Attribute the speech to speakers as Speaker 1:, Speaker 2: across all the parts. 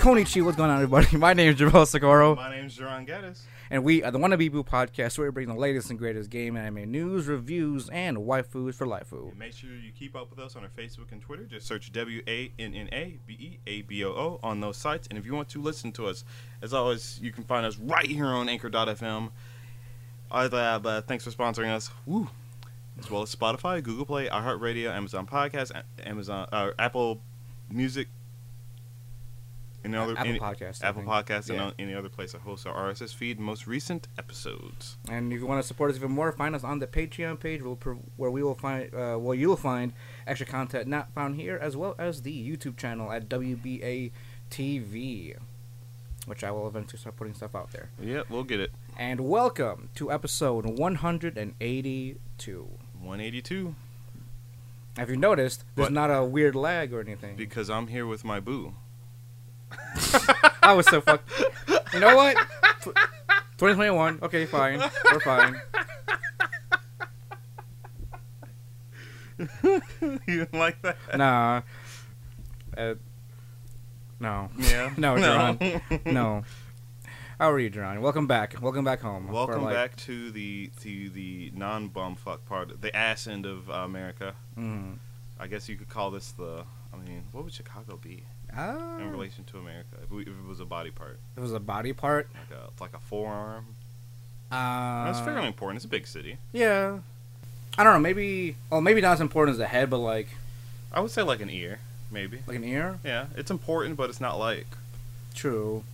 Speaker 1: Konichi, what's going on, everybody? My name is Javel Seguro,
Speaker 2: My name's Jerron Gaddis.
Speaker 1: and we are the Wannabe Boo podcast, where we bring the latest and greatest game and anime news, reviews, and waifus for life food.
Speaker 2: And make sure you keep up with us on our Facebook and Twitter. Just search W A N N A B E A B O O on those sites. And if you want to listen to us, as always, you can find us right here on Anchor.fm. Uh, uh, thanks for sponsoring us. Woo. As well as Spotify, Google Play, iHeartRadio, Amazon Podcasts, A- Amazon, uh, Apple Music, and other
Speaker 1: Apple
Speaker 2: any-
Speaker 1: Podcasts, I
Speaker 2: Apple
Speaker 1: think.
Speaker 2: Podcasts, and
Speaker 1: Yeah.
Speaker 2: on any other place that hosts our RSS feed, most recent episodes.
Speaker 1: And if you want to support us even more, find us on the Patreon page, we'll pro- where we will find, uh, where you will find extra content not found here, as well as the YouTube channel at WBA TV, which I will eventually start putting stuff out there.
Speaker 2: Yeah, we'll get it.
Speaker 1: And welcome to episode 182.
Speaker 2: 182
Speaker 1: Have you noticed? There's
Speaker 2: What?
Speaker 1: not a weird lag or anything.
Speaker 2: because I'm here with my boo.
Speaker 1: I was so fucked. You know what? Tw- 2021. Okay, fine. We're fine.
Speaker 2: you didn't like that?
Speaker 1: Nah. Uh, no.
Speaker 2: Yeah.
Speaker 1: No, Jerron. No. How are you, Jerron? Welcome back. Welcome back home. for
Speaker 2: Welcome
Speaker 1: like-
Speaker 2: back to the to the non bum fuck part, the ass end of uh, America.
Speaker 1: Mm.
Speaker 2: I guess you could call this the. I mean, what would Chicago be
Speaker 1: Ah,
Speaker 2: in relation to America? If, we, if it was a body part,
Speaker 1: it was a body part.
Speaker 2: like a like a forearm.
Speaker 1: Uh,
Speaker 2: That's fairly important. It's a big city.
Speaker 1: Yeah. I don't know. Maybe. Well, maybe not as important as the head, but like
Speaker 2: I would say like an ear, maybe.
Speaker 1: like an ear.
Speaker 2: Yeah, it's important, but it's not like
Speaker 1: True.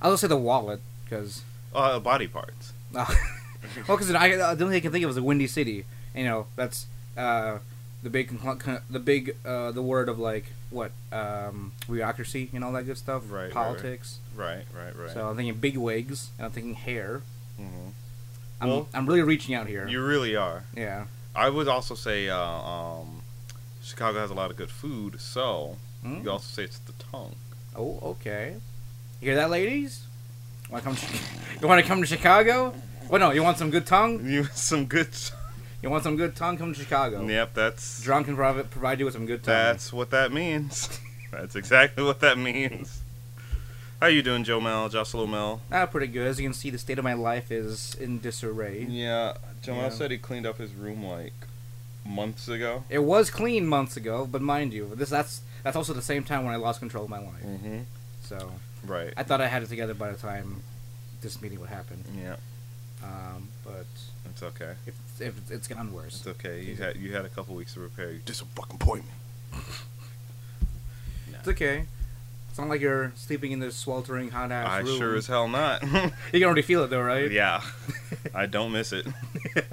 Speaker 1: I was gonna say the wallet because.
Speaker 2: uh, body parts.
Speaker 1: Uh, well, because I uh, the only thing I can think of is a windy city. You know, that's uh, the big conclu- con- the big uh, the word of like what um, bureaucracy and all that good stuff.
Speaker 2: Right, right, right.
Speaker 1: Politics.
Speaker 2: Right, right, right.
Speaker 1: So I'm thinking big wigs and I'm thinking hair.
Speaker 2: hmm
Speaker 1: I'm,
Speaker 2: Well-
Speaker 1: I'm really reaching out here.
Speaker 2: You really are.
Speaker 1: Yeah.
Speaker 2: I would also say uh, um, Chicago has a lot of good food, so
Speaker 1: Mm.
Speaker 2: you also say it's the tongue.
Speaker 1: Oh, okay. You hear that, ladies? Want to come? you want to come to Chicago? Well, no. You want some good tongue?
Speaker 2: You some good.
Speaker 1: You want some good tongue? Come to Chicago.
Speaker 2: Yep, that's
Speaker 1: Drunk can provi- provide you with some good tongue.
Speaker 2: that's what that means. that's exactly what that means. How you doing, Joe Mel? Joselo Mel?
Speaker 1: Ah, pretty good. As you can see, the state of my life is in disarray.
Speaker 2: Yeah, Joe
Speaker 1: Yeah.
Speaker 2: said he cleaned up his room like months ago.
Speaker 1: It was clean months ago, but mind you, this that's that's also the same time when I lost control of my life.
Speaker 2: Mm-hmm.
Speaker 1: So
Speaker 2: Right.
Speaker 1: I thought I had it together by the time this meeting would happen.
Speaker 2: Yeah,
Speaker 1: Um, but
Speaker 2: it's okay.
Speaker 1: if, if it's gone worse,
Speaker 2: It's okay. You had you had a couple weeks to repair. You did some fucking appointment.
Speaker 1: it's okay. It's not like you're sleeping in this sweltering hot ass
Speaker 2: I
Speaker 1: room.
Speaker 2: sure as hell not.
Speaker 1: You can already feel it though, right?
Speaker 2: yeah, I don't miss it.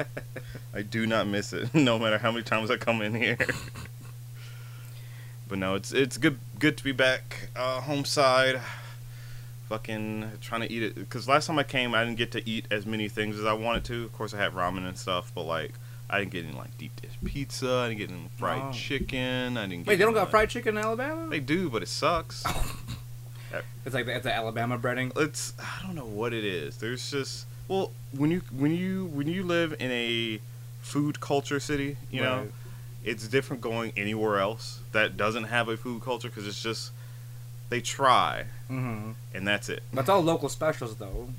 Speaker 2: I do not miss it, no matter how many times I come in here. but no, it's it's good good to be back uh, home side. Fucking trying to eat it because last time I came, I didn't get to eat as many things as I wanted to. Of course, I had ramen and stuff, but like I didn't get any like deep dish pizza. I didn't get any fried
Speaker 1: Oh.
Speaker 2: chicken. I didn't. Get
Speaker 1: Wait, they don't
Speaker 2: any,
Speaker 1: got fried chicken in Alabama?
Speaker 2: They do, but it sucks.
Speaker 1: it's like the, it's the Alabama breading.
Speaker 2: it's I don't know what it is. There's just well when you when you when you live in a food culture city, you know,
Speaker 1: Right.
Speaker 2: it's different going anywhere else that doesn't have a food culture because it's just they try
Speaker 1: Mm-hmm.
Speaker 2: and that's it.
Speaker 1: That's all local specials though.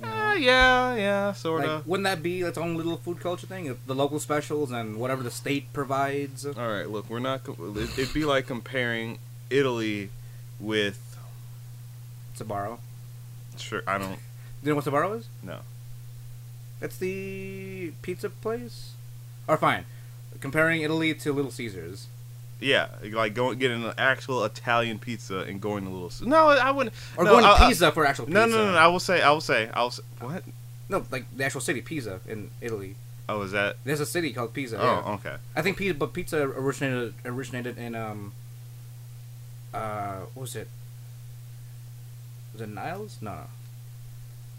Speaker 1: you know?
Speaker 2: Ah, yeah, yeah, sort
Speaker 1: Like,
Speaker 2: of.
Speaker 1: wouldn't that be its own little food culture thing? The local specials and whatever the state provides.
Speaker 2: All right, look, we're not. com- it- It'd be like comparing Italy with.
Speaker 1: Sabaro.
Speaker 2: Sure, I don't.
Speaker 1: Do you know what Sabaro is?
Speaker 2: No.
Speaker 1: It's the pizza place. Or fine, comparing Italy to Little Caesars.
Speaker 2: Yeah, like going getting an actual Italian pizza and going to Little. No, I wouldn't.
Speaker 1: Or
Speaker 2: no,
Speaker 1: going to
Speaker 2: I- I-
Speaker 1: Pisa for actual pizza.
Speaker 2: No, no, no, no. I will say, I will say, I will say, what?
Speaker 1: No, like the actual city, Pisa, in Italy.
Speaker 2: Oh, is that?
Speaker 1: There's a city called Pisa. yeah.
Speaker 2: Oh, okay.
Speaker 1: I think pizza, but pizza originated originated in um. Uh, what was it? Was it Niles? No, no.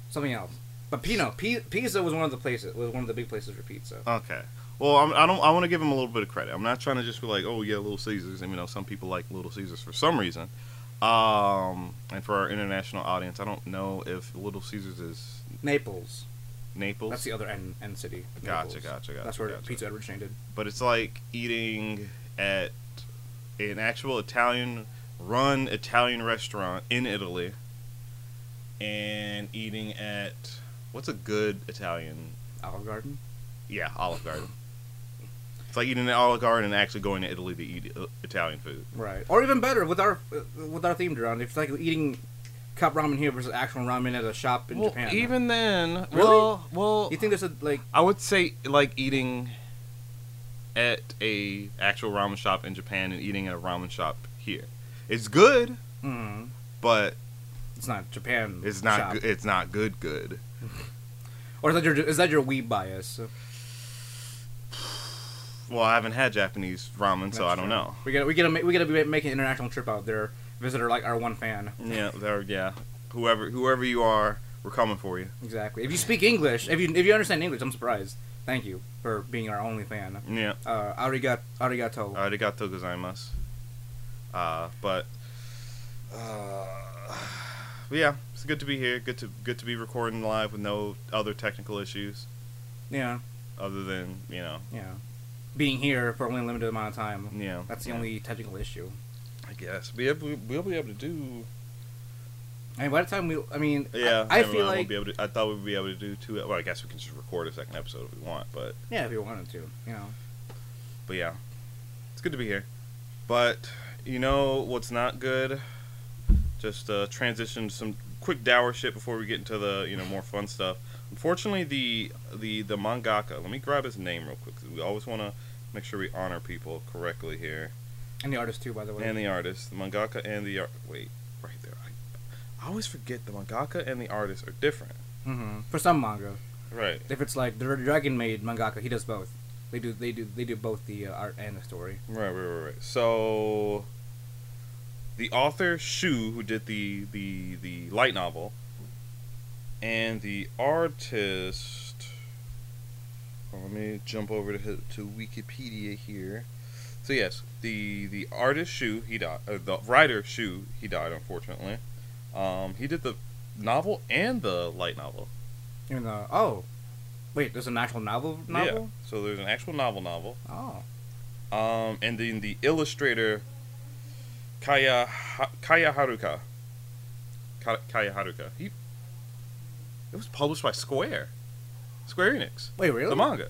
Speaker 1: Something else. But Pino, P- Pisa was one of the places. Was one of the big places for pizza.
Speaker 2: Okay. Well, I'm, I don't. I want to give him a little bit of credit. I'm not trying to just be like, oh yeah, Little Caesars. Even though some people like Little Caesars for some reason. Um, and for our international audience, I don't know if Little Caesars is
Speaker 1: Naples.
Speaker 2: Naples.
Speaker 1: That's the other end end city. Naples.
Speaker 2: Gotcha, gotcha, gotcha,
Speaker 1: That's where
Speaker 2: gotcha.
Speaker 1: pizza originated.
Speaker 2: but it's like eating at an actual Italian run Italian restaurant in Italy and eating at what's a good Italian?
Speaker 1: Olive Garden.
Speaker 2: Yeah, Olive Garden. It's like eating at Olive Garden and actually going to Italy to eat uh, Italian food.
Speaker 1: Right. Or even better with our uh, with our themed round. It's like eating cup ramen here versus actual ramen at a shop in
Speaker 2: well,
Speaker 1: Japan.
Speaker 2: even then,
Speaker 1: Really?
Speaker 2: well, well,
Speaker 1: you think there's a like
Speaker 2: I would say like eating at a actual ramen shop in Japan and eating at a ramen shop here. It's good,
Speaker 1: mm,
Speaker 2: but
Speaker 1: it's not Japan.
Speaker 2: it's not
Speaker 1: shop.
Speaker 2: good, it's not good good.
Speaker 1: Or is that your is that your weeb bias?
Speaker 2: Well, I haven't had Japanese ramen, so I
Speaker 1: That's true.
Speaker 2: don't know.
Speaker 1: We gotta we gotta make, we gotta be making an international trip out there. Visit our like our one fan.
Speaker 2: Yeah, there yeah. Whoever whoever you are, we're coming for you.
Speaker 1: Exactly. If you speak English, if you if you understand English, I'm surprised. Thank you for being our only fan.
Speaker 2: Yeah.
Speaker 1: Uh, arigato. arigato.
Speaker 2: Arigato gozaimasu. Uh, but uh, yeah, it's good to be here. Good to good to be recording live with no other technical issues
Speaker 1: yeah,
Speaker 2: other than, you know,
Speaker 1: yeah. Being here for only a limited amount of time.
Speaker 2: yeah.
Speaker 1: That's the
Speaker 2: yeah.
Speaker 1: only technical issue.
Speaker 2: I guess we have, we- we'll be able to do.
Speaker 1: I mean, by the time we, I mean, I-
Speaker 2: Yeah,
Speaker 1: I,
Speaker 2: never
Speaker 1: feel
Speaker 2: mind, we'll
Speaker 1: like,
Speaker 2: be able to. I thought we'd be able to do two. Well, I guess we can just record a second episode if we want, but
Speaker 1: yeah, if you wanted to, you know,
Speaker 2: but yeah, it's good to be here. But you know what's not good? Just uh, transition to some quick dour shit before we get into the you know more fun stuff. Unfortunately, the the the mangaka. Let me grab his name real quick. 'cause We always want to make sure we honor people correctly here.
Speaker 1: and the artist too, by the way.
Speaker 2: and the artist, the mangaka and the art. Wait, right there. I, I always forget the mangaka and the artist are different.
Speaker 1: hmm For some manga,
Speaker 2: Right.
Speaker 1: if it's like the Dragon Maid mangaka, he does both. They do, they do, they do both the uh, art and the story.
Speaker 2: Right. Right. Right. right. So, the author Shu, who did the the the light novel, and the artist. Well, let me jump over to his, to Wikipedia here. So yes, the the artist Shu he died. Uh, the writer Shu he died unfortunately. Um, he did the novel and the light novel.
Speaker 1: Even though, oh, wait, there's an actual novel, novel.
Speaker 2: Yeah. So there's an actual novel novel.
Speaker 1: Oh,
Speaker 2: Um, and then the illustrator Kaya ha- Kaya Haruka. Ka- Kaya Haruka. He It was published by Square. Square Enix.
Speaker 1: wait, really?
Speaker 2: The manga.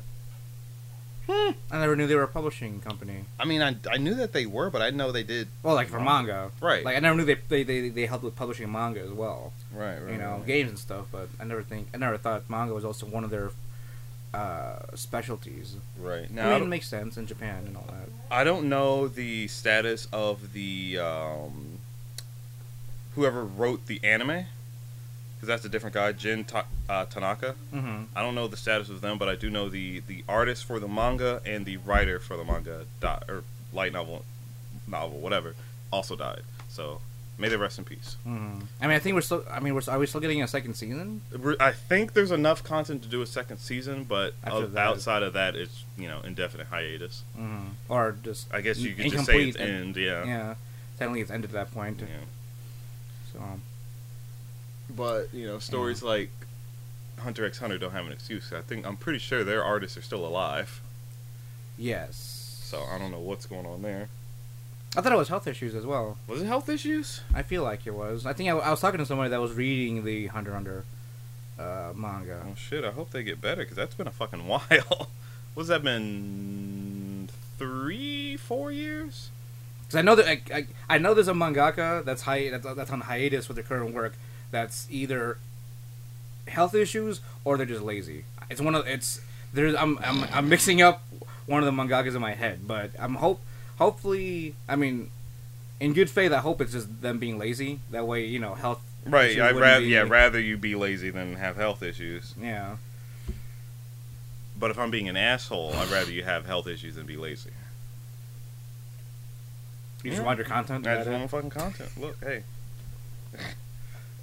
Speaker 1: I never knew they were a publishing company.
Speaker 2: Hmm. I mean, I, I knew that they were, but I didn't know they did.
Speaker 1: Well, like for manga,
Speaker 2: Right.
Speaker 1: like I never knew they they, they they helped with publishing manga as well.
Speaker 2: right, right.
Speaker 1: you know,
Speaker 2: right.
Speaker 1: games and stuff. But I never think I never thought manga was also one of their uh, specialties.
Speaker 2: right.
Speaker 1: I
Speaker 2: Now, I
Speaker 1: mean, it
Speaker 2: don't,
Speaker 1: makes sense in Japan and all that.
Speaker 2: I don't know the status of the um, whoever wrote the anime because that's a different guy, Jin Ta- uh, Tanaka.
Speaker 1: Mm-hmm.
Speaker 2: I don't know the status of them, but I do know the the artist for the manga and the writer for the manga dot or light novel novel whatever also died. So may they rest in peace.
Speaker 1: Mm-hmm. I mean, I think we're still. I mean, we're are we still getting a second season?
Speaker 2: We're- I think there's enough content to do a second season, but
Speaker 1: After
Speaker 2: o-
Speaker 1: that-
Speaker 2: outside of that, it's you know indefinite hiatus.
Speaker 1: Mm-hmm. Or just
Speaker 2: I guess you could
Speaker 1: Incomplete
Speaker 2: just say it's
Speaker 1: and-
Speaker 2: end. Yeah.
Speaker 1: yeah, technically it's ended at that point.
Speaker 2: yeah.
Speaker 1: So um,
Speaker 2: But you know stories like Hunter X Hunter don't have an excuse. I think I'm pretty sure their artists are still alive.
Speaker 1: yes.
Speaker 2: So I don't know what's going on there.
Speaker 1: I thought it was health issues as well.
Speaker 2: Was it health issues?
Speaker 1: I feel like it was. I think I, I was talking to somebody that was reading the Hunter x Hunter uh, manga.
Speaker 2: Oh shit! I hope they get better because that's been a fucking while. What's that been? Three, four years?
Speaker 1: Because I know that I, I, I know there's a mangaka that's hi, that's, that's on hiatus with their current work. That's either health issues or they're just lazy. It's one of it's there's I'm I'm, I'm mixing up one of the mangakas in my head, but I'm hope hopefully I mean in good faith I hope it's just them being lazy. That way you know health
Speaker 2: Right.
Speaker 1: Issues
Speaker 2: I
Speaker 1: wouldn't
Speaker 2: rather
Speaker 1: be-
Speaker 2: yeah rather you be lazy than have health issues.
Speaker 1: yeah
Speaker 2: But if I'm being an asshole, I'd rather you have health issues than be lazy.
Speaker 1: you just
Speaker 2: Yeah.
Speaker 1: want your content.
Speaker 2: I just
Speaker 1: that
Speaker 2: want fucking content. Look, hey,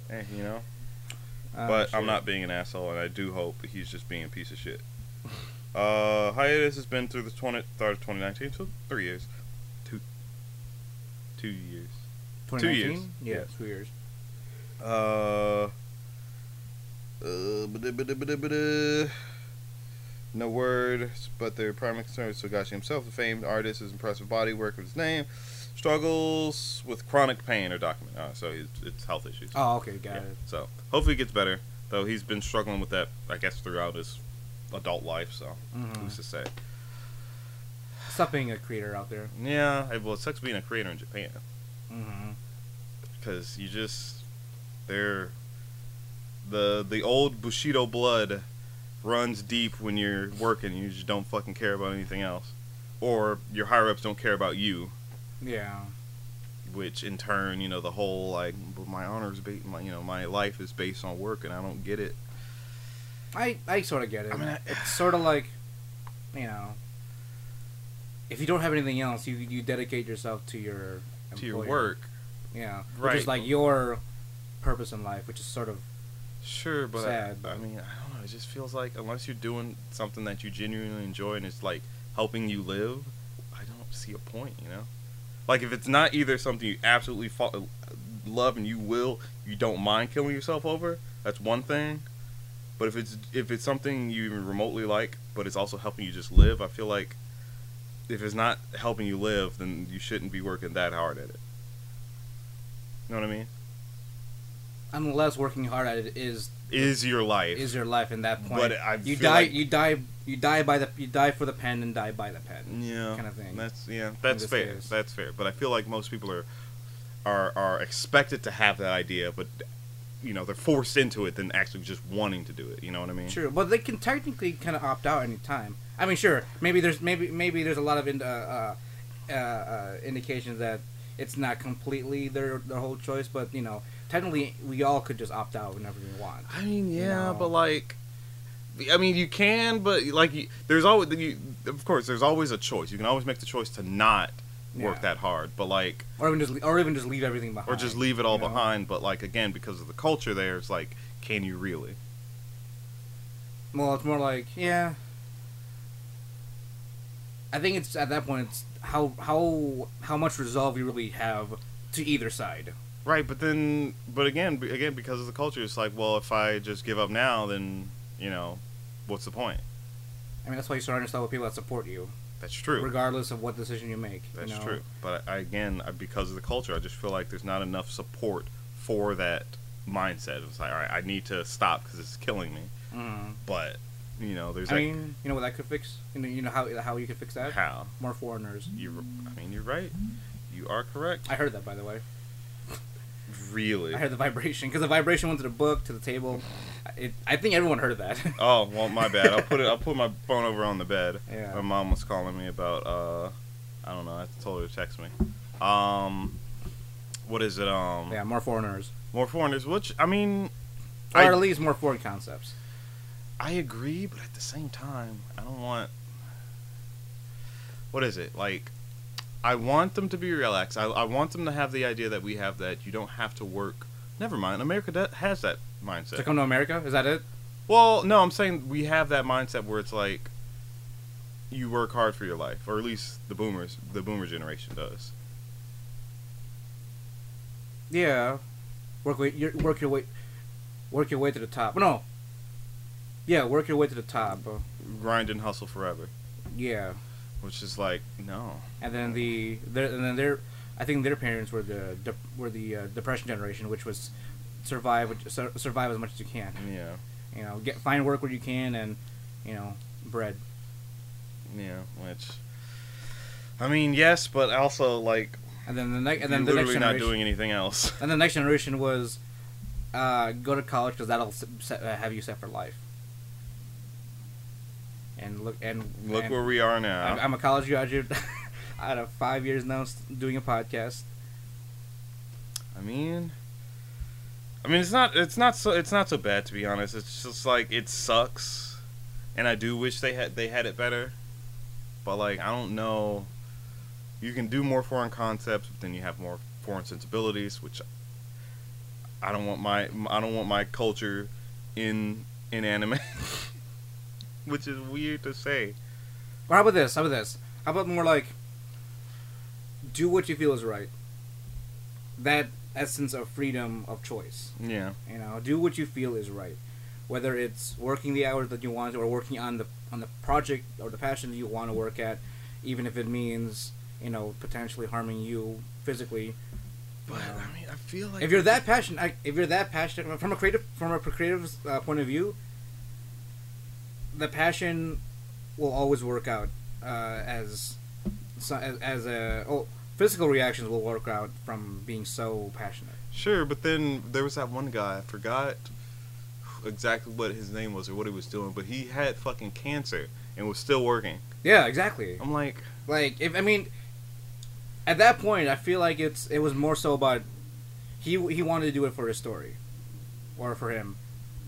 Speaker 2: hey, you know.
Speaker 1: it. Uh,
Speaker 2: but
Speaker 1: shit.
Speaker 2: I'm not being an asshole, and I do hope he's just being a piece of shit. Uh, hiatus has been through the 20, start of 2019, so three years, two, two years.
Speaker 1: 2019?
Speaker 2: years.
Speaker 1: Yeah,
Speaker 2: Yeah.
Speaker 1: two years.
Speaker 2: Uh, uh, ba-da-ba-da-ba-da-ba-da. No words, but their primary concern is Togashi himself, the famed artist, his impressive body, work of his name, struggles with chronic pain or document. Uh, so he's, it's health issues.
Speaker 1: Oh, okay, got
Speaker 2: Yeah.
Speaker 1: it.
Speaker 2: So hopefully it gets better. Though he's been struggling with that, I guess, throughout his adult life. So
Speaker 1: Mhm.
Speaker 2: who's to say?
Speaker 1: Stop being a creator out there.
Speaker 2: Yeah, it, well, it sucks being a creator in Japan
Speaker 1: Mm-hmm.
Speaker 2: because you just they're the the old Bushido blood runs deep when you're working. You just don't fucking care about anything else, or your higher ups don't care about you.
Speaker 1: Yeah.
Speaker 2: Which in turn, you know, the whole like, but my honor is, ba- my, you know, my life is based on work, and I don't get it.
Speaker 1: I, I sort of get it.
Speaker 2: I mean, I-
Speaker 1: it's sort of like, you know, if you don't have anything else, you you dedicate yourself to your
Speaker 2: To your
Speaker 1: employer.
Speaker 2: work,
Speaker 1: Yeah, which
Speaker 2: Right.
Speaker 1: is like your purpose in life, which is sort of
Speaker 2: Sure, but
Speaker 1: Sad,
Speaker 2: I, I
Speaker 1: but-
Speaker 2: mean, I don't know. It just feels like unless you're doing something that you genuinely enjoy and it's like helping you live, I don't see a point. You know, like if it's not either something you absolutely fo- love and you will, you don't mind killing yourself over. That's one thing. But if it's if it's something you even remotely like, but it's also helping you just live, I feel like if it's not helping you live, then you shouldn't be working that hard at it. You know what I mean?
Speaker 1: unless working hard at it is
Speaker 2: Is your life?
Speaker 1: is your life. In that point,
Speaker 2: But I
Speaker 1: you
Speaker 2: feel
Speaker 1: die,
Speaker 2: like-
Speaker 1: you die, you die by the you die for the pen and die by the pen.
Speaker 2: yeah
Speaker 1: kind of thing.
Speaker 2: that's yeah that's
Speaker 1: this
Speaker 2: fair
Speaker 1: case.
Speaker 2: that's fair but i feel like most people are are are expected to have that idea but you know they're forced into it than actually just wanting to do it you know what i mean
Speaker 1: Sure, well they can technically kind of opt out any time. I mean, sure, maybe there's maybe maybe there's a lot of in, uh, uh, uh, uh, indications that it's not completely their their whole choice, but you know, technically we all could just opt out whenever we want.
Speaker 2: i mean yeah
Speaker 1: No.
Speaker 2: but like i mean you can but like you, there's always you, of course there's always a choice you can always make the choice to not
Speaker 1: Yeah.
Speaker 2: work that hard but like
Speaker 1: or even just or even just leave everything behind,
Speaker 2: or just leave it all
Speaker 1: you know?
Speaker 2: behind but like again because of the culture there it's like can you really
Speaker 1: Well, it's more like yeah. I think it's at that point it's how how how much resolve you really have to either side.
Speaker 2: Right, but then, but again, be- again, because of the culture, it's like, well, if I just give up now, then you know, what's the point?
Speaker 1: I mean, that's why you surround yourself with people that support you,
Speaker 2: That's true.
Speaker 1: regardless of what decision you make. you
Speaker 2: That's
Speaker 1: know?
Speaker 2: true. But I, again, I, because of the culture, I just feel like there's not enough support for that mindset. It's like, all right, I need to stop because it's killing me.
Speaker 1: Mhm.
Speaker 2: But you know, there's
Speaker 1: I
Speaker 2: like
Speaker 1: mean, you know what that could fix? You know, you know how how you could fix that?
Speaker 2: how
Speaker 1: More foreigners.
Speaker 2: you. I mean, you're right. You are correct.
Speaker 1: I heard that by the way.
Speaker 2: Really.
Speaker 1: I heard the vibration because the vibration went to the book to the table. It, I think everyone heard that.
Speaker 2: Oh well, my bad. I'll put it. I'll put my phone over on the bed.
Speaker 1: Yeah.
Speaker 2: My mom was calling me about. uh I don't know. I told her to text me. Um, what is it? Um,
Speaker 1: yeah, more foreigners,
Speaker 2: more foreigners. Which I mean,
Speaker 1: or
Speaker 2: I-
Speaker 1: at least more foreign concepts.
Speaker 2: I agree, but at the same time, I don't want. What is it like? I want them to be relaxed. I, I want them to have the idea that we have that you don't have to work. Never mind. America do- has that mindset.
Speaker 1: To come to America, is that it?
Speaker 2: Well, no, I'm saying we have that mindset where it's like you work hard for your life, or at least the boomers, the boomer generation does.
Speaker 1: Yeah, work way, your, work your way, work your way to the top. No. Yeah, work your way to the top. uh,
Speaker 2: Grind and hustle forever,
Speaker 1: Yeah,
Speaker 2: which is like no.
Speaker 1: and then the their and then their, I think their parents were the de- were the uh, depression generation, which was survive which- sur- survive as much as you can.
Speaker 2: Yeah,
Speaker 1: You know, get find work where you can, and you know, bread.
Speaker 2: yeah, which I mean, yes, but also like
Speaker 1: And then the next and
Speaker 2: you're
Speaker 1: then the next
Speaker 2: literally not
Speaker 1: generation
Speaker 2: doing anything else.
Speaker 1: and the next generation was uh, go to college because that'll s set, uh, have you set for life. And look and
Speaker 2: Look
Speaker 1: and-
Speaker 2: where we are now.
Speaker 1: I'm, I'm a college graduate out of five years now s- doing a podcast.
Speaker 2: I mean, I mean, it's not, it's not so, it's not so bad to be honest. It's just like it sucks, and I do wish they had, they had it better. But like, I don't know. You can do more foreign concepts, but then you have more foreign sensibilities, which I don't want my, I don't want my culture in in anime, which is weird to say.
Speaker 1: Or how about this? How about this? How about more like do what you feel is right? That essence of freedom of choice.
Speaker 2: Yeah,
Speaker 1: You know, do what you feel is right. Whether it's working the hours that you want or working on the on the project or the passion that you want to work at, even if it means you know potentially harming you physically.
Speaker 2: But I mean, I feel like
Speaker 1: If you're that passionate, I- if you're that passionate from a creative from a creative uh, point of view, the passion will always work out uh, as so- as, as a oh physical reactions will work out from being so passionate.
Speaker 2: Sure, but then there was that one guy. I forgot exactly what his name was or what he was doing, but he had fucking cancer and was still working.
Speaker 1: Yeah, exactly.
Speaker 2: I'm like,
Speaker 1: Like if I mean, at that point, I feel like it's it was more so about he he wanted to do it for his story, or for him,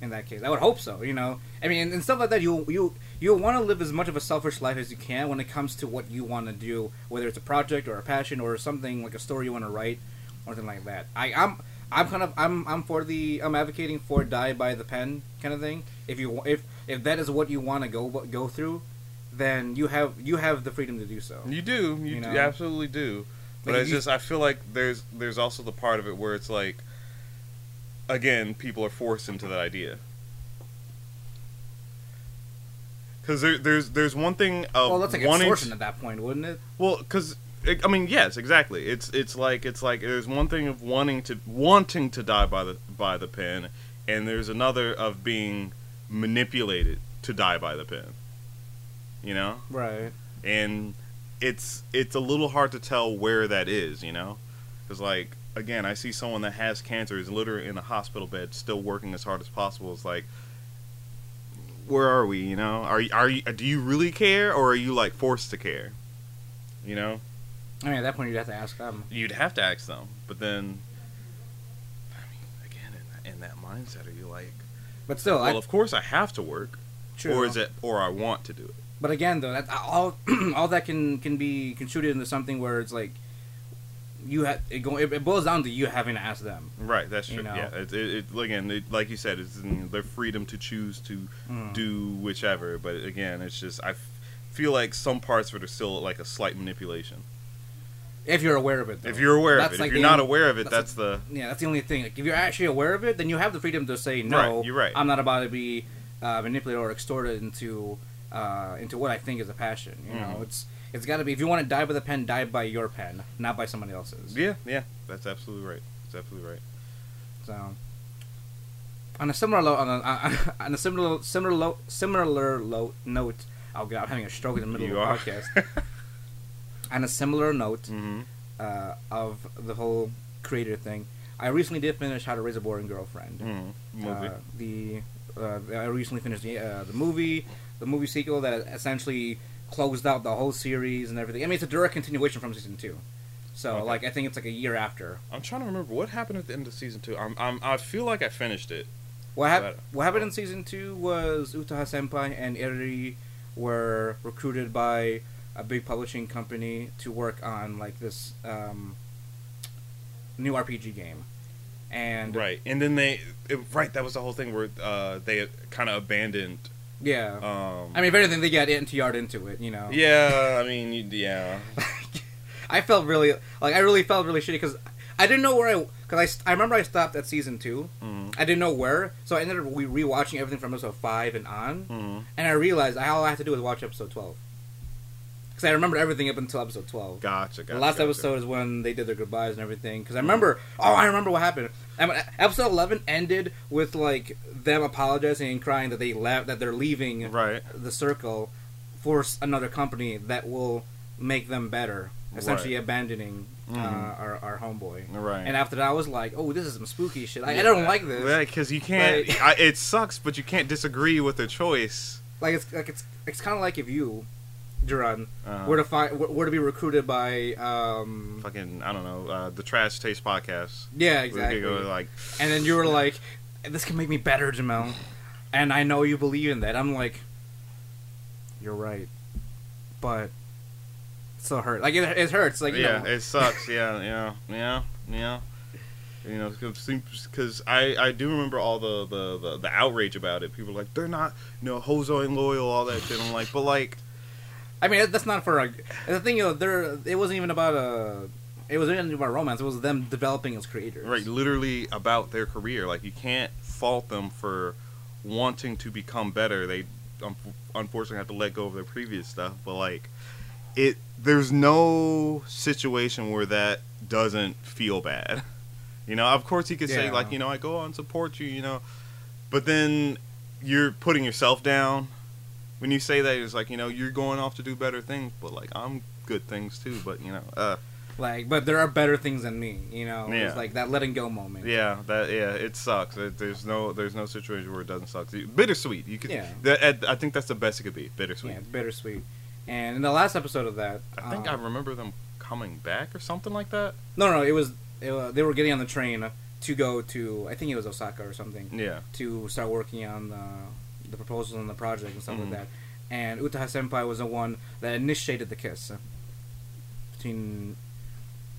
Speaker 1: in that case. I would hope so. You know, I mean, and, and stuff like that. You you you want to live as much of a selfish life as you can when it comes to what you want to do, whether it's a project or a passion or something like a story you want to write, or something like that. I I'm. I'm kind of I'm I'm for the I'm advocating for die by the pen kind of thing. If you wa- if if that is what you want to go go through, then you have you have the freedom to do so.
Speaker 2: you do, you,
Speaker 1: You know?
Speaker 2: do, absolutely do. But
Speaker 1: Like, if
Speaker 2: it's
Speaker 1: you-
Speaker 2: just, I feel like there's there's also the part of it where it's like, again, people are forced into that idea. Because there, there's there's one thing of
Speaker 1: well, that's like
Speaker 2: wanting
Speaker 1: extortion
Speaker 2: to-
Speaker 1: at that point, wouldn't it?
Speaker 2: Well, because I mean, yes, exactly. It's it's like it's like there's one thing of wanting to wanting to die by the by the pen, and there's another of being manipulated to die by the pen. You know,
Speaker 1: Right.
Speaker 2: and it's it's a little hard to tell where that is. You know, because like again, I see someone that has cancer is literally in a hospital bed, still working as hard as possible. It's like. Where are we? You know, are you- are you, do you really care, or are you like forced to care? You know,
Speaker 1: I mean, at that point, you'd have to ask them.
Speaker 2: you'd have to ask them. But then, I mean, again, in, in that mindset, are you like,
Speaker 1: But still,
Speaker 2: well,
Speaker 1: I,
Speaker 2: of course I have to work,
Speaker 1: true.
Speaker 2: or is it, or I want to do it?
Speaker 1: But again, though, that, all all that can can be contributed into something where it's like you have it, go, it, it boils down to you having to ask them.
Speaker 2: Right, that's true.
Speaker 1: You know.
Speaker 2: Yeah, it, it, it, again, it, like you said, it's in their freedom to choose to
Speaker 1: Hmm.
Speaker 2: do whichever. But again, it's just I f- feel like some parts of it are still like a slight manipulation.
Speaker 1: If you're aware of it, though.
Speaker 2: If you're aware
Speaker 1: Oh. That's
Speaker 2: of it,
Speaker 1: like
Speaker 2: if you're
Speaker 1: the
Speaker 2: not
Speaker 1: only-
Speaker 2: aware of it,
Speaker 1: that's
Speaker 2: that's, the
Speaker 1: yeah, that's the only thing. Like, if you're actually aware of it, then you have the freedom to say no.
Speaker 2: Right, you're right.
Speaker 1: I'm not about to be uh, manipulated or extorted into uh, into what I think is a passion. You
Speaker 2: Mm-hmm.
Speaker 1: know, it's it's got to be if you want to die by the pen, die by your pen, not by somebody else's.
Speaker 2: yeah, yeah. That's absolutely right. That's absolutely right.
Speaker 1: So, on a similar lo- on a, on a- on a similar similar lo- similar lo- note, oh god, I'm having a stroke in the middle
Speaker 2: You
Speaker 1: of
Speaker 2: are.
Speaker 1: the podcast. on a similar note
Speaker 2: hmm
Speaker 1: uh, of the whole creator thing, I recently did finish How to Raise a Boring Girlfriend.
Speaker 2: hmm Movie.
Speaker 1: Uh, the uh, I recently finished the uh, the movie, the movie sequel that essentially closed out the whole series and everything. I mean, it's a direct continuation from season two. So,
Speaker 2: Okay.
Speaker 1: like, I think it's like a year after.
Speaker 2: I'm trying to remember what happened at the end of season two. I'm, I'm I feel like I finished it.
Speaker 1: What, hap-
Speaker 2: But- oh.
Speaker 1: what happened in season two was Utaha Senpai and Eri were recruited by a big publishing company to work on like this um, new RPG game, and
Speaker 2: right and then they it, right that was the whole thing where uh they kind of abandoned
Speaker 1: yeah,
Speaker 2: um
Speaker 1: I mean, if anything, they got NTR'd into it, you know.
Speaker 2: yeah i mean you- yeah
Speaker 1: I felt really like I really felt really shitty because I didn't know where I because I, st- I remember I stopped at season 2
Speaker 2: Mhm.
Speaker 1: I didn't know where, so I ended up re- rewatching everything from episode five and on,
Speaker 2: Mhm.
Speaker 1: and I realized all I had to do was watch episode twelve because I remembered everything up until episode twelve.
Speaker 2: gotcha
Speaker 1: the
Speaker 2: gotcha
Speaker 1: last
Speaker 2: gotcha. Mm.
Speaker 1: episode is when they did their goodbyes and everything. Because I remember, oh, I remember what happened. I mean, episode eleven ended with like them apologizing and crying that they left, that they're leaving
Speaker 2: right
Speaker 1: the circle for s- another company that will make them better. Essentially, abandoning
Speaker 2: Mhm.
Speaker 1: uh, our, our homeboy.
Speaker 2: right
Speaker 1: And after that, I was like, oh, this is some spooky shit. I, I don't like this.
Speaker 2: because you can't
Speaker 1: Like-
Speaker 2: I, it sucks but you can't disagree with their choice
Speaker 1: Like it's like it's it's kind of like if you, Duran,
Speaker 2: uh,
Speaker 1: were to find were, were to be recruited by um
Speaker 2: fucking i don't know uh the trash taste podcast
Speaker 1: yeah
Speaker 2: We could
Speaker 1: exactly.
Speaker 2: go like
Speaker 1: And then you were like, "This can make me better, Jamel," and I know you believe in that. I'm like, "You're right," but it still hurt. Like it, it hurts. Like you
Speaker 2: yeah
Speaker 1: know,
Speaker 2: it sucks yeah yeah yeah yeah you know because I, I do remember all the, the, the, the outrage about it people were like they're not you know hozo and loyal all that shit i'm like but like
Speaker 1: I mean that's not for a. The thing, you know, there it wasn't even about a. It wasn't even about romance. It was them developing as creators.
Speaker 2: right literally about their career like you can't fault them for wanting to become better they um, unfortunately have to let go of their previous stuff. But like, it there's no situation where that doesn't feel bad. You know, of course he could say
Speaker 1: Yeah.
Speaker 2: like, you know, I go on support you, you know, but then you're putting yourself down when you say that. It's like you know you're going off to do better things, but like I'm good things too. But you know, uh,
Speaker 1: Like, but there are better things than me, you know.
Speaker 2: Yeah.
Speaker 1: It's like that letting go moment.
Speaker 2: Yeah, that yeah, it sucks. It, there's no there's no situation where it doesn't suck. You- Bittersweet. You could.
Speaker 1: Yeah.
Speaker 2: That, I think that's the best it could be. Bittersweet.
Speaker 1: Yeah, bittersweet. And in the last episode of that,
Speaker 2: I think
Speaker 1: um,
Speaker 2: I remember them coming back or something like that.
Speaker 1: No, no, it was, it was they were getting on the train to go to I think it was Osaka or something
Speaker 2: Yeah.
Speaker 1: to start working on the the proposals and the project and stuff
Speaker 2: Mhm.
Speaker 1: like that. And Utaha Senpai was the one that initiated the kiss between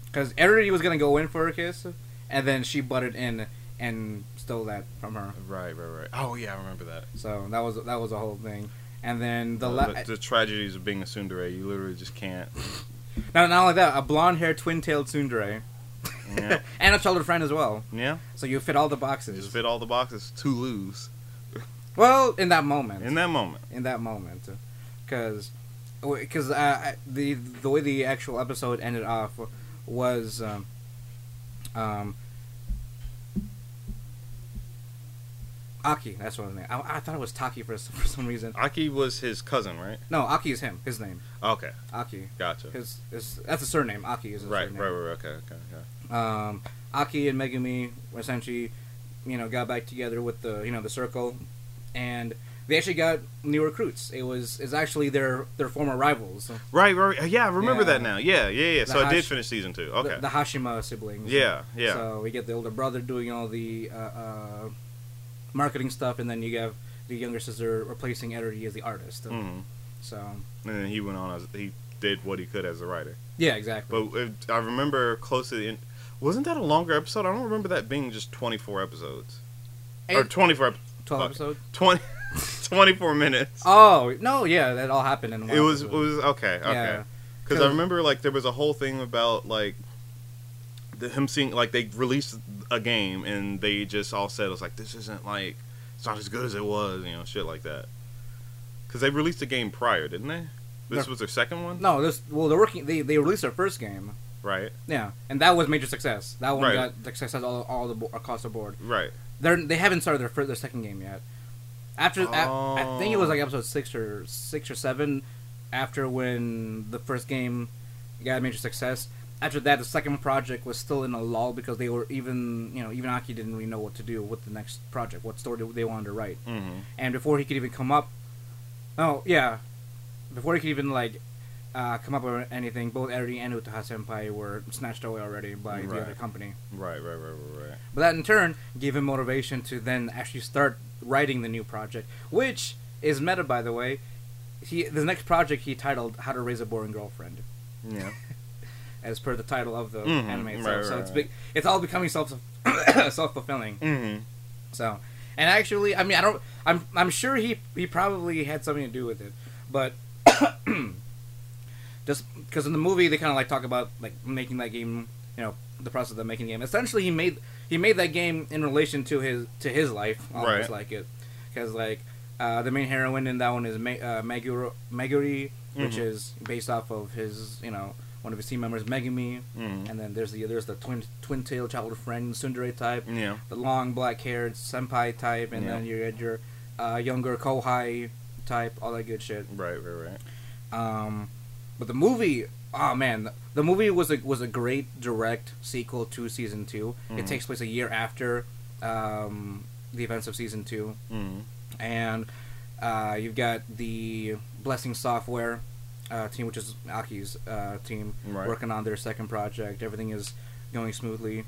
Speaker 1: because everybody was gonna go in for a kiss, and then she butted in and stole that from her.
Speaker 2: Right, right, right. Oh yeah, I remember that.
Speaker 1: So that was that was a whole thing. And then the
Speaker 2: Uh,
Speaker 1: la-
Speaker 2: the tragedies of being a tsundere, you literally just can't.
Speaker 1: now not only that, a blonde-haired, twin-tailed tsundere,
Speaker 2: Yeah,
Speaker 1: and a childhood friend as well.
Speaker 2: yeah.
Speaker 1: So you fit all the
Speaker 2: You
Speaker 1: boxes.
Speaker 2: just fit all the boxes to lose
Speaker 1: Well, in that moment,
Speaker 2: in that moment.
Speaker 1: in that moment, because because uh, I- the the way the actual episode ended off was um, um Aki. That's what his name. I, I thought it was Taki for s- for some reason.
Speaker 2: Aki was his cousin, right?
Speaker 1: No, Aki is him. His name
Speaker 2: Okay,
Speaker 1: Aki.
Speaker 2: gotcha.
Speaker 1: His, his that's a surname. Aki is his
Speaker 2: Right, right,
Speaker 1: surname.
Speaker 2: right. Okay, okay, okay.
Speaker 1: um, Aki and Megumi essentially, you know, got back together with the you know the circle, and they actually got new recruits. It was it's actually their their former rivals, the,
Speaker 2: Right, right. right. Yeah, I remember
Speaker 1: Yeah.
Speaker 2: that now. Yeah, yeah, yeah. So
Speaker 1: The
Speaker 2: I did
Speaker 1: Hash-
Speaker 2: finish season two. Okay.
Speaker 1: the Hashima siblings.
Speaker 2: yeah, yeah.
Speaker 1: So we get the older brother doing all the uh, uh, marketing stuff, and then you have the younger sister replacing Eri as the artist.
Speaker 2: hmm
Speaker 1: So
Speaker 2: and then he went on as he did what he could as a writer.
Speaker 1: yeah, exactly.
Speaker 2: But it, I remember close to the end, wasn't that a longer episode? I don't remember that being just 24 episodes or
Speaker 1: Eight-
Speaker 2: 24 ep-
Speaker 1: Twelve
Speaker 2: fuck.
Speaker 1: episodes.
Speaker 2: 20, 24 minutes.
Speaker 1: Oh no, yeah, that all happened in one.
Speaker 2: it was it
Speaker 1: episode.
Speaker 2: was okay okay
Speaker 1: Yeah.
Speaker 2: because I
Speaker 1: Cause-
Speaker 2: remember like there was a whole thing about like the, him seeing like they released a game and they just all said it was like this isn't like it's not as good as it was you know shit like that because they released a game prior didn't they this
Speaker 1: No.
Speaker 2: was their second one
Speaker 1: no. This well, they're working. They they released their first game.
Speaker 2: right
Speaker 1: Yeah, and that was major success. That one
Speaker 2: Right.
Speaker 1: got the success all, all the bo- across the board.
Speaker 2: right
Speaker 1: They're they haven't started their fir- their second game yet. After a- I think it was like episode six or six or seven, after when the first game got major success. After that, the second project was still in a lull because they were even you know even Aki didn't really know what to do with the next project, what story they wanted to write,
Speaker 2: mm-hmm.
Speaker 1: and before he could even come up, oh yeah, before he could even like. Uh, come up with anything. Both Eri and Utaha Senpai were snatched away already by
Speaker 2: Right.
Speaker 1: the other company.
Speaker 2: right right right right right
Speaker 1: But that in turn gave him motivation to then actually start writing the new project, which is meta, by the way. He the next project he titled "How to Raise a Boring Girlfriend,"
Speaker 2: yeah
Speaker 1: as per the title of the
Speaker 2: Mhm,
Speaker 1: anime
Speaker 2: right,
Speaker 1: itself. so
Speaker 2: right,
Speaker 1: it's
Speaker 2: right.
Speaker 1: big, it's all becoming self self fulfilling.
Speaker 2: mm-hmm.
Speaker 1: So, and actually, I mean, I don't. I'm I'm sure he he probably had something to do with it, but just because in the movie they kind of like talk about like making that game, you know, the process of making the game. Essentially, he made he made that game in relation to his to his life, almost
Speaker 2: Right.
Speaker 1: like it, because like. Uh, the main heroine in that one is Ma- uh, Meguro- Meguri, which
Speaker 2: Mhm.
Speaker 1: is based off of his, you know, one of his team members, Megumi,
Speaker 2: Mm-hmm.
Speaker 1: and then there's the there's the twin twin tail childhood friend Sundere type,
Speaker 2: yeah
Speaker 1: the long black haired senpai type, and
Speaker 2: Yeah.
Speaker 1: then you had your uh, younger kohai type, all that good shit.
Speaker 2: right right right
Speaker 1: Um, but the movie, oh man, the, the movie was a was a great direct sequel to season 2
Speaker 2: Mhm.
Speaker 1: It takes place a year after um, the events of season two,
Speaker 2: mm-hmm.
Speaker 1: and uh, you've got the Blessing Software uh, team, which is Aki's uh, team,
Speaker 2: Right.
Speaker 1: working on their second project. Everything is going smoothly,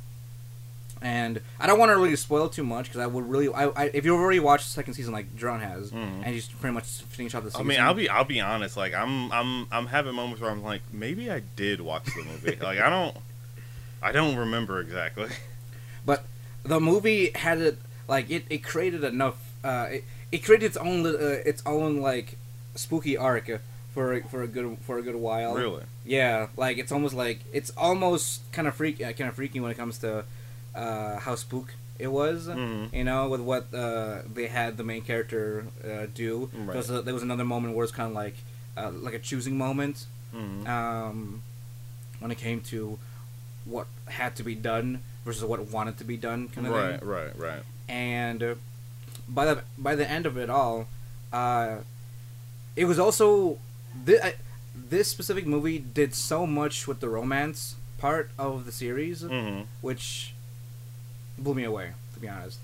Speaker 1: and I don't want to really spoil too much because I would really, I, I, if you've already watched the second season like Drone has,
Speaker 2: Mhm.
Speaker 1: and you just pretty much finish out the
Speaker 2: I
Speaker 1: season.
Speaker 2: mean, I'll be I'll be honest. Like, I'm I'm I'm having moments where I'm like, maybe I did watch the movie. like, I don't I don't remember exactly.
Speaker 1: the movie had it like it, it created enough uh, it, it created its own lit- uh, its own like spooky arc uh, for for a good for a good while.
Speaker 2: really?
Speaker 1: Yeah, like it's almost like it's almost kind of freak uh, kind of freaky when it comes to uh, how spook it was.
Speaker 2: Mhm.
Speaker 1: You know, with what uh, they had the main character uh, do.
Speaker 2: Right.
Speaker 1: There, was a- there was another moment where it's kind of like uh, like a choosing moment
Speaker 2: Mhm.
Speaker 1: um, when it came to what had to be done versus what wanted to be done, kind of thing
Speaker 2: Right, right, right.
Speaker 1: and uh, by the by the end of it all, uh, it was also thi- I, this specific movie did so much with the romance part of the series,
Speaker 2: Mhm.
Speaker 1: which blew me away to be honest.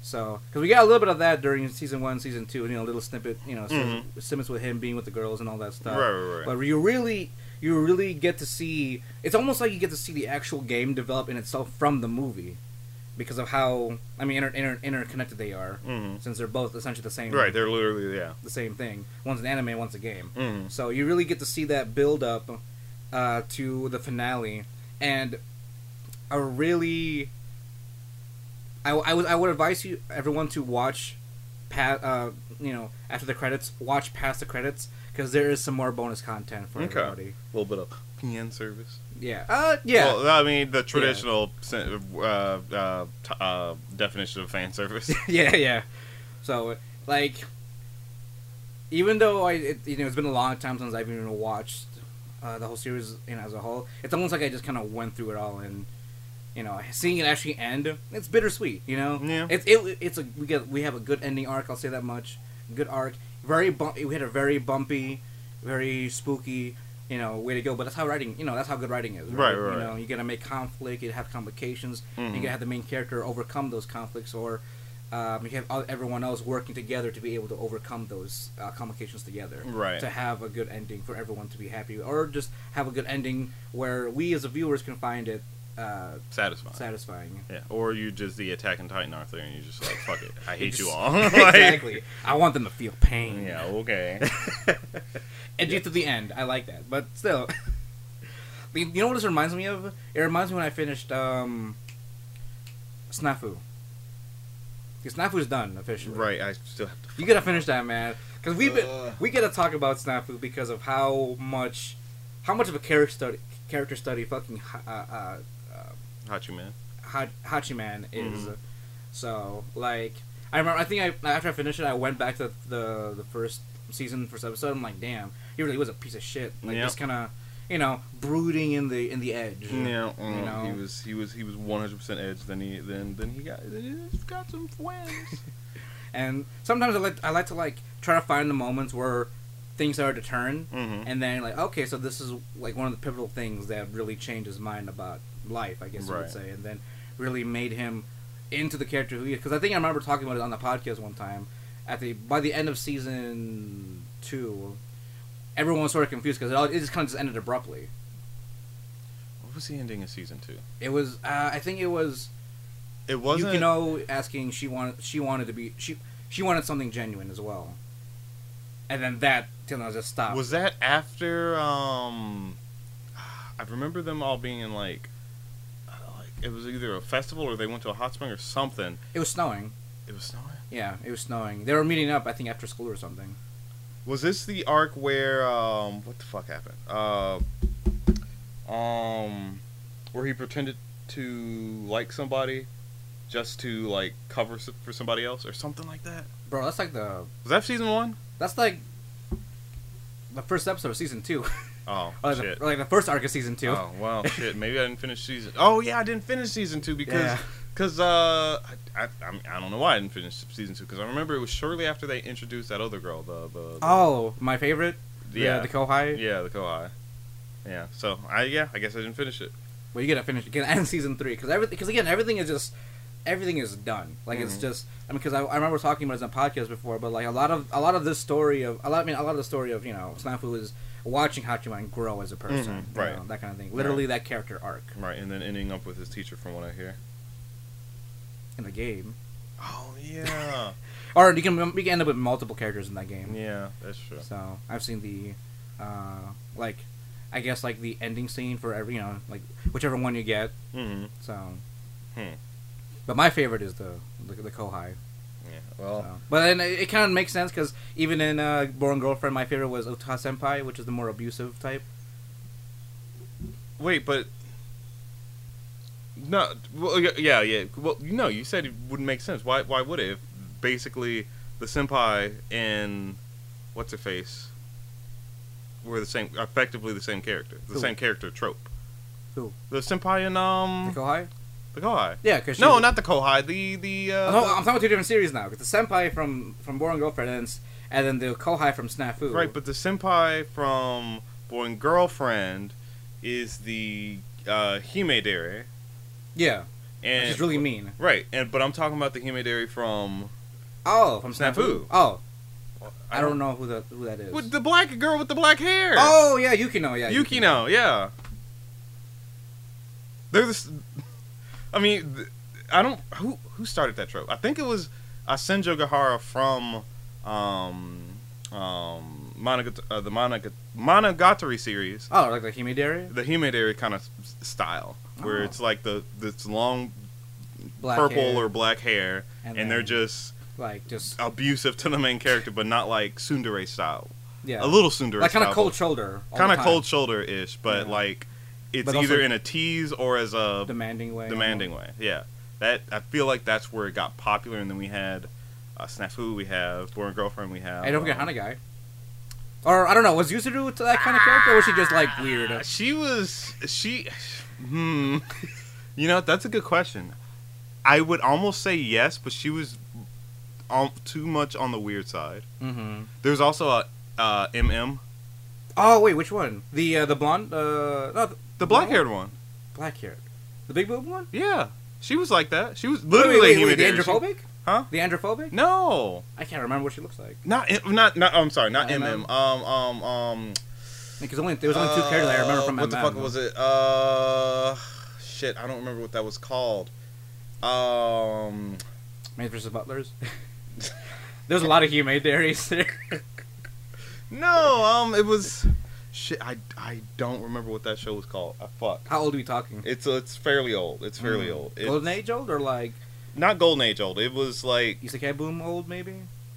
Speaker 1: So, because we got a little bit of that during season one, season two, you know, a little snippet, you know,
Speaker 2: Mhm.
Speaker 1: Sim- Simmons with him being with the girls and all that stuff.
Speaker 2: Right, right, right.
Speaker 1: But you really, you really get to see. It's almost like you get to see the actual game develop in itself from the movie, because of how I mean inter, inter, interconnected they are,
Speaker 2: Mhm.
Speaker 1: since they're both essentially the same.
Speaker 2: Right, they're literally yeah.
Speaker 1: the same thing. One's an anime, one's a game.
Speaker 2: Mhm.
Speaker 1: So you really get to see that build up uh, to the finale, and a really. I, I would I would advise you everyone to watch, pat uh you know after the credits watch past the credits because there is some more bonus content for
Speaker 2: Okay.
Speaker 1: everybody.
Speaker 2: A little bit of PN service.
Speaker 1: Yeah. Uh, yeah.
Speaker 2: Well, I mean the traditional sen- uh, uh, t- uh, definition of fan service.
Speaker 1: yeah, yeah. So, like, even though I, it, you know, it's been a long time since I've even watched uh, the whole series, you know, as a whole. It's almost like I just kind of went through it all, and you know, seeing it actually end, it's bittersweet. You know,
Speaker 2: Yeah.
Speaker 1: It's it, it's a we got we have a good ending arc. I'll say that much. Good arc. Very bump. We had a very bumpy, very spooky. You know, way to go, but that's how writing. You know, that's how good writing is.
Speaker 2: Right,
Speaker 1: Right,
Speaker 2: right,
Speaker 1: You
Speaker 2: right.
Speaker 1: know, you gotta make conflict. You have complications.
Speaker 2: Mhm.
Speaker 1: You gotta have the main character overcome those conflicts, or um, you have all- everyone else working together to be able to overcome those uh, complications together.
Speaker 2: Right.
Speaker 1: To have a good ending for everyone to be happy, or just have a good ending where we as the viewers can find it uh,
Speaker 2: Satisfying.
Speaker 1: satisfying.
Speaker 2: yeah. Or you just the Attack and Titan Arthur, and you're just like, fuck it, I hate you
Speaker 1: Ex-
Speaker 2: all. Like,
Speaker 1: exactly. I want them to feel pain.
Speaker 2: Yeah. Okay.
Speaker 1: And get to the end. I like that. But still. you you know what this reminds me of? It reminds me when I finished um, Snafu. Because Snafu's done officially.
Speaker 2: right. I still have to.
Speaker 1: You gotta finish that, man. Because we
Speaker 2: Ugh.
Speaker 1: been we gotta talk about Snafu because of how much, how much of a character study character study fucking Ha- uh, uh,
Speaker 2: Hachi man.
Speaker 1: Ha- Hachiman is.
Speaker 2: Mhm.
Speaker 1: So like, I remember. I think I after I finished it, I went back to the the first season first episode. I'm like, damn, he really was a piece of shit. Like
Speaker 2: Yeah.
Speaker 1: just kind of, you know, brooding in the in the edge.
Speaker 2: Yeah,
Speaker 1: You
Speaker 2: mm,
Speaker 1: know?
Speaker 2: he was he was he was one hundred percent edge. Then he then then he got then he just got some wins.
Speaker 1: And sometimes I like I like to like try to find the moments where things start to turn.
Speaker 2: mm-hmm.
Speaker 1: and then like okay so this is like one of the pivotal things that really changed his mind about life i guess you
Speaker 2: Right.
Speaker 1: would say and then really made him into the character who he because i think i remember talking about it on the podcast one time at the by the end of season two everyone was sort of confused because it, all- it just kind of just ended abruptly
Speaker 2: What was the ending of season two?
Speaker 1: it was uh, i think it was
Speaker 2: It
Speaker 1: Yuki
Speaker 2: wasn't.
Speaker 1: Yukino asking she wanted she wanted to be she she wanted something genuine as well and then that till now just stopped
Speaker 2: was that after? Um, I remember them all being in like, uh, like it was either a festival or they went to a hot spring or something.
Speaker 1: it was snowing
Speaker 2: It was snowing.
Speaker 1: yeah it was snowing they were meeting up i think after school or something
Speaker 2: Was this the arc where um what the fuck happened? Uh, um, where he pretended to like somebody just to like cover s- for somebody else or something like that?
Speaker 1: Bro, that's like the
Speaker 2: Was that season one?
Speaker 1: that's like the first episode of season two,
Speaker 2: Oh
Speaker 1: or, like
Speaker 2: shit!
Speaker 1: Uh, the, or like the first arc of season two.
Speaker 2: Oh well, shit. Maybe I didn't finish season. Oh yeah, I didn't finish season two because
Speaker 1: Yeah.
Speaker 2: because uh I, I I mean, I don't know why I didn't finish season two because I remember it was shortly after they introduced that other girl the the, the
Speaker 1: Oh, my favorite, the,
Speaker 2: yeah
Speaker 1: the Kohai.
Speaker 2: yeah the Kohai. Yeah, so I yeah I guess I didn't finish it.
Speaker 1: Well, you gotta finish, you gotta end season three because everything, because again, everything is just everything is done. Like it's
Speaker 2: Mhm.
Speaker 1: just, I mean, because I, I remember talking about this on podcast before, but like a lot of a lot of this story of a lot, I mean, a lot of the story of you know Snafu is watching Hachiman grow as a person,
Speaker 2: Mhm,
Speaker 1: you
Speaker 2: right.
Speaker 1: know, that kind of thing. Literally that character arc
Speaker 2: Right, and then ending up with his teacher from what I hear.
Speaker 1: in the game,
Speaker 2: Oh yeah,
Speaker 1: or you can we can end up with multiple characters in that game.
Speaker 2: yeah, that's true.
Speaker 1: So I've seen the, uh, like, I guess like the ending scene for every you know like whichever one you get.
Speaker 2: Mm-hmm.
Speaker 1: So,
Speaker 2: Hmm.
Speaker 1: but my favorite is the the, the Kohai.
Speaker 2: Yeah. Well,
Speaker 1: So. But then it, it kind of makes sense because even in uh, Born Girlfriend, my favorite was Ota Senpai, which is the more abusive type.
Speaker 2: wait, but No, well, y- yeah, yeah. Well, no, you said it wouldn't make sense. Why? Why would it? If basically, the senpai and what's her face were the same, effectively the same character, the
Speaker 1: Who?
Speaker 2: same character trope.
Speaker 1: Who?
Speaker 2: The senpai and um
Speaker 1: The Kohai? Oh,
Speaker 2: the kohai.
Speaker 1: Mm. Yeah, because
Speaker 2: No, not the kohai. The the. Uh,
Speaker 1: I'm talking about two different series now. 'cause the senpai from from Boring Girlfriend and, s- and then the Kohai from Snafu.
Speaker 2: Right, but the senpai from Boy and Girlfriend is the uh, Himedere,
Speaker 1: yeah,
Speaker 2: and
Speaker 1: which is really mean.
Speaker 2: right. And but I'm talking about the Himedere from
Speaker 1: Oh, from
Speaker 2: Snafu.
Speaker 1: Snafu. Oh, I don't know who that who that is.
Speaker 2: uh, With the black girl with the black hair.
Speaker 1: Oh yeah, Yukino. Yeah,
Speaker 2: Yukino, yeah. They're this. I mean, th- I don't who who started that trope. I think it was Asenjo Gahara from um um Monogat- uh, the Monogat- Monogatari series,
Speaker 1: Oh, like the Himidari.
Speaker 2: the Himedari kind of s- style, where
Speaker 1: Oh.
Speaker 2: it's like the this long
Speaker 1: Black
Speaker 2: purple
Speaker 1: hair,
Speaker 2: or black hair, and,
Speaker 1: then,
Speaker 2: they're just
Speaker 1: like just
Speaker 2: abusive to the main character, but not like Sundere style.
Speaker 1: yeah,
Speaker 2: A little Sundere
Speaker 1: like
Speaker 2: style.
Speaker 1: kind of cold shoulder, all the
Speaker 2: kind of
Speaker 1: time.
Speaker 2: cold shoulder ish, but
Speaker 1: Yeah.
Speaker 2: like it's
Speaker 1: But also-
Speaker 2: either in a tease or as a
Speaker 1: demanding way.
Speaker 2: demanding way. Yeah, that I feel like that's where it got popular, and then we had uh, Snafu, we have Born Girlfriend, we have.
Speaker 1: I don't forget
Speaker 2: um,
Speaker 1: Hana guy. Or I don't know, was Yuzuru to that kind of character, or was she just like weird?
Speaker 2: uh, She was she. Hmm. you know that's a good question. I would almost say yes, but she was um, too much on the weird side.
Speaker 1: Mm-hmm.
Speaker 2: There's also a uh, MM,
Speaker 1: Oh wait, which one? The uh, the blonde, uh, no,
Speaker 2: the black-haired one.
Speaker 1: black haired, the big boob one.
Speaker 2: Yeah, she was like that. She was
Speaker 1: Wait, wait,
Speaker 2: literally a
Speaker 1: wait, wait,
Speaker 2: human
Speaker 1: the
Speaker 2: hair. She-
Speaker 1: androphobic?
Speaker 2: Huh?
Speaker 1: The androphobic?
Speaker 2: No,
Speaker 1: I can't remember what she looks like.
Speaker 2: not M- not not. I'm sorry, not
Speaker 1: I don't
Speaker 2: MM. Um um um. uh,
Speaker 1: Because only there was only two characters I remember from
Speaker 2: What the
Speaker 1: MM.
Speaker 2: fuck was it? Uh, shit, I don't remember what that was called. Um,
Speaker 1: Maid versus Butlers. There's a lot of humane dairies there.
Speaker 2: no, um, it was shit. I I don't remember what that show was called. I fuck.
Speaker 1: How old are we talking?
Speaker 2: It's uh, it's fairly old. It's fairly
Speaker 1: Mm.
Speaker 2: old. It's
Speaker 1: Golden age old or like
Speaker 2: Not golden age old. It was like
Speaker 1: Isekai boom old maybe?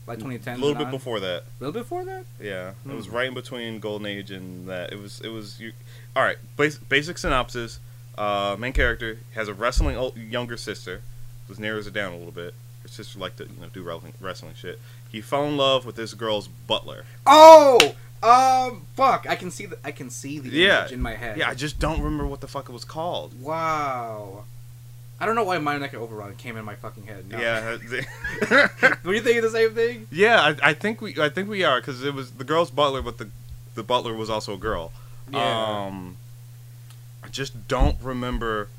Speaker 1: Like 2010.
Speaker 2: a little bit before that.
Speaker 1: A little before that?
Speaker 2: Yeah, it was
Speaker 1: Hmm.
Speaker 2: right in between Golden Age and that. It was it was you. All right, bas- basic synopsis. Uh, main character has a wrestling old, younger sister. This narrows it down a little bit. Her sister liked to you know do wrestling, wrestling shit. He fell in love with this girl's butler.
Speaker 1: Oh, um, fuck! I can see the I can see the
Speaker 2: Yeah.
Speaker 1: image in my head.
Speaker 2: Yeah, I just don't remember what the fuck it was called.
Speaker 1: Wow. I don't know why Mind Necker Overrun came in my fucking head. now.
Speaker 2: Yeah, the-
Speaker 1: Were you thinking the same thing?
Speaker 2: yeah. I, I think we I think we are because it was the girl's butler, but the the butler was also a girl. Um, I just don't remember.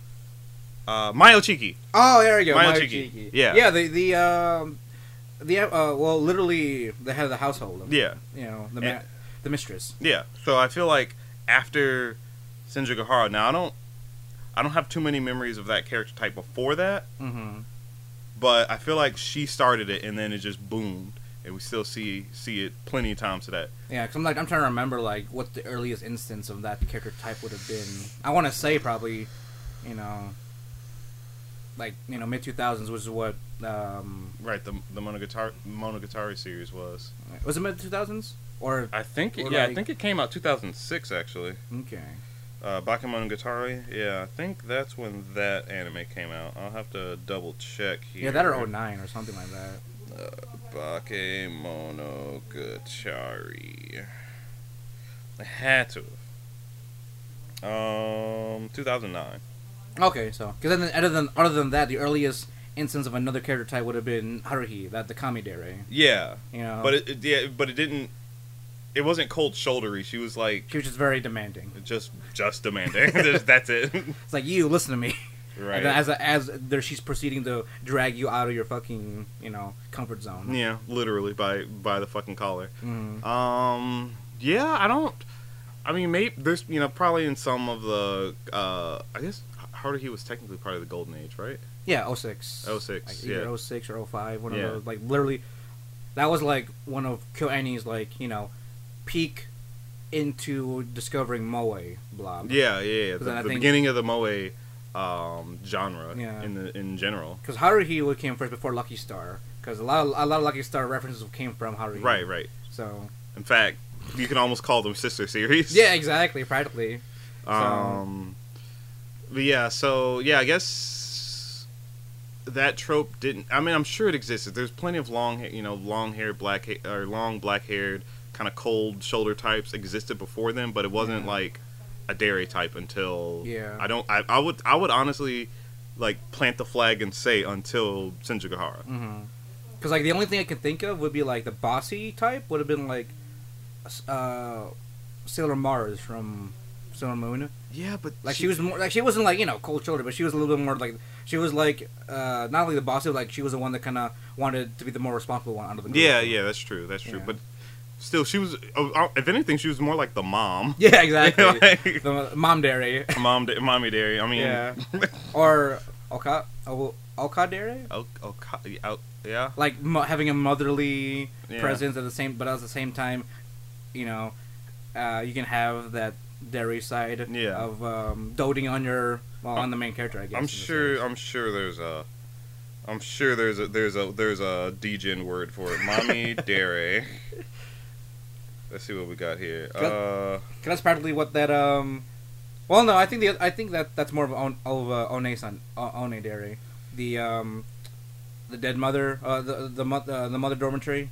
Speaker 2: Uh, Mayo Chiki.
Speaker 1: oh, there we go.
Speaker 2: Mayo
Speaker 1: Mayo
Speaker 2: Chiki.
Speaker 1: Chiki.
Speaker 2: Yeah.
Speaker 1: Yeah. The the um the uh well literally the head of the household.
Speaker 2: Yeah,
Speaker 1: You know the
Speaker 2: And-
Speaker 1: ma- the mistress.
Speaker 2: yeah. So I feel like after Senju Gahara, now I don't, I don't have too many memories of that character type before that,
Speaker 1: Mm-hmm.
Speaker 2: but I feel like she started it and then it just boomed, and we still see see it plenty of times today.
Speaker 1: Yeah, because I'm like I'm trying to remember like what the earliest instance of that character type would have been. I want to say probably, you know, like you know mid 2000s, which is what um
Speaker 2: Right. The the Monogatari Monogatari series was.
Speaker 1: was it mid 2000s or
Speaker 2: I think. It,
Speaker 1: Or
Speaker 2: yeah, I
Speaker 1: like-
Speaker 2: think it came out 2006 actually.
Speaker 1: okay.
Speaker 2: Uh, Bakemonogatari. Yeah, I think that's when that anime came out. I'll have to double check here.
Speaker 1: Yeah, that or 09 or something like that.
Speaker 2: Bakemonogatari. I had to. Um, 2009.
Speaker 1: Okay, so because then other than other than that, the earliest instance of another character type would have been Haruhi, that the Kamidere.
Speaker 2: Yeah,
Speaker 1: You know,
Speaker 2: but it, it- yeah, but it didn't. It wasn't cold shouldery. She was like
Speaker 1: she was just very demanding.
Speaker 2: just just demanding. Just- That's it.
Speaker 1: It's like you listen to me,
Speaker 2: right.
Speaker 1: And then as as there, she's proceeding to drag you out of your fucking you know comfort zone.
Speaker 2: yeah, literally by by the fucking collar.
Speaker 1: Mm.
Speaker 2: Um, yeah, I don't. I mean, maybe there's you know probably in some of the uh I guess Haruhi was technically part of the Golden Age, right?
Speaker 1: Yeah, 06.
Speaker 2: 06,
Speaker 1: Like either
Speaker 2: yeah.
Speaker 1: 06 or 05, one
Speaker 2: Yeah.
Speaker 1: of those. Like, literally, that was like one of KyoAni's, like, you know, peak into discovering Moe blob.
Speaker 2: Yeah, yeah, yeah. The,
Speaker 1: then I
Speaker 2: the
Speaker 1: think-
Speaker 2: beginning of the moe um, genre
Speaker 1: Yeah.
Speaker 2: in the in general.
Speaker 1: Because Haruhi would came first before Lucky Star. Because a lot, of, a lot of Lucky Star references came from Haruhi.
Speaker 2: Right, right.
Speaker 1: So.
Speaker 2: In fact, you can almost call them sister series.
Speaker 1: Yeah, exactly, practically.
Speaker 2: Um, But yeah, so yeah, I guess that trope didn't. I mean, I'm sure it existed. There's plenty of long, ha- you know, long haired black ha- or long black haired kind of cold shoulder types existed before them, but it wasn't
Speaker 1: Yeah.
Speaker 2: like a dairy type until
Speaker 1: Yeah.
Speaker 2: I don't. I, I would I would honestly like plant the flag and say until Senjigahara.
Speaker 1: Mm-hmm. Because like the only thing I can think of would be like the bossy type would have been like, uh, Sailor Mars from Sailor Moon.
Speaker 2: Yeah, but
Speaker 1: Like she, was more like she wasn't like you know cold shoulder, but she was a little bit more like she was like uh not only the bossy, but, like she was the one that kind of wanted to be the more responsible one out of the group.
Speaker 2: Yeah, yeah, that's true. That's true.
Speaker 1: Yeah.
Speaker 2: But still, she was. oh, oh, If anything, she was more like the mom.
Speaker 1: yeah, exactly.
Speaker 2: Like-
Speaker 1: the mom dairy
Speaker 2: Mom, da- mommy dairy. I mean,
Speaker 1: Yeah. or Oka Oka Oka dairy.
Speaker 2: oh, oh, co- yeah, oh, yeah.
Speaker 1: like mo- having a motherly
Speaker 2: Yeah.
Speaker 1: presence at the same, but at the same time, you know, uh, you can have that dairy side
Speaker 2: Yeah.
Speaker 1: of um, doting on your well on the main character. I guess in
Speaker 2: I'm
Speaker 1: the
Speaker 2: sure.
Speaker 1: series.
Speaker 2: I'm sure there's a. I'm sure there's a there's a there's a degen word for it. Mommy dairy. Let's see what we got here. Uh,
Speaker 1: 'Cause that's practically what that. Um, well, no, I think the I think that that's more of on, of uh, one san o- one dairy, the um, the dead mother, uh, the the mo- uh, the mother dormitory.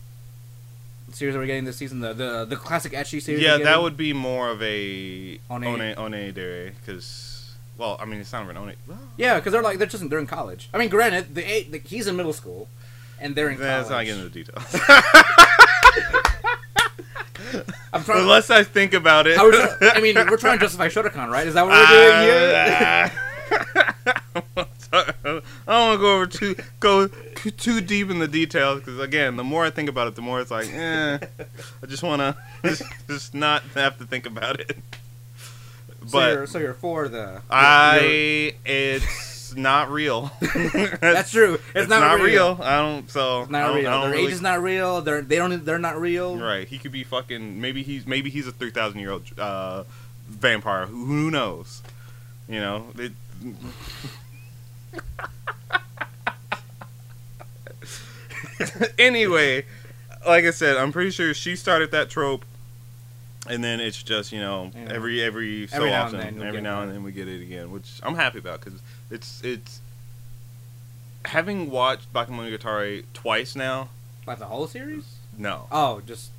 Speaker 1: Series that we're getting this season, the the, the classic etchy series.
Speaker 2: yeah,
Speaker 1: we're
Speaker 2: that
Speaker 1: getting.
Speaker 2: would be more of a one
Speaker 1: One-
Speaker 2: one dairy because well, I mean it's not even one. Well,
Speaker 1: Yeah, because they're like they're just they're in college. I mean, granted, the, eight- the he's in middle school, and they're in
Speaker 2: let's
Speaker 1: college.
Speaker 2: not get into the details
Speaker 1: I'm trying.
Speaker 2: unless I think about it.
Speaker 1: I, was, I mean, we're trying to justify Shotokan, right? Is that what we're doing here?
Speaker 2: Ah, ah. I don't want to go over too go too deep in the details because again, the more I think about it, the more it's like, eh, I just want to just, just not have to think about it.
Speaker 1: so, you're,
Speaker 2: But
Speaker 1: so you're for the. you're-
Speaker 2: I, it's not real. that's,
Speaker 1: that's true. It's,
Speaker 2: It's
Speaker 1: not, real.
Speaker 2: I don't. So
Speaker 1: It's
Speaker 2: I
Speaker 1: not
Speaker 2: don't,
Speaker 1: real.
Speaker 2: I don't
Speaker 1: Their
Speaker 2: really,
Speaker 1: age is not real. They're they don't e, they're not real.
Speaker 2: right. He could be fucking. Maybe he's maybe he's a three thousand year old uh, vampire. Who, who knows? You know. It, anyway, like I said, I'm pretty sure she started that trope, and then it's just you know
Speaker 1: Yeah.
Speaker 2: every every so
Speaker 1: Every now and
Speaker 2: often,
Speaker 1: then we'll
Speaker 2: every
Speaker 1: get
Speaker 2: now
Speaker 1: one.
Speaker 2: and then we get it again, which I'm happy about because it's it's having watched Bakemonogatari twice now.
Speaker 1: Like the whole series.
Speaker 2: No,
Speaker 1: Oh, just.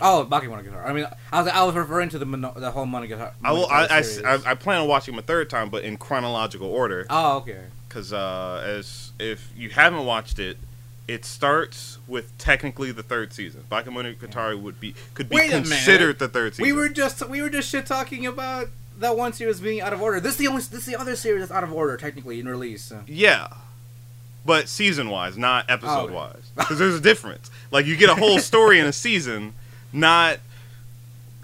Speaker 1: Oh, Bakemonogatari. I mean, I was I was referring to the mono, the whole Monogatari.
Speaker 2: I will. I, I,
Speaker 1: series.
Speaker 2: I- I plan on watching them a third time, but in chronological order,
Speaker 1: oh, okay.
Speaker 2: because uh, as if you haven't watched it, it starts with technically the third season. Bakemonogatari Katari would be could be
Speaker 1: Wait a minute.
Speaker 2: considered the third season.
Speaker 1: We were just we were just shit talking about that one series being out of order. This is the only this is the other series that's out of order technically in release. so.
Speaker 2: yeah, but season wise, not episode
Speaker 1: okay.
Speaker 2: wise, because there's a difference. Like you get a whole story in a season, not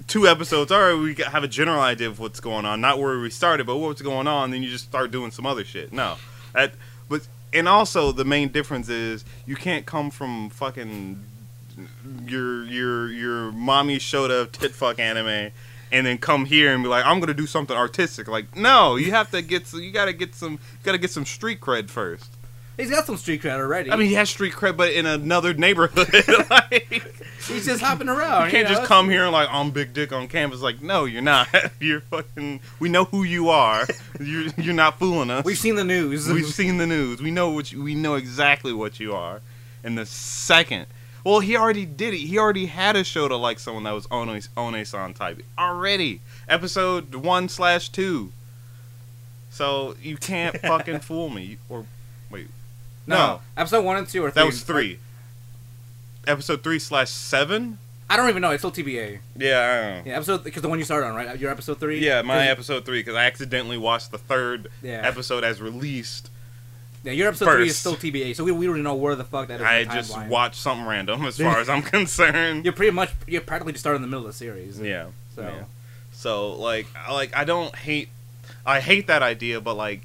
Speaker 2: two episodes. All right, we got- have a general idea of what's going on, not where we started, but what's going on. Then you just start doing some other shit. No, that but and also the main difference is you can't come from fucking your your your mommy showed up tit fuck anime. And then come here and be like, I'm gonna do something artistic. Like, no, you have to get, some, you gotta get some, you gotta get some street cred first.
Speaker 1: He's got some street cred already.
Speaker 2: I mean, he has street cred, but in another neighborhood. like, you
Speaker 1: he's just hopping around.
Speaker 2: can't
Speaker 1: know?
Speaker 2: just come here and like I'm big dick on campus. Like, no, you're not. You're fucking. We know who you are. You're you're not fooling us.
Speaker 1: We've seen the news.
Speaker 2: We've seen the news. We know what you, we know exactly what you are. And the second, well, he already did it. He already had a show to like someone that was One One-san type already. Episode one slash two. So you can't fucking fool me. You- Or wait,
Speaker 1: no.
Speaker 2: no.
Speaker 1: episode one and two or three.
Speaker 2: that was three. Episode three slash seven.
Speaker 1: I don't even know. It's still TBA.
Speaker 2: Yeah,
Speaker 1: Yeah, episode because the one you started on, right? Your episode three.
Speaker 2: yeah. My
Speaker 1: 'Cause-
Speaker 2: episode three because I accidentally watched the third
Speaker 1: Yeah.
Speaker 2: episode as released.
Speaker 1: Yeah, your episode three is
Speaker 2: first.
Speaker 1: still TBA, so we, we don't even know where the fuck that is. in
Speaker 2: I
Speaker 1: the
Speaker 2: just
Speaker 1: timeline.
Speaker 2: watched something random as far as I'm concerned.
Speaker 1: You're pretty much you're practically just starting in the middle of the series.
Speaker 2: Yeah.
Speaker 1: So
Speaker 2: yeah. So like I- like I don't hate I hate that idea, but like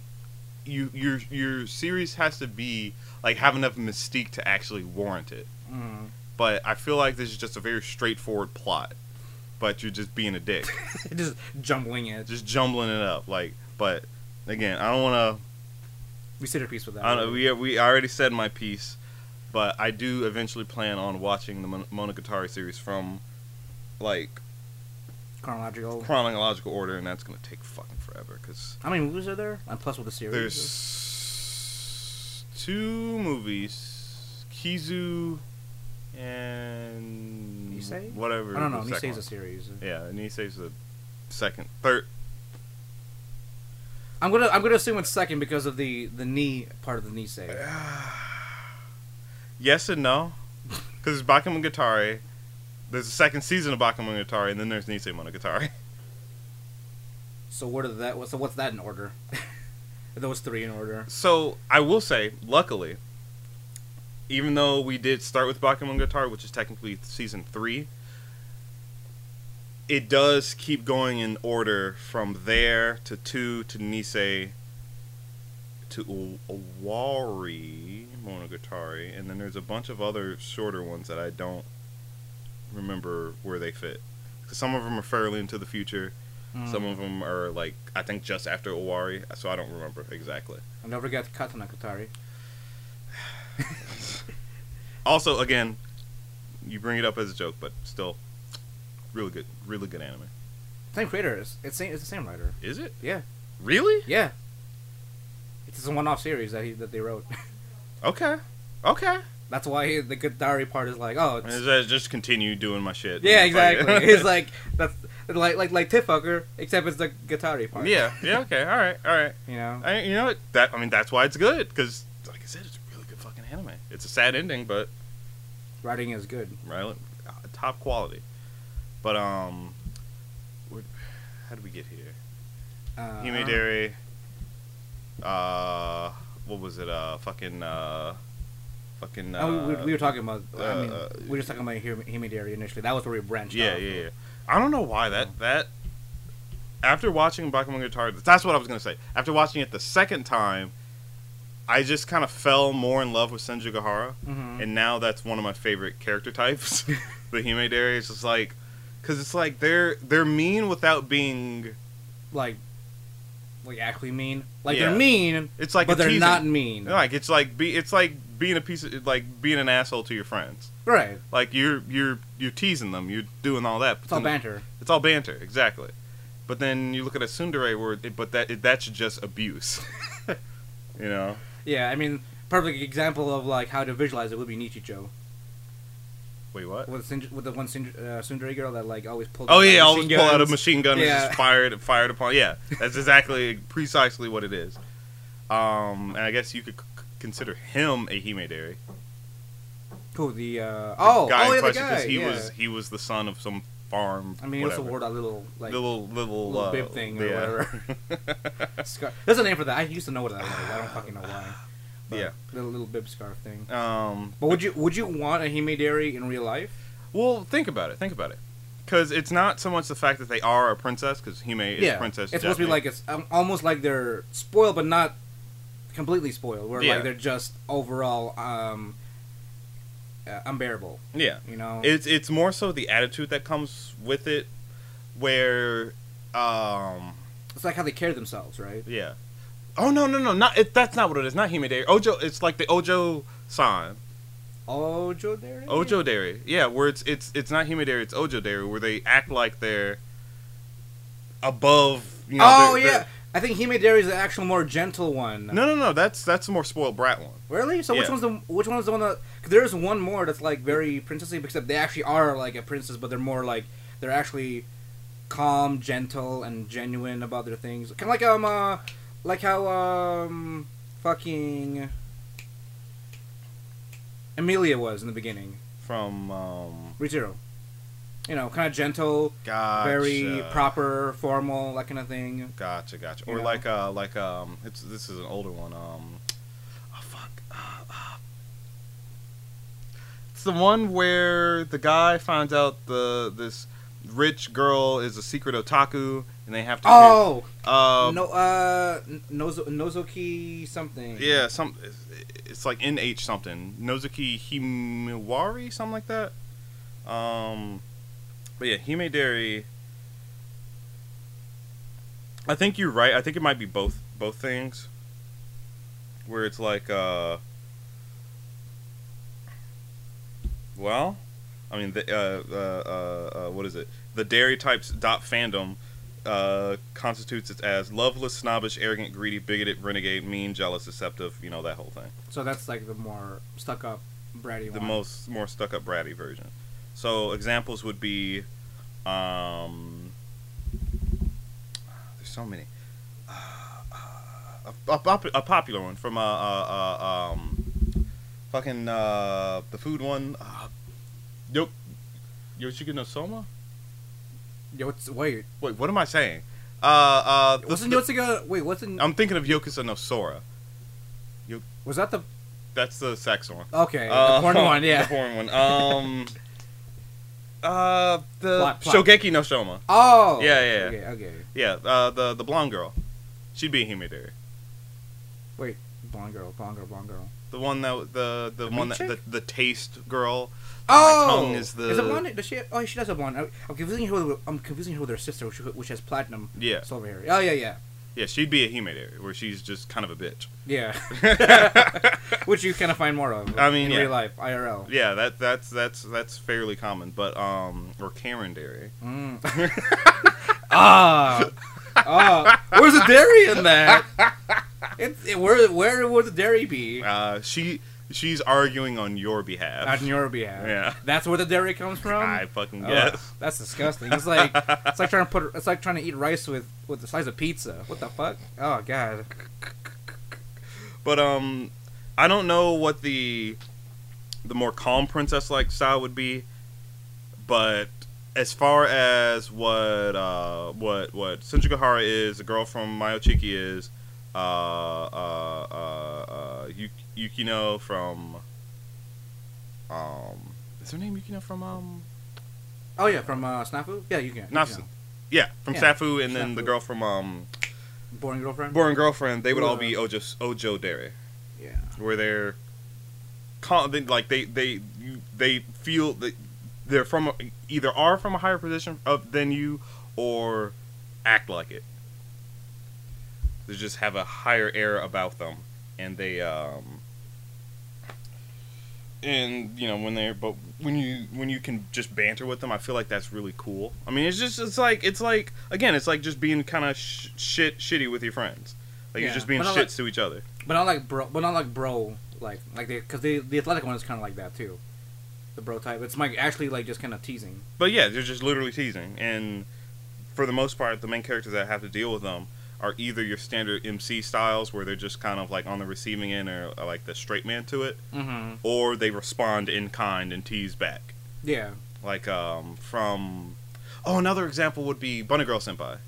Speaker 2: you your your series has to be like have enough mystique to actually warrant it.
Speaker 1: mm.
Speaker 2: But I feel like this is just a very straightforward plot. But you're just being a dick.
Speaker 1: just jumbling it.
Speaker 2: just jumbling it up. Like, but again, I don't want
Speaker 1: we sit at peace with
Speaker 2: to.
Speaker 1: that.
Speaker 2: I don't. We we I already said my piece, but I do eventually plan on watching the Mon- Monogatari series from, like,
Speaker 1: chronological.
Speaker 2: chronological order, and that's gonna take fucking forever because
Speaker 1: How many movies are there? And plus with the series.
Speaker 2: there's two movies, Kizu and
Speaker 1: Nisei?
Speaker 2: whatever.
Speaker 1: I don't know.
Speaker 2: the second
Speaker 1: Nisei's a series.
Speaker 2: one. Yeah, Nisei's the second, third.
Speaker 1: I'm gonna I'm gonna assume it's second because of the the knee part of the Nisei.
Speaker 2: Yes and no, because there's Bakemonogatari. There's a second season of Bakemonogatari, and then there's Nisei Monogatari.
Speaker 1: So what are that? So what's that in order? Those three in order.
Speaker 2: So I will say, luckily, even though we did start with Bakemonogatari, which is technically season three, it does keep going in order from there to two to Nisei to O- Owari Monogatari, and then there's a bunch of other shorter ones that I don't remember where they fit. 'Cause some of them are fairly into the future.
Speaker 1: Mm.
Speaker 2: Some of them are like I think just after Owari, so I don't remember exactly.
Speaker 1: And don't forget Katana Katari.
Speaker 2: Also, again, you bring it up as a joke, but still, really good, really good anime.
Speaker 1: Same creator. It's, it's same. It's the same writer.
Speaker 2: Is it
Speaker 1: Yeah.
Speaker 2: really?
Speaker 1: Yeah. It's just a one-off series that he that they wrote.
Speaker 2: Okay, okay.
Speaker 1: That's why he, the Katari part is like, oh,
Speaker 2: I
Speaker 1: it's,
Speaker 2: just- I just continue doing my shit.
Speaker 1: yeah,
Speaker 2: It's like-
Speaker 1: exactly. it's like that's like like like Tifucker, except it's the Katari part.
Speaker 2: yeah, yeah. Okay, all right, all right.
Speaker 1: You know.
Speaker 2: I, you know what? That I mean, that's why it's good because, like I said, it's a really good fucking anime. It's a sad ending, but
Speaker 1: Writing is good.
Speaker 2: right, uh, top quality. But um, where, how did we get here?
Speaker 1: Uh,
Speaker 2: Himidari. Uh, what was it? Uh, fucking uh, fucking. Uh,
Speaker 1: Oh, we, we were talking about. I mean,
Speaker 2: uh,
Speaker 1: we were just talking about Himi- Himidari initially. That was where we branched.
Speaker 2: yeah,
Speaker 1: off.
Speaker 2: yeah, yeah. I don't know why
Speaker 1: Oh.
Speaker 2: that that. After watching Bakemonogatari, Guitar, that's what I was gonna say. After watching it the second time, I just kind of fell more in love with Senju Gahara,
Speaker 1: Mhm.
Speaker 2: and now that's one of my favorite character types. the Himidari is just like, because it's like they're they're mean without being.
Speaker 1: Like, like actually mean. Like
Speaker 2: Yeah.
Speaker 1: they're mean,
Speaker 2: It's like a
Speaker 1: but they're
Speaker 2: teasing.
Speaker 1: not mean.
Speaker 2: Like it's like be it's like being a piece of like being an asshole to your friends.
Speaker 1: Right.
Speaker 2: Like you're you're you're teasing them, you're doing all that. but
Speaker 1: It's all
Speaker 2: then-
Speaker 1: banter.
Speaker 2: It's all banter, exactly. But then you look at a tsundere where, it, but that it, that's just abuse. you know,
Speaker 1: Yeah, I mean, perfect example of like how to visualize it would be Nichijo
Speaker 2: wait what?
Speaker 1: with, Sinj- with the one Sinj- uh, Sundari girl that like always pulled.
Speaker 2: Oh
Speaker 1: out
Speaker 2: yeah,
Speaker 1: machine
Speaker 2: always pull out a
Speaker 1: guns.
Speaker 2: machine gun and
Speaker 1: Yeah.
Speaker 2: just fired it fired upon. Yeah, that's exactly precisely what it is. Um, and I guess you could c- c- consider him a Himedari.
Speaker 1: Who the uh, oh oh yeah, the guy.
Speaker 2: he
Speaker 1: yeah.
Speaker 2: was he was the son of some farm.
Speaker 1: I mean, he
Speaker 2: whatever.
Speaker 1: also wore that little like
Speaker 2: little little,
Speaker 1: little
Speaker 2: uh,
Speaker 1: bib thing or
Speaker 2: yeah.
Speaker 1: whatever. scarf. There's a name for that. I used to know what that was. I don't fucking know why.
Speaker 2: Yeah.
Speaker 1: little little bib scarf thing.
Speaker 2: Um,
Speaker 1: But would you would you want a himidari in real life?
Speaker 2: well, think about it. Think about it. Because it's not so much the fact that they are a princess, because Hime is
Speaker 1: yeah,
Speaker 2: princess.
Speaker 1: It's supposed to be like
Speaker 2: Japanese.
Speaker 1: it's um, almost like they're spoiled, but not completely spoiled. Where
Speaker 2: Yeah.
Speaker 1: like they're just overall um, uh, unbearable.
Speaker 2: yeah.
Speaker 1: You know.
Speaker 2: It's it's more so the attitude that comes with it, where, um,
Speaker 1: It's like how they carry themselves, right?
Speaker 2: yeah. Oh no no no! Not it, that's not what it is. Not Hime Dairy. Ojo. It's like the Ojo san.
Speaker 1: Ojo there. it is.
Speaker 2: Ojo Dairy. Yeah, where it's it's it's not Hime Dairy. It's Ojo Dairy, where they act like they're above. You know,
Speaker 1: oh
Speaker 2: they're-
Speaker 1: yeah,
Speaker 2: they're-
Speaker 1: I think himidari is the actual more gentle one.
Speaker 2: No, no, no. That's that's the more spoiled brat one.
Speaker 1: Really? So which
Speaker 2: Yeah.
Speaker 1: one's the which one's the one that? Cause there's one more that's like very princessy, except they actually are like a princess, but they're more like they're actually calm, gentle, and genuine about their things. Kind of like um, uh, like how um, fucking Amelia was in the beginning,
Speaker 2: From um,
Speaker 1: Rizero. You know, kind of gentle,
Speaker 2: gotcha.
Speaker 1: very proper, formal, that kind of thing.
Speaker 2: Gotcha, gotcha.
Speaker 1: You
Speaker 2: Or
Speaker 1: know?
Speaker 2: like uh like um it's this is an older one. Um oh fuck. Uh, uh. It's the one where the guy finds out the this rich girl is a secret otaku and they have to
Speaker 1: Oh
Speaker 2: uh
Speaker 1: no, uh, Nozo- Nozoki something.
Speaker 2: yeah, some it's- it's like NH something. Nozuki Himiwari something like that. Um but yeah, Hime Dairy I think you're right. I think it might be both both things. Where it's like uh well, I mean the uh, uh, uh, uh what is it? the dairy type's dot fandom uh, constitutes it as loveless, snobbish, arrogant, greedy, bigoted, renegade, mean, jealous, deceptive. You know that whole thing.
Speaker 1: So that's like the more stuck up, bratty
Speaker 2: The
Speaker 1: one.
Speaker 2: most more stuck up bratty version. So examples would be, um, there's so many. Uh, a, a, pop- a popular one from uh, uh, uh um, fucking uh, the food one. Uh, yo, Yoshiki no Soma.
Speaker 1: Yo, it's, wait,
Speaker 2: Wait, what am I saying? Uh, uh, the-
Speaker 1: wasn't
Speaker 2: the-
Speaker 1: Yotsuga? Wait, wasn't
Speaker 2: I'm thinking of Yokusa no Sora.
Speaker 1: was that the
Speaker 2: That's the sex one.
Speaker 1: okay
Speaker 2: Uh,
Speaker 1: the porn one?
Speaker 2: The
Speaker 1: Yeah.
Speaker 2: porn one. Um. uh, the
Speaker 1: Plot, plot.
Speaker 2: Shogeki no Shoma.
Speaker 1: Oh.
Speaker 2: Yeah, yeah,
Speaker 1: Okay, okay.
Speaker 2: Yeah, uh, the the blonde girl. She'd be a Himidori.
Speaker 1: Blonde girl, blonde girl, blonde girl.
Speaker 2: The one that the the,
Speaker 1: The
Speaker 2: one
Speaker 1: meat
Speaker 2: that the, the taste girl.
Speaker 1: Oh,
Speaker 2: tongue is the-
Speaker 1: a blonde? Does she? Oh, she does have blonde. I- I'm confusing her. With, I'm confusing her with her sister, which, which has platinum
Speaker 2: Yeah,
Speaker 1: silver hair. Oh yeah, yeah,
Speaker 2: yeah. She'd be a Himidori, where she's just kind of a bitch.
Speaker 1: yeah. which you kind of find more of.
Speaker 2: I mean,
Speaker 1: in
Speaker 2: yeah.
Speaker 1: real life, IRL.
Speaker 2: yeah, that that's that's that's fairly common. But um, or Karen Dairy.
Speaker 1: Mm. ah, ah. Where's the dairy in that? It, it- where where would the dairy be
Speaker 2: Uh, she she's arguing on your behalf.
Speaker 1: on your behalf?
Speaker 2: yeah.
Speaker 1: That's where the dairy comes from.
Speaker 2: I fucking
Speaker 1: Oh,
Speaker 2: guess.
Speaker 1: That's disgusting. It's like it's like trying to put it's like trying to eat rice with with the slice of pizza. What the fuck? Oh god.
Speaker 2: But um, I don't know what the the more calm princess like style would be. But as far as what uh what what Senjugahara is, the girl from Mayochiki is, uh uh uh, uh Yu- Yukino from um is her name Yukino from um
Speaker 1: Oh yeah, from uh, Snafu. Yeah, you can.
Speaker 2: Not-
Speaker 1: you can.
Speaker 2: yeah from
Speaker 1: Yeah,
Speaker 2: Safu and then the
Speaker 1: Safu.
Speaker 2: girl from um
Speaker 1: boring girlfriend.
Speaker 2: Boring Girlfriend they would all be
Speaker 1: Yeah.
Speaker 2: Ojo Ojo Dere.
Speaker 1: yeah.
Speaker 2: where they're con- they, like they they you, they feel that they're from a, either are from a higher position of than you or act like it. They just have a higher air about them, and they um and you know when they're but when you when you can just banter with them, I feel like that's really cool. I mean, it's just it's like it's like again, it's like just being kind of sh- shit shitty with your friends. Like
Speaker 1: Yeah,
Speaker 2: you're just being
Speaker 1: but I
Speaker 2: shits
Speaker 1: like-
Speaker 2: to each other.
Speaker 1: But not like bro. But not like bro. Like like they because the the athletic one is kind of like that too. The bro type. It's like actually like just kind of teasing.
Speaker 2: But yeah, they're just literally teasing, and for the most part, the main characters that have to deal with them are either your standard MC styles, where they're just kind of like on the receiving end or, or like the straight man to it,
Speaker 1: Mm-hmm.
Speaker 2: or they respond in kind and tease back.
Speaker 1: Yeah.
Speaker 2: Like um, from oh, another example would be Bunny Girl Senpai.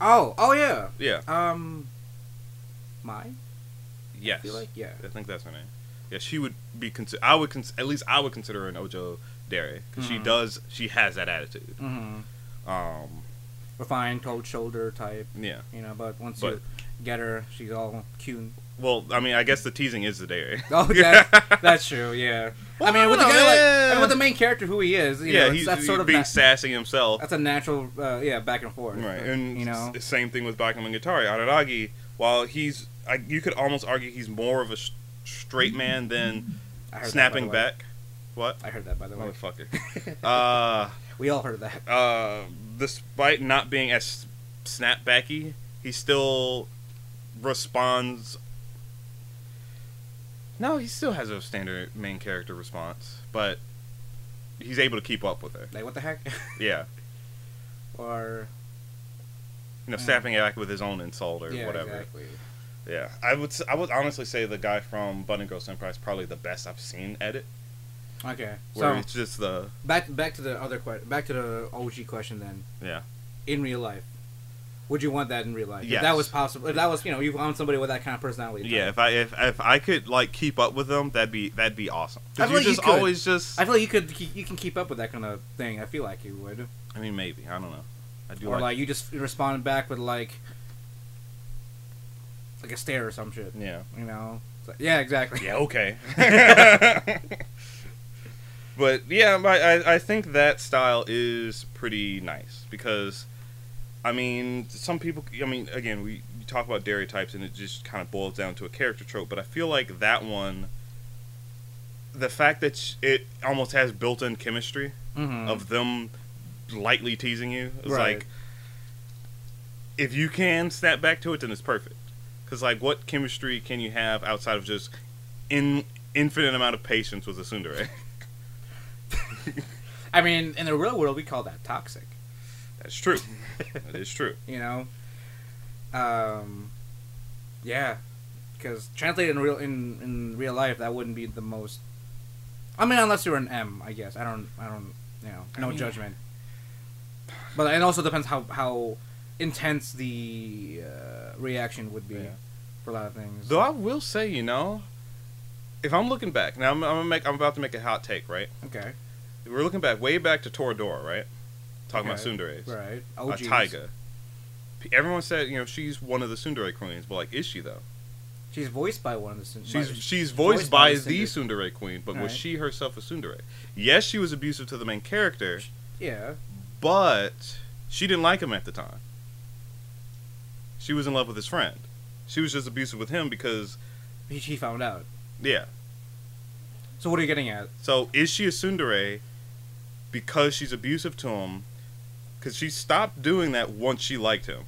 Speaker 1: Oh oh yeah.
Speaker 2: Yeah,
Speaker 1: Um. My. I
Speaker 2: yes,
Speaker 1: feel like yeah.
Speaker 2: I think that's her name. Yeah, she would be. Consi- I would cons- at least I would consider her an Ojo Dairy because she
Speaker 1: Mhm.
Speaker 2: does. She has that attitude.
Speaker 1: Mm-hmm.
Speaker 2: Um,
Speaker 1: Refined, cold shoulder type.
Speaker 2: yeah.
Speaker 1: You know, but once
Speaker 2: But-
Speaker 1: you get her, she's all cute.
Speaker 2: Well, I mean, I guess the teasing is the dairy.
Speaker 1: Oh, that's, that's true. Yeah. I mean, with the
Speaker 2: Well,
Speaker 1: guy, like, I
Speaker 2: yeah.
Speaker 1: mean, with the main character who he is, you
Speaker 2: yeah,
Speaker 1: know, it's-
Speaker 2: he's,
Speaker 1: that's sort
Speaker 2: he's
Speaker 1: of
Speaker 2: being
Speaker 1: na-
Speaker 2: sassy himself.
Speaker 1: that's a natural, uh, yeah, back and forth.
Speaker 2: Right,
Speaker 1: but,
Speaker 2: and
Speaker 1: you know,
Speaker 2: s- same thing with Bakuman Guitari. Araragi, while he's, I, you could almost argue he's more of a s- straight man than
Speaker 1: I heard that,
Speaker 2: snapping
Speaker 1: by the way.
Speaker 2: back. Oh. What?
Speaker 1: I heard that by the way.
Speaker 2: Motherfucker. uh,
Speaker 1: We all heard that.
Speaker 2: uh, despite not being as snapbacky, he still responds. No, he still has a standard main character response, but he's able to keep up with her.
Speaker 1: Like, what the heck?
Speaker 2: Yeah.
Speaker 1: or
Speaker 2: you know,
Speaker 1: Mm.
Speaker 2: snapping it back with his own insult or
Speaker 1: yeah,
Speaker 2: whatever.
Speaker 1: exactly.
Speaker 2: Yeah, I would s- I would honestly say the guy from Bunny Girl Senpai is probably the best I've seen at it.
Speaker 1: Okay,
Speaker 2: Where
Speaker 1: so
Speaker 2: it's just the
Speaker 1: back back to the other question. Back to the OG question then.
Speaker 2: Yeah.
Speaker 1: In real life, would you want that in real life? If
Speaker 2: Yes.
Speaker 1: that was possible. If that was, you know, you found somebody with that kind of personality. type.
Speaker 2: yeah. If I if, if I could like keep up with them, that'd be that'd be awesome.
Speaker 1: I
Speaker 2: Because
Speaker 1: feel
Speaker 2: you
Speaker 1: like you
Speaker 2: just
Speaker 1: could.
Speaker 2: always just
Speaker 1: I
Speaker 2: I,
Speaker 1: feel like you could you can keep up with that kind of thing. I feel like you would.
Speaker 2: mean maybe I don't know. I do
Speaker 1: or like,
Speaker 2: like,
Speaker 1: you just respond back with like like a stare or some shit.
Speaker 2: yeah
Speaker 1: You know? It's like- yeah, exactly.
Speaker 2: yeah okay. but yeah, but I I think that style is pretty nice because. I mean, some people. I mean, again, we you talk about dairy types, and it just kind of boils down to a character trope. But I feel like that one the fact that sh- it almost has built-in chemistry
Speaker 1: Mhm.
Speaker 2: of them lightly teasing you is
Speaker 1: Right.
Speaker 2: like if you can snap back to it then it's perfect because like what chemistry can you have outside of just in infinite amount of patience with a tsundere
Speaker 1: I mean, in the real world, we call that toxic.
Speaker 2: that's true that is true
Speaker 1: You know, um, yeah, because translated in real in in real life, that wouldn't be the most. I mean, unless you're an M, I guess. I don't. I don't. You know,
Speaker 2: I
Speaker 1: no
Speaker 2: mean-
Speaker 1: judgment. But it also depends how how intense the uh, reaction would be
Speaker 2: Yeah.
Speaker 1: for a lot of things.
Speaker 2: though i will say you know if i'm looking back now i'm, I'm gonna make i'm about to make a hot take right
Speaker 1: okay,
Speaker 2: we're looking back way back to toradora right talking
Speaker 1: Okay.
Speaker 2: about tsundere's
Speaker 1: right. Oh,
Speaker 2: a
Speaker 1: OGs.
Speaker 2: taiga P- everyone said you know she's one of the tsundere queens but like is she though
Speaker 1: She's voiced by one of the. Sin-
Speaker 2: She's
Speaker 1: by-
Speaker 2: she's voiced,
Speaker 1: voiced
Speaker 2: by,
Speaker 1: by
Speaker 2: the tsundere queen, but was
Speaker 1: Right.
Speaker 2: she herself a tsundere? Yes, she was abusive to the main character,
Speaker 1: yeah.
Speaker 2: but she didn't like him at the time. She was in love with his friend. She was just abusive with him because
Speaker 1: He, she found out.
Speaker 2: yeah.
Speaker 1: So what are you getting at?
Speaker 2: So is she a tsundere because she's abusive to him? Because she stopped doing that once she liked him.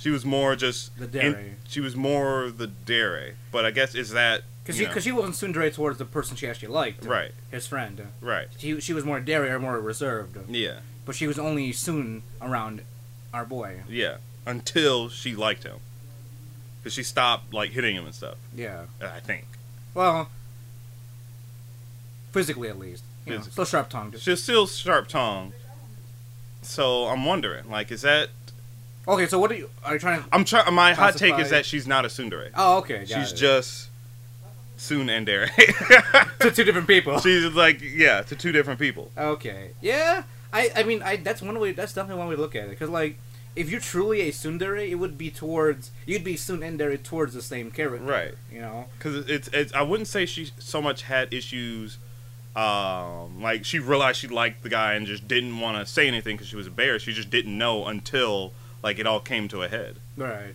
Speaker 2: She was more just
Speaker 1: The
Speaker 2: in-
Speaker 1: dere.
Speaker 2: she was more the dere, but I guess is that
Speaker 1: Because
Speaker 2: you
Speaker 1: she,
Speaker 2: know,
Speaker 1: cause she wasn't tsundere towards the person she actually liked.
Speaker 2: right,
Speaker 1: His friend.
Speaker 2: right,
Speaker 1: She, she was more dairy or more reserved.
Speaker 2: yeah.
Speaker 1: But she was only soon around our boy.
Speaker 2: Yeah, until she liked him, because she stopped like hitting him and stuff.
Speaker 1: Yeah.
Speaker 2: I think
Speaker 1: Well, physically at least. You know,
Speaker 2: Physically.
Speaker 1: still sharp tongued.
Speaker 2: she's still sharp tongued. So I'm wondering, like, is that
Speaker 1: Okay, so what are you. Are you trying to.
Speaker 2: I'm trying? My hot take
Speaker 1: Classified.
Speaker 2: is that she's not a tsundere.
Speaker 1: Oh, okay. got
Speaker 2: she's
Speaker 1: it.
Speaker 2: just soon and dare.
Speaker 1: To two different people.
Speaker 2: she's like yeah, to two different people.
Speaker 1: Okay. Yeah. I, I mean I that's one way that's definitely one way to look at it because like if you're truly a tsundere it would be towards you'd be soon tsundere towards the same character
Speaker 2: Right.
Speaker 1: you know
Speaker 2: Because it's, it's I wouldn't say she so much had issues. Um, like she realized she liked the guy and just didn't want to say anything because she was embarrassed. She just didn't know until like it all came to a head.
Speaker 1: right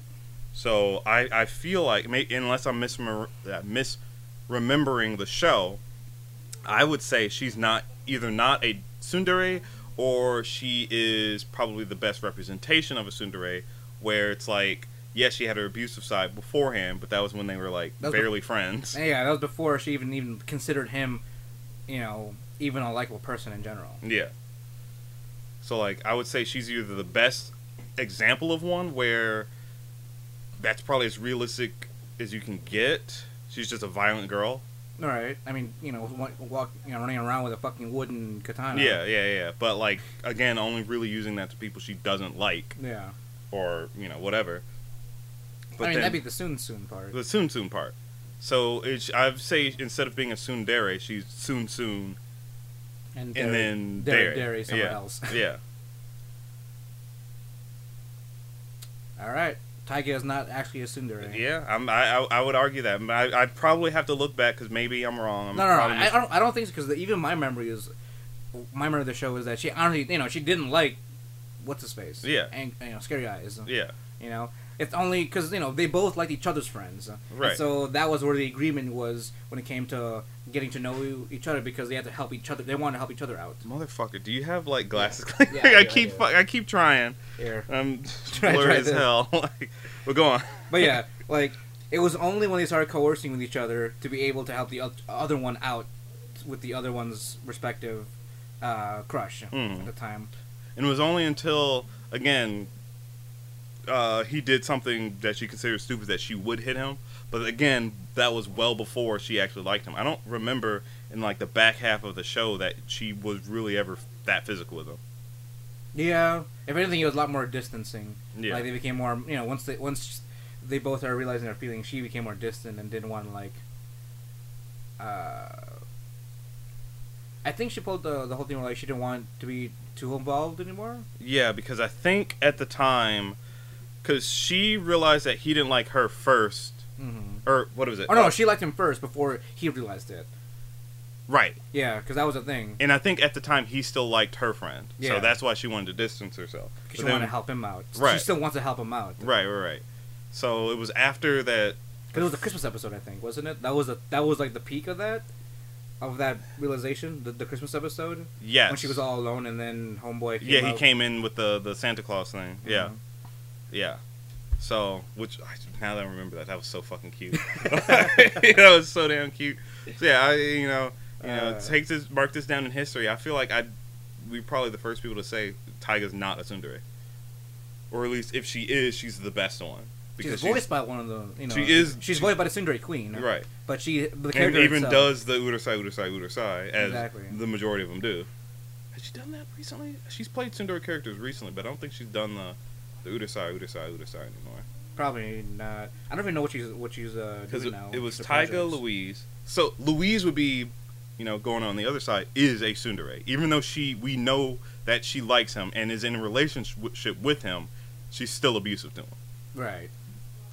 Speaker 2: So I, I feel like may, unless I'm misremember, uh, misremembering the show, I would say she's not either not a tsundere or she is probably the best representation of a tsundere, where it's like yes she had her abusive side beforehand, but that was when they were like
Speaker 1: That's what-
Speaker 2: barely friends.
Speaker 1: And yeah that was before she even even considered him you know even a likable person in general
Speaker 2: Yeah. So like I would say she's either the best example of one where that's probably as realistic as you can get. She's just a violent girl.
Speaker 1: all right I mean you know wa- walk you know running around with a fucking wooden katana
Speaker 2: Yeah, yeah, yeah. But like again, only really using that to people she doesn't like
Speaker 1: yeah
Speaker 2: or you know whatever. But
Speaker 1: I mean
Speaker 2: then,
Speaker 1: that'd be the soon soon part
Speaker 2: the soon soon part. So it's, I'd say instead of being a tsundere, she's soon soon,
Speaker 1: and,
Speaker 2: and then
Speaker 1: dairy
Speaker 2: dere.
Speaker 1: dairy somewhere
Speaker 2: yeah.
Speaker 1: else
Speaker 2: yeah,
Speaker 1: all right Taiga is not actually a tsundere
Speaker 2: yeah. I'm, I, I I would argue that. I I'd probably have to look back because maybe I'm wrong. I'm
Speaker 1: No, no, no
Speaker 2: probably
Speaker 1: I, I don't. I don't think so because even my memory is, my memory of the show is that she honestly, you know, she didn't like what's his face.
Speaker 2: Yeah.
Speaker 1: and you know, scary eyes.
Speaker 2: yeah,
Speaker 1: You know, it's only because you know they both liked each other's friends. And
Speaker 2: Right.
Speaker 1: so that was where the agreement was when it came to getting to know e-, each other because they had to help each other. They wanted to help each other out.
Speaker 2: motherfucker. Do you have like glasses?
Speaker 1: Yeah, I do,
Speaker 2: I
Speaker 1: I
Speaker 2: keep
Speaker 1: do.
Speaker 2: fu- I keep trying.
Speaker 1: Here.
Speaker 2: I'm
Speaker 1: Try-
Speaker 2: blurry
Speaker 1: try
Speaker 2: as
Speaker 1: this.
Speaker 2: hell. like, but go on.
Speaker 1: But yeah, like it was only when they started coercing with each other to be able to help the oth- other one out with the other one's respective uh, crush
Speaker 2: Hmm.
Speaker 1: at the time.
Speaker 2: And it was only until, again, uh, he did something that she considered stupid that she would hit him. But again, that was well before she actually liked him. I don't remember in like the back half of the show that she was really ever that physical with him.
Speaker 1: Yeah. If anything, it was a lot more distancing.
Speaker 2: Yeah.
Speaker 1: Like they became more, you know, once they once they both are realizing their feelings, she became more distant and didn't want to like. Uh, I think she pulled the the whole thing where like she didn't want to be too involved anymore.
Speaker 2: Yeah, because I think at the time, because she realized that he didn't like her first,
Speaker 1: Mm-hmm.
Speaker 2: or what was it?
Speaker 1: Oh no, she liked him first before he realized it.
Speaker 2: right.
Speaker 1: Yeah, because that was a thing.
Speaker 2: And I think at the time he still liked her friend,
Speaker 1: Yeah.
Speaker 2: so that's why she wanted to distance herself.
Speaker 1: 'Cause
Speaker 2: But
Speaker 1: she
Speaker 2: then-
Speaker 1: wanted to help him out. She
Speaker 2: Right.
Speaker 1: still wants to help him out.
Speaker 2: Right, right, right. So it was after that
Speaker 1: 'Cause it was the Christmas episode, I think, wasn't it? That was the that was like the peak of that. of that realization, the, the Christmas episode,
Speaker 2: Yes.
Speaker 1: when she was all alone, and then homeboy. Came
Speaker 2: yeah, he
Speaker 1: out.
Speaker 2: came in with the the Santa Claus thing. Yeah,
Speaker 1: Mhm.
Speaker 2: yeah. So, which I, now that I remember that, that was so fucking cute. that was so damn cute. So yeah, I you know you know
Speaker 1: Uh,
Speaker 2: take this mark this down in history. I feel like I we probably the first people to say Tyga's not a tsundere, or at least if she is, she's the best one
Speaker 1: She's voiced by one of the you know.
Speaker 2: she is-
Speaker 1: She's
Speaker 2: she-
Speaker 1: voiced by the Sundari Queen.
Speaker 2: right.
Speaker 1: But she the
Speaker 2: And
Speaker 1: character
Speaker 2: even
Speaker 1: itself-
Speaker 2: does the Udersai, Udersai, Udersai, as
Speaker 1: Exactly.
Speaker 2: the majority of them do. Has she done that recently? She's played Sundari characters recently, but I don't think she's done the, the Udersai, Udersai, Udersai anymore.
Speaker 1: probably not. I don't even know what she's what she's uh,
Speaker 2: Because
Speaker 1: doing
Speaker 2: it,
Speaker 1: now.
Speaker 2: it was
Speaker 1: The
Speaker 2: Tyga,
Speaker 1: projects.
Speaker 2: Louise. So Louise would be, you know, going on the other side, is a Sundari. Even though she, we know that she likes him and is in a relationship with him, she's still abusive to him.
Speaker 1: Right.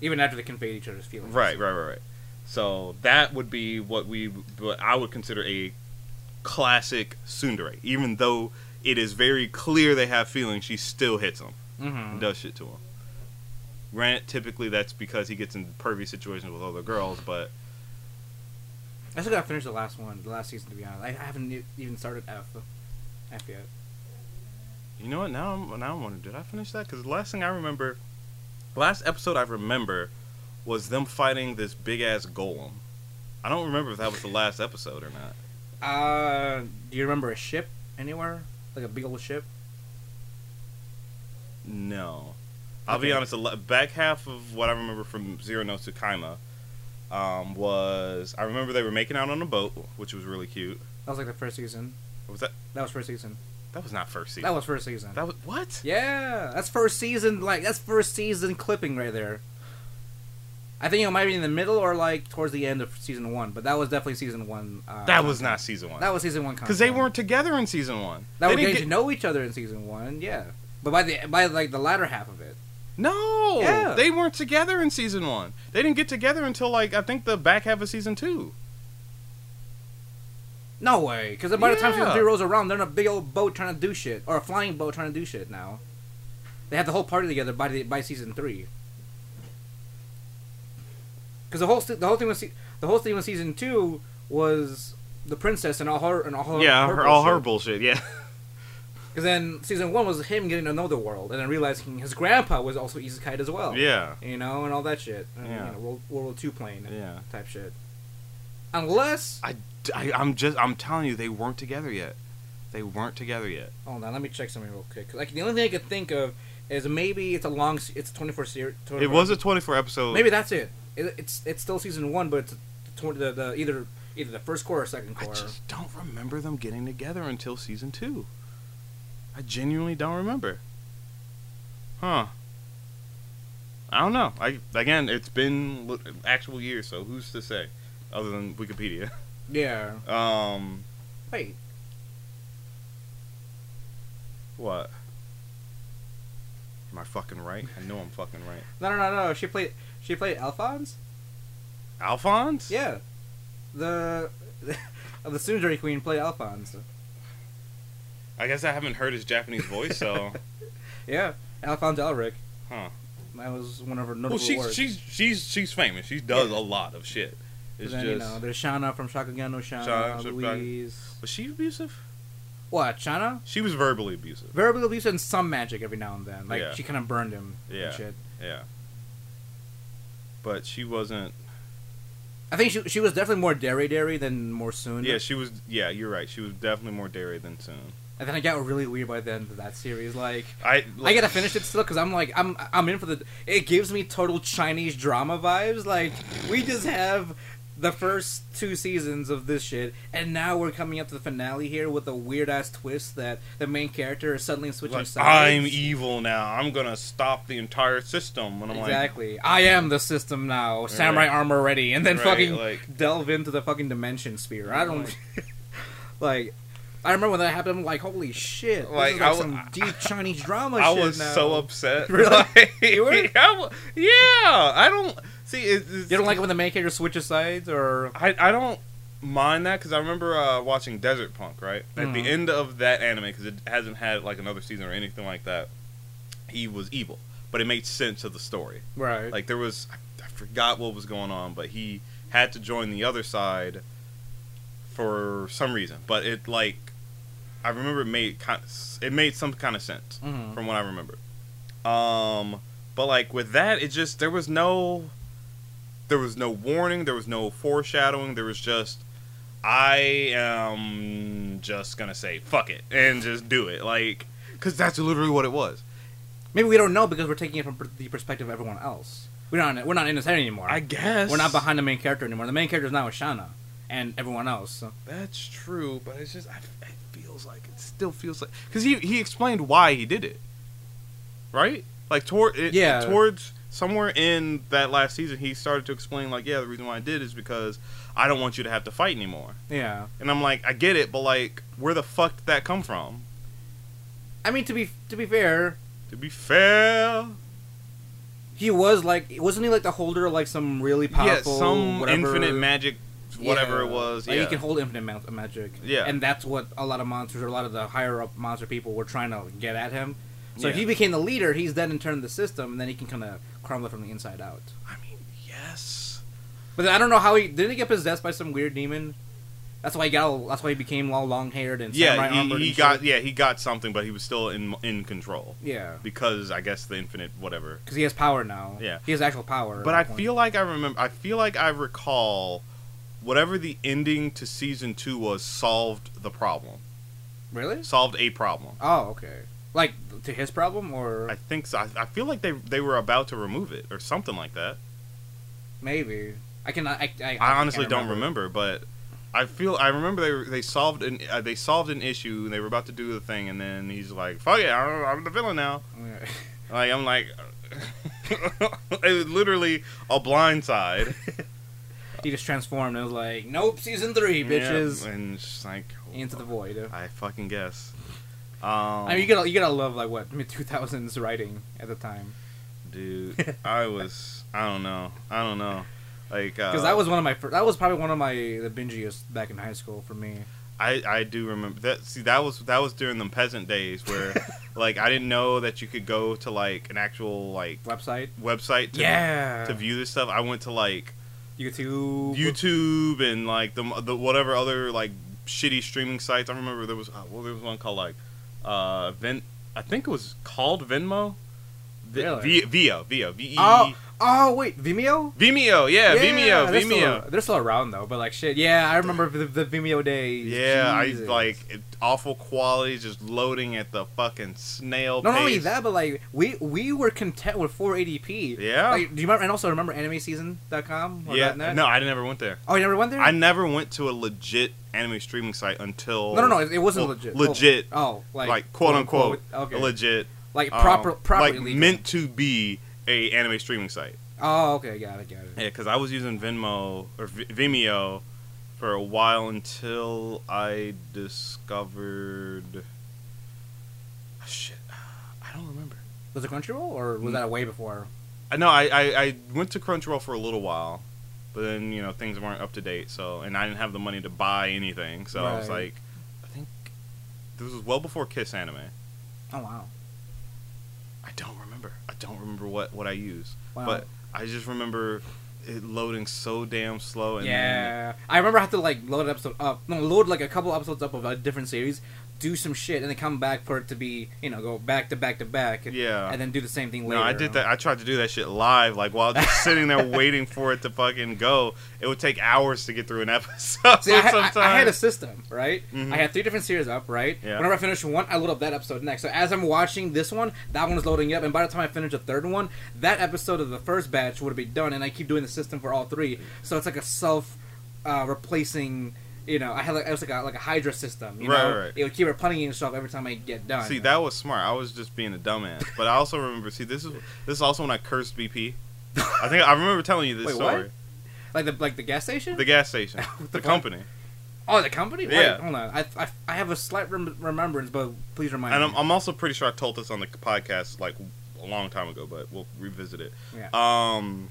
Speaker 1: Even after they conveyed each other's feelings.
Speaker 2: Right, right, right, right. So that would be what we, what I would consider a classic tsundere. Even though it is very clear they have feelings, she still hits him
Speaker 1: Mm-hmm.
Speaker 2: and does shit to him. Grant, typically that's because he gets in pervy situations with other girls, but
Speaker 1: I still gotta finish the last one, the last season. To be honest, I, I haven't e- even started F, F yet.
Speaker 2: you know what? Now I'm now I'm wondering, did I finish that? Because the last thing I remember, last episode I remember, was them fighting this big ass golem. I don't remember if that was the last episode or not.
Speaker 1: Uh, do you remember a ship anywhere? Like a big old ship?
Speaker 2: No. I'll be
Speaker 1: Okay.
Speaker 2: honest, the le- back half of what I remember from Zero No Tsukaima um, was I remember they were making out on a boat, which was really cute.
Speaker 1: That was like the first season.
Speaker 2: What was that?
Speaker 1: That was first season.
Speaker 2: That was not first season.
Speaker 1: That was first season.
Speaker 2: That was, what?
Speaker 1: yeah, that's first season. Like that's first season clipping right there. I think it might be in the middle or like towards the end of season one, but that was definitely season one. Uh,
Speaker 2: That was
Speaker 1: content.
Speaker 2: not season one.
Speaker 1: That was season one
Speaker 2: Because they
Speaker 1: content.
Speaker 2: weren't together in season one.
Speaker 1: That
Speaker 2: they
Speaker 1: we
Speaker 2: didn't
Speaker 1: getting to know each other in season one, yeah. But by the by, like the latter half of it,
Speaker 2: No,
Speaker 1: Yeah.
Speaker 2: they weren't together in season one. They didn't get together until like I think the back half of season two.
Speaker 1: no way. Because by the time season
Speaker 2: Yeah.
Speaker 1: three rolls around, they're in a big old boat trying to do shit, or a flying boat trying to do shit. Now, they had the whole party together by the, by season three. Because the whole se- the whole thing was se- the whole thing with season two was the princess and all her and all her
Speaker 2: yeah, her, all her
Speaker 1: bullshit.
Speaker 2: bullshit. Yeah,
Speaker 1: 'Cause then season one was him getting to know the world and then realizing his grandpa was also isekai as well.
Speaker 2: yeah,
Speaker 1: you know, and all that shit. And,
Speaker 2: Yeah.
Speaker 1: you know, World, World War Two plane.
Speaker 2: yeah.
Speaker 1: type shit. Unless,
Speaker 2: I, I, I'm just, I'm telling you, they weren't together yet. They weren't together yet.
Speaker 1: hold on, let me check something real quick. 'Cause, Like the only thing I could think of is maybe it's a long, se- it's twenty four series.
Speaker 2: It was a 24 episode.
Speaker 1: maybe that's it. it. It's it's still season one, but it's the, twen- the, the either either the first core or second
Speaker 2: I
Speaker 1: core.
Speaker 2: just don't remember them getting together until season two. I genuinely don't remember. Huh. I don't know. I again, it's been li- actual years, so who's to say, other than Wikipedia.
Speaker 1: Yeah.
Speaker 2: Um,
Speaker 1: Wait.
Speaker 2: what? Am I fucking right? I know I'm fucking right.
Speaker 1: No, no, no, no. She played she played Alphonse.
Speaker 2: Alphonse?
Speaker 1: Yeah. The of the Sundari Queen played Alphonse.
Speaker 2: I guess I haven't heard his Japanese voice, so
Speaker 1: Yeah, Alphonse Elric.
Speaker 2: Huh.
Speaker 1: That was one of her notable
Speaker 2: well, she's
Speaker 1: works.
Speaker 2: she's she's she's famous. She does a lot of shit.
Speaker 1: But
Speaker 2: It's
Speaker 1: then,
Speaker 2: just
Speaker 1: you know, there's Shana from Shakugan no Shana,
Speaker 2: Shana, so-
Speaker 1: Louise.
Speaker 2: was she abusive?
Speaker 1: What, Shana?
Speaker 2: She was verbally abusive.
Speaker 1: Variable abuse and some magic every now and then. Like
Speaker 2: Yeah.
Speaker 1: she kind of burned him.
Speaker 2: Yeah.
Speaker 1: And shit.
Speaker 2: Yeah. But she wasn't.
Speaker 1: I think she she was definitely more dairy dairy than more soon.
Speaker 2: Yeah, she was. Yeah, you're right. She was definitely more dairy than Soon.
Speaker 1: And then I got really weird by the end of that series. Like
Speaker 2: I
Speaker 1: I gotta finish it still because I'm like I'm I'm in for the. It gives me total Chinese drama vibes. Like we just have the first two seasons of this shit, and now we're coming up to the finale here with a weird ass twist that the main character is suddenly switching
Speaker 2: Like,
Speaker 1: sides.
Speaker 2: I'm evil now. I'm gonna stop the entire system. And I'm
Speaker 1: Exactly. I am the system now. Samurai
Speaker 2: Right.
Speaker 1: armor ready, and then
Speaker 2: Right,
Speaker 1: fucking
Speaker 2: like-
Speaker 1: delve into the fucking dimension sphere. I don't
Speaker 2: Like-
Speaker 1: like. I remember when that happened. I'm like, holy shit! This
Speaker 2: Like,
Speaker 1: is
Speaker 2: I
Speaker 1: like
Speaker 2: wa-
Speaker 1: some deep Chinese drama.
Speaker 2: like, I
Speaker 1: shit
Speaker 2: was
Speaker 1: now.
Speaker 2: so upset.
Speaker 1: Really?
Speaker 2: Like,
Speaker 1: You were?
Speaker 2: I wa- yeah. I don't see. It, it's-
Speaker 1: You don't like it when the main character switches sides, or
Speaker 2: I I don't mind that because I remember uh, watching Desert Punk right at
Speaker 1: Mhm.
Speaker 2: the end of that anime because it hasn't had like another season or anything like that. He was evil, but it made sense of the story.
Speaker 1: right?
Speaker 2: like there was I, I forgot what was going on but he had to join the other side for some reason, but it like I remember it made kind it made some kind of sense
Speaker 1: Mhm.
Speaker 2: from what I remember. Um, but like with that, it just there was no there was no warning, there was no foreshadowing, there was just I am just gonna say fuck it and just do it, like because that's literally what it was.
Speaker 1: Maybe we don't know because we're taking it from per- the perspective of everyone else. We're not we're not in this area anymore.
Speaker 2: I guess
Speaker 1: We're not behind the main character anymore. The main character is now Ashana and everyone else. So.
Speaker 2: That's true, but it's just I, it feels like it still feels like because he he explained why he did it, right? Like toward it,
Speaker 1: Yeah.
Speaker 2: towards somewhere in that last season, he started to explain like, yeah, the reason why I did is because I don't want you to have to fight anymore.
Speaker 1: Yeah.
Speaker 2: And I'm like, I get it, but like, where the fuck did that come from?
Speaker 1: I mean to be to be fair,
Speaker 2: To be fair,
Speaker 1: he was like wasn't he like the holder of like some really
Speaker 2: yeah,
Speaker 1: powerful
Speaker 2: some
Speaker 1: whatever-
Speaker 2: infinite magic, whatever
Speaker 1: Yeah.
Speaker 2: it was, yeah,
Speaker 1: Like, he can hold infinite ma- magic.
Speaker 2: Yeah.
Speaker 1: And that's what a lot of monsters or a lot of the higher up monster people were trying to get at him. So if
Speaker 2: Yeah.
Speaker 1: he became the leader, he's then in turn the system, and then he can kind of crumble it from the inside out.
Speaker 2: I mean, yes,
Speaker 1: But then I don't know how he didn't he get possessed by some weird demon. That's why he got. all- That's why he became all long haired and samurai
Speaker 2: yeah,
Speaker 1: armored
Speaker 2: he, he
Speaker 1: and
Speaker 2: got
Speaker 1: shit.
Speaker 2: yeah he got something, but he was still in in control.
Speaker 1: yeah
Speaker 2: because I guess the infinite whatever.
Speaker 1: because he has power now.
Speaker 2: Yeah.
Speaker 1: he has actual power.
Speaker 2: But
Speaker 1: at
Speaker 2: I
Speaker 1: that point.
Speaker 2: feel like I remember. I feel like I recall whatever the ending to season two was solved the problem,
Speaker 1: really.
Speaker 2: solved a problem.
Speaker 1: Oh, okay. Like to his problem or
Speaker 2: I think so. I, I feel like they they were about to remove it or something like that.
Speaker 1: maybe I can. I, I, I,
Speaker 2: I honestly
Speaker 1: can't
Speaker 2: don't remember, but I feel I remember they were- they solved an uh, they solved an issue and they were about to do the thing and then he's like, "Fuck it, I'm, I'm the villain now."
Speaker 1: Yeah.
Speaker 2: Like I'm like. it was literally a blind side.
Speaker 1: He just transformed and was like, "Nope, season three, bitches."
Speaker 2: Yeah, and she's like
Speaker 1: Into the void.
Speaker 2: I fucking guess. Um,
Speaker 1: I mean, you gotta, you gotta love like what mid two thousands writing at the time,
Speaker 2: dude, I was, I don't know, I don't know, like
Speaker 1: because
Speaker 2: uh, because
Speaker 1: that was one of my, fir- that was probably one of my the bingiest back in high school for me.
Speaker 2: I, I do remember that. See, that was that was during the peasant days where, like, I didn't know that you could go to like an actual like
Speaker 1: Website,
Speaker 2: website to
Speaker 1: yeah,
Speaker 2: to view this stuff. I went to like
Speaker 1: YouTube,
Speaker 2: YouTube and like the the whatever other like shitty streaming sites. I remember there was uh, well, there was one called like uh Ven. I think it was called Venmo. V-
Speaker 1: Really?
Speaker 2: v- Via Via V E.
Speaker 1: Oh, oh wait, Vimeo.
Speaker 2: Vimeo, yeah, Vimeo,
Speaker 1: they're
Speaker 2: Vimeo.
Speaker 1: Still, they're still around though, but like shit, yeah, I remember the, the Vimeo days.
Speaker 2: yeah,
Speaker 1: Jesus.
Speaker 2: I like it, awful quality, just loading at the fucking snail
Speaker 1: Not
Speaker 2: pace.
Speaker 1: only that, but like we we were content with 480p.
Speaker 2: Yeah.
Speaker 1: Like, do you remember? And also remember AnimeSeason.com. Or
Speaker 2: yeah,
Speaker 1: .net?
Speaker 2: no, I never went there.
Speaker 1: Oh, you never went there.
Speaker 2: I never went to a legit anime streaming site until
Speaker 1: No, no, no. It, it wasn't
Speaker 2: well,
Speaker 1: legit.
Speaker 2: legit,
Speaker 1: Oh, like,
Speaker 2: like, quote unquote,
Speaker 1: Okay.
Speaker 2: legit,
Speaker 1: like
Speaker 2: um,
Speaker 1: proper, properly
Speaker 2: like
Speaker 1: legal.
Speaker 2: meant to be a anime streaming site.
Speaker 1: Oh, okay, got it, got it.
Speaker 2: Yeah, because I was using Venmo or v- Vimeo for a while until I discovered. ah, Shit, I don't remember.
Speaker 1: Was it Crunchyroll or
Speaker 2: Mm.
Speaker 1: was that way before?
Speaker 2: I know I, I, I went to Crunchyroll for a little while, but then you know things weren't up to date. So and I didn't have the money to buy anything. So I was
Speaker 1: Right.
Speaker 2: like, I think this was well before Kiss Anime.
Speaker 1: Oh wow.
Speaker 2: I don't remember. I don't remember what what I used,
Speaker 1: Wow.
Speaker 2: but I just remember it loading so damn slow. And then-
Speaker 1: yeah, I remember I had to like load an episode up, uh, no, load like a couple episodes up of a different series, do some shit, and then come back for it to be, you know, go back to back to back, and,
Speaker 2: yeah.
Speaker 1: and then do the same thing later.
Speaker 2: No, I did that. I tried to do that shit live, like while just sitting there waiting for it to fucking go. It would take hours to get through an episode.
Speaker 1: See, I, had- I-
Speaker 2: sometimes.
Speaker 1: I had a system, right?
Speaker 2: Mhm.
Speaker 1: I had three different series up, right?
Speaker 2: Yeah.
Speaker 1: Whenever I finish one, I load up that episode next. So as I'm watching this one, that one is loading up, and by the time I finish the third one, that episode of the first batch would be done, and I keep doing the system for all three. So it's like a self uh, replacing. You know, I had like it was like a like a Hydra system. You
Speaker 2: Right,
Speaker 1: know,
Speaker 2: right.
Speaker 1: it would keep replenishing itself every time I get done.
Speaker 2: See, that was smart. I was just being a dumbass. But I also remember. See, this is this is also when I cursed BP. I think I remember telling you this
Speaker 1: Wait, what?
Speaker 2: story.
Speaker 1: like the like the gas station.
Speaker 2: The gas station, the,
Speaker 1: fuck?
Speaker 2: company,
Speaker 1: oh, the company. Wait,
Speaker 2: Yeah.
Speaker 1: hold on. I, I, I have a slight rem- remembrance, but please remind
Speaker 2: and I'm,
Speaker 1: me.
Speaker 2: I'm also pretty sure I told this on the podcast like a long time ago, but we'll revisit it.
Speaker 1: Yeah.
Speaker 2: Um,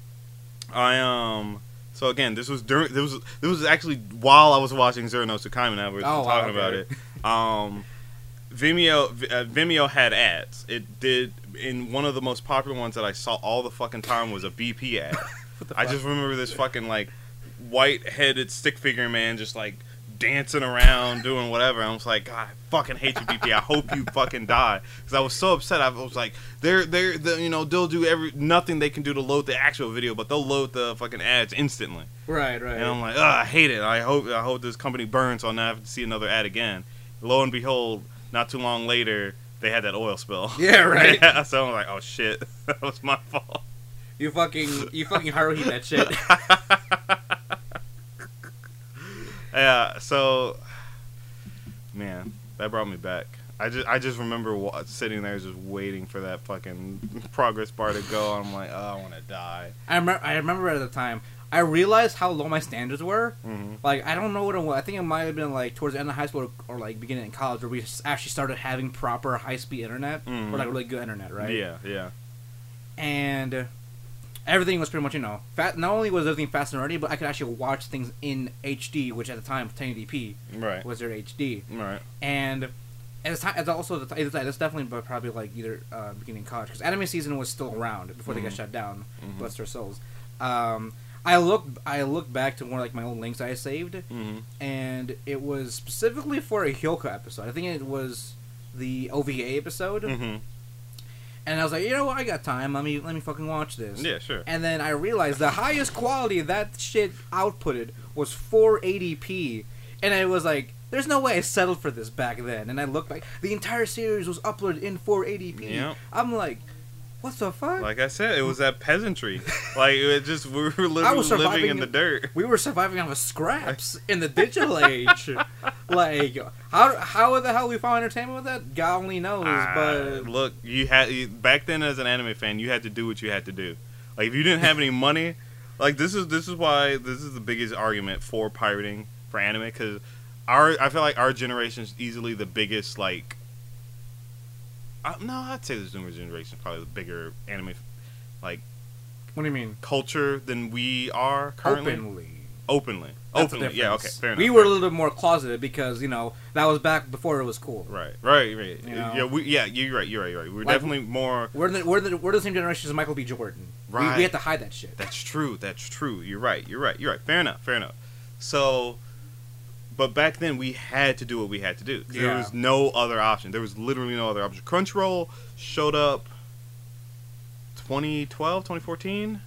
Speaker 2: I um. So again, this was during. This was this was actually while I was watching Zero No Tsukaima. and I was
Speaker 1: Oh, wow,
Speaker 2: talking
Speaker 1: okay.
Speaker 2: about it. Um, Vimeo V- uh, Vimeo had ads. It did in one of the most popular ones that I saw all the fucking time was a BP ad.
Speaker 1: What the
Speaker 2: I
Speaker 1: fuck?
Speaker 2: just remember this fucking like white headed stick figure man just like dancing around, doing whatever. I was like, God, I fucking hate you, BP. I hope you fucking die. Because I was so upset. I was like, they're they're the, you know they'll do every nothing they can do to load the actual video, but they'll load the fucking ads instantly.
Speaker 1: Right, right.
Speaker 2: And I'm like, Ugh, I hate it. I hope I hope this company burns, so I never have to see another ad again. Lo and behold, not too long later, they had that oil spill.
Speaker 1: Yeah, right.
Speaker 2: Yeah, so I'm like, oh shit, that was my fault.
Speaker 1: You fucking you fucking Haruhi that shit.
Speaker 2: Yeah, so man, that brought me back. I just I just remember wa- sitting there just waiting for that fucking progress bar to go. I'm like, oh, I want to die.
Speaker 1: I remember I remember at the time I realized how low my standards were.
Speaker 2: hmm
Speaker 1: Like I don't know what it was. I think it might have been like towards the end of high school or, or like beginning in college where we s- actually started having proper high speed internet
Speaker 2: Mhm.
Speaker 1: or like really good internet, right?
Speaker 2: Yeah, yeah.
Speaker 1: And uh, everything was pretty much you know fat. Not only was everything fast and ready, but I could actually watch things in HD, which at the time 1080p
Speaker 2: Right.
Speaker 1: was their HD.
Speaker 2: Right.
Speaker 1: and as time, as also the time, that's definitely but probably like either uh, beginning of college because anime season was still around before they got
Speaker 2: Mhm.
Speaker 1: shut down.
Speaker 2: Mhm.
Speaker 1: Bless their souls. Um, I look I look back to one of, like my own links I saved,
Speaker 2: hmm
Speaker 1: and it was specifically for a Hyoka episode. I think it was the OVA episode,
Speaker 2: hmm
Speaker 1: and I was like, you know what, I got time. Let me let me fucking watch this.
Speaker 2: Yeah, sure.
Speaker 1: And then I realized the highest quality that shit outputted was 480p, and I was like, "There's no way I settled for this back then." And I looked back; the entire series was uploaded in 480p.
Speaker 2: Yep.
Speaker 1: I'm like, "What the fuck?"
Speaker 2: Like I said, it was that peasantry. like it just we were literally
Speaker 1: was
Speaker 2: living
Speaker 1: surviving
Speaker 2: in the
Speaker 1: in-
Speaker 2: dirt.
Speaker 1: we were surviving off of scraps in the digital age. Like, how how the hell we found entertainment with that? God only knows.
Speaker 2: Ah,
Speaker 1: but
Speaker 2: look, you had you, back then as an anime fan, you had to do what you had to do. Like if you didn't have any money, like this is this is why this is the biggest argument for pirating for anime because our I feel like our generation's easily the biggest like. I, no, I'd say the Zoomer generation is probably the bigger anime like
Speaker 1: what do you mean?
Speaker 2: culture than we are currently.
Speaker 1: Openly.
Speaker 2: Openly,
Speaker 1: That's the
Speaker 2: openly, yeah, okay,
Speaker 1: difference.
Speaker 2: fair enough.
Speaker 1: We were a little bit more closeted because you know that was back before it was cool.
Speaker 2: Right, right, right.
Speaker 1: You know?
Speaker 2: Yeah, we, yeah, you're right, you're right, you're right. We're
Speaker 1: Like-
Speaker 2: definitely more.
Speaker 1: We're the we're the, we're the same generation as Michael B. Jordan. We- We,
Speaker 2: Right.
Speaker 1: have to hide that shit.
Speaker 2: That's true. That's true. You're right. You're right. You're right. Fair enough. Fair enough. So, but back then we had to do what we had to do. There
Speaker 1: Yeah.
Speaker 2: was no other option. There was literally no other option. Crunchyroll showed up 2012, 2014,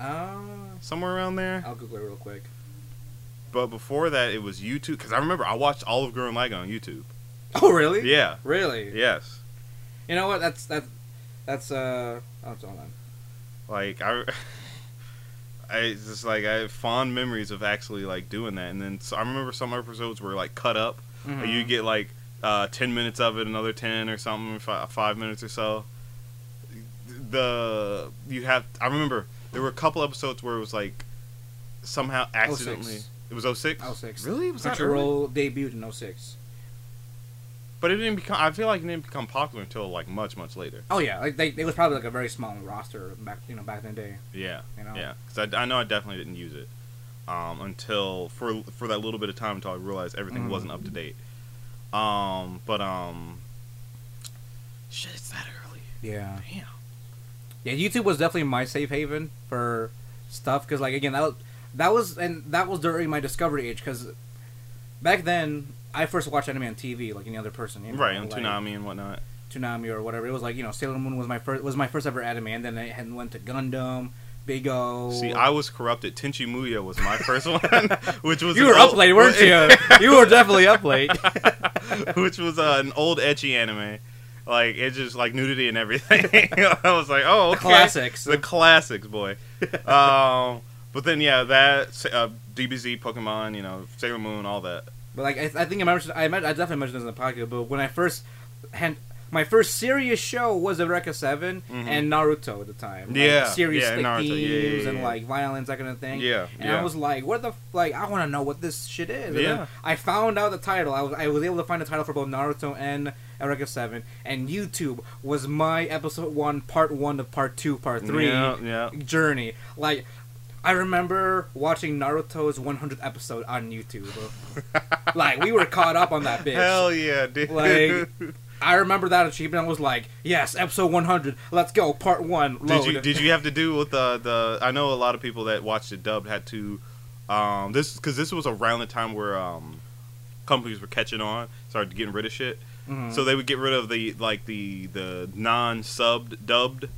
Speaker 1: Uh,
Speaker 2: somewhere around there.
Speaker 1: I'll Google it real quick.
Speaker 2: But before that, it was YouTube. Because I remember I watched all of Gurren Lagann on YouTube.
Speaker 1: Oh really?
Speaker 2: Yeah.
Speaker 1: Really?
Speaker 2: Yes.
Speaker 1: You know what? That's that. That's uh. Oh, hold on.
Speaker 2: like I, I it's just like I have fond memories of actually like doing that, and then so I remember some episodes were like cut up.
Speaker 1: Mhm.
Speaker 2: You get like uh, ten minutes of it, another ten or something, five, five minutes or so. The you have I remember there were a couple episodes where it was like somehow accidentally
Speaker 1: 06.
Speaker 2: it was 06?
Speaker 1: 06.
Speaker 2: really it was that early?
Speaker 1: Crunchyroll debuted in 06.
Speaker 2: but it didn't become I feel like it didn't become popular until like much much later.
Speaker 1: Oh yeah, like they, it was probably like a very small roster back you know back in the day.
Speaker 2: Yeah.
Speaker 1: You know.
Speaker 2: Yeah, because I, I know I definitely didn't use it um, until for for that little bit of time until I realized everything
Speaker 1: Mhm.
Speaker 2: wasn't up to date. Um, but um, shit, it's that early.
Speaker 1: Yeah.
Speaker 2: Damn.
Speaker 1: Yeah. YouTube was definitely my safe haven for stuff because like again that was, that was and that was during my discovery age because back then I first watched anime on TV like any other person. You know,
Speaker 2: right, and
Speaker 1: like-
Speaker 2: Toonami and whatnot.
Speaker 1: Tsunami or whatever. It was like you know Sailor Moon was my first was my first ever anime, and then I had went to Gundam, Big O.
Speaker 2: See, I was corrupted. Tenchi Muyo was my first one, which was
Speaker 1: you
Speaker 2: an
Speaker 1: were up
Speaker 2: old-
Speaker 1: late, weren't you? you were definitely up late.
Speaker 2: which was uh, an old etchy anime. Like it just like nudity and everything. I was like, oh, okay.
Speaker 1: Classics.
Speaker 2: the classics, boy. um, but then yeah, that uh, DBZ, Pokemon, you know, Sailor Moon, all that.
Speaker 1: But like I, I think I mentioned I, met, I definitely mentioned this in the podcast. But when I first had my first serious show was Eureka 7
Speaker 2: Mhm.
Speaker 1: and Naruto at the time. Like,
Speaker 2: Yeah,
Speaker 1: serious
Speaker 2: yeah,
Speaker 1: like,
Speaker 2: Naruto, yeah,
Speaker 1: themes
Speaker 2: yeah, yeah,
Speaker 1: and
Speaker 2: yeah.
Speaker 1: like violence that kind of thing.
Speaker 2: Yeah,
Speaker 1: and I
Speaker 2: yeah.
Speaker 1: was like, what the f- like? I want to know what this shit is. And
Speaker 2: Yeah.
Speaker 1: then I found out the title. I was I was able to find the title for both Naruto and Eureka Seven. And YouTube was my episode one, part one of part two, part three
Speaker 2: Yeah, yeah.
Speaker 1: journey. Like. I remember watching Naruto's 100th episode on YouTube. like we were caught up on that bitch.
Speaker 2: Hell yeah, dude.
Speaker 1: Like, I remember that achievement. I was like, "Yes, episode 100. Let's go, part one." Load.
Speaker 2: did you did you have to do with the the? I know a lot of people that watched it dubbed had to. Um, this because this was around the time where um, companies were catching on, started getting rid of shit.
Speaker 1: Mhm.
Speaker 2: So they would get rid of the like the the non subbed dubbed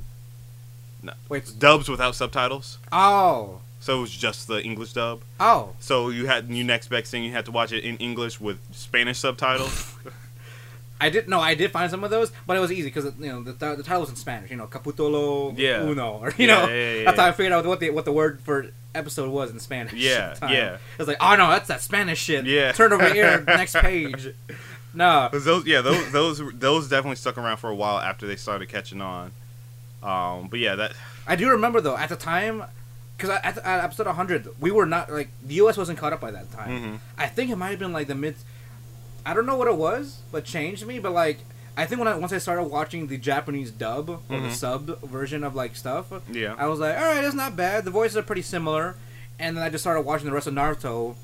Speaker 1: Wait.
Speaker 2: dubs without subtitles.
Speaker 1: Oh.
Speaker 2: So it was just the English dub.
Speaker 1: Oh.
Speaker 2: So you had you next best thing you had to watch it in English with Spanish subtitles.
Speaker 1: I did no, I did find some of those, but it was easy because you know the, th- the title was in Spanish. You know, Caputolo
Speaker 2: Yeah.
Speaker 1: Uno, or you
Speaker 2: Yeah,
Speaker 1: know,
Speaker 2: yeah, yeah,
Speaker 1: that's how
Speaker 2: yeah.
Speaker 1: I figured out what the what the word for episode was in Spanish. at
Speaker 2: Yeah,
Speaker 1: the time.
Speaker 2: yeah.
Speaker 1: I was like, oh no, that's that Spanish shit.
Speaker 2: Yeah.
Speaker 1: turn over here, next page. No,
Speaker 2: 'Cause those yeah those those those definitely stuck around for a while after they started catching on. Um, but yeah, that
Speaker 1: I do remember though at the time, because at, the- at episode 100, we were not like the U.S. wasn't caught up by that time.
Speaker 2: Mhm.
Speaker 1: I think it might have been like the mid. I don't know what it was, but changed me. But like, I think when I once I started watching the Japanese dub or the
Speaker 2: Mhm.
Speaker 1: sub version of like stuff,
Speaker 2: Yeah.
Speaker 1: I was like, all right, that's not bad. The voices are pretty similar, and then I just started watching the rest of Naruto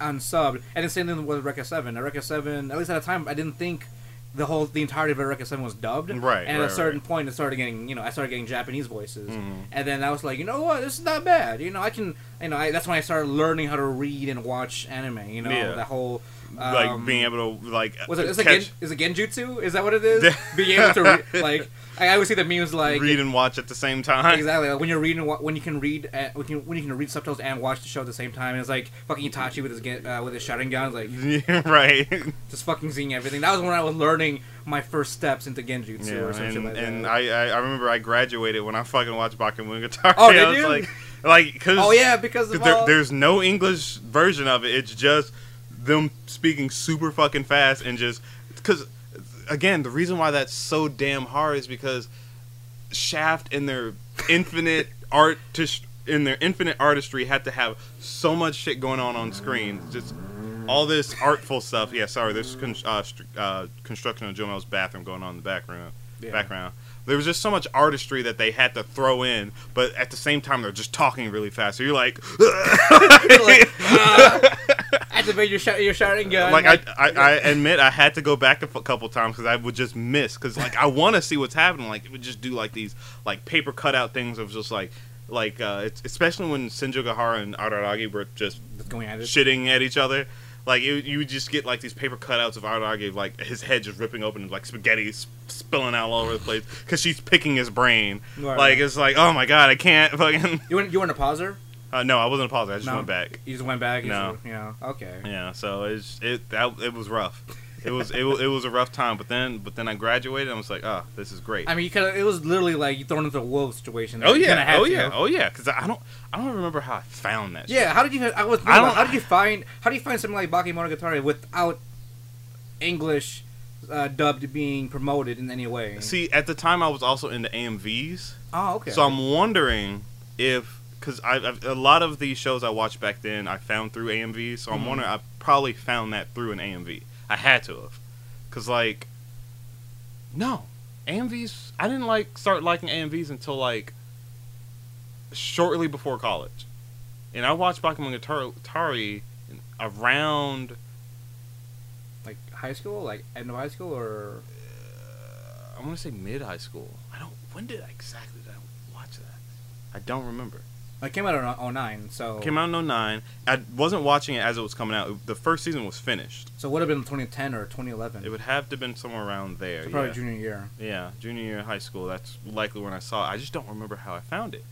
Speaker 1: unsubbed, and the same thing with Rekka Seven. Now, Rekka Seven, at least at the time, I didn't think the whole the entirety of Rekka Seven was dubbed.
Speaker 2: Right,
Speaker 1: And
Speaker 2: right,
Speaker 1: at a
Speaker 2: right.
Speaker 1: certain point, it started getting you know I started getting Japanese voices,
Speaker 2: Mm-hmm.
Speaker 1: and then I was like, you know what, this is not bad. You know, I can you know I, that's when I started learning how to read and watch anime. You know,
Speaker 2: Yeah.
Speaker 1: that whole. Um,
Speaker 2: like being able to like
Speaker 1: was it is it,
Speaker 2: catch-
Speaker 1: gen, is it genjutsu? Is that what it is? Being able to re- like, I always see the memes like
Speaker 2: read and watch at the same time.
Speaker 1: Exactly. Like when you're reading, wa- when you can read, uh, when, you, when you can read subtitles and watch the show at the same time, and it's like fucking Itachi with his ga- uh, with his shouting gun, like
Speaker 2: Yeah, right.
Speaker 1: just fucking seeing everything. That was when I was learning my first steps into Genjutsu
Speaker 2: Yeah,
Speaker 1: or something
Speaker 2: and,
Speaker 1: like
Speaker 2: and
Speaker 1: that.
Speaker 2: I, I I remember I graduated when I fucking watched Bakemoon Guitar.
Speaker 1: Oh, did
Speaker 2: I was
Speaker 1: you?
Speaker 2: like like cause
Speaker 1: oh yeah, because of
Speaker 2: 'Cause there,
Speaker 1: all-
Speaker 2: there's no English version of it. It's just them speaking super fucking fast and just because again the reason why that's so damn hard is because Shaft and their infinite artist in their infinite artistry had to have so much shit going on on screen. Just all this artful stuff. Yeah, sorry. There's con- uh, str- uh, construction of Jomel's bathroom going on in the background.
Speaker 1: Yeah.
Speaker 2: Background. There was just so much artistry that they had to throw in, but at the same time they're just talking really fast. So you're like,
Speaker 1: like, uh, activate your shou- your shouting gun.
Speaker 2: like I, I, I admit I had to go back a f- couple times because I would just miss because like I want to see what's happening. Like it would just do like these like paper cutout things of just like like uh, it's, especially when Senju Gahara and Araragi were just
Speaker 1: Just going at it.
Speaker 2: shitting at each other. Like it, you would just get like these paper cutouts of Araragi, like his head just ripping open and like spaghetti sp- spilling out all over the place because she's picking his brain.
Speaker 1: Right.
Speaker 2: Like it's like oh my god, I can't fucking.
Speaker 1: You want you want to pause her?
Speaker 2: Uh, no, I wasn't pausing. I just
Speaker 1: No.
Speaker 2: went back.
Speaker 1: You just went back. you
Speaker 2: No.
Speaker 1: just- Yeah. Okay.
Speaker 2: Yeah, so it's it that it was rough. It was it, wa- it was a rough time, but then but then I graduated. and I was like, oh, this is great.
Speaker 1: I mean, you kind of it was literally like you thrown into a wolf situation.
Speaker 2: oh
Speaker 1: You kinda
Speaker 2: yeah,
Speaker 1: had
Speaker 2: oh
Speaker 1: to.
Speaker 2: yeah, oh yeah. Because I don't I don't remember how I found that.
Speaker 1: Yeah, how did you? I was.
Speaker 2: I don't-
Speaker 1: how did you find? How do you find something like Baki Monogatari without English uh, dubbed being promoted in any way?
Speaker 2: shit. See, at the time I was also into AMVs,
Speaker 1: oh, okay.
Speaker 2: so I'm wondering if because I I've, a lot of these shows I watched back then I found through AMVs, so I'm
Speaker 1: Mhm.
Speaker 2: wondering I probably found that through an AMV. I had to have, because like, no, AMVs. I didn't like start liking AMVs until like shortly before college, and I watched Bakemonogatari Atari around
Speaker 1: like high school, like end of high school, or
Speaker 2: uh, I want to say mid high school. I don't. When did I exactly did I watch that? I don't remember.
Speaker 1: I came out in 09, so
Speaker 2: Oh. Came out in 09. I wasn't watching it as it was coming out. The first season was finished.
Speaker 1: so it would have been 2010 or 2011.
Speaker 2: It would have to have been somewhere around there.
Speaker 1: so probably
Speaker 2: yeah.
Speaker 1: junior year.
Speaker 2: Yeah, junior year in high school. That's likely when I saw it. I just don't remember how I found it.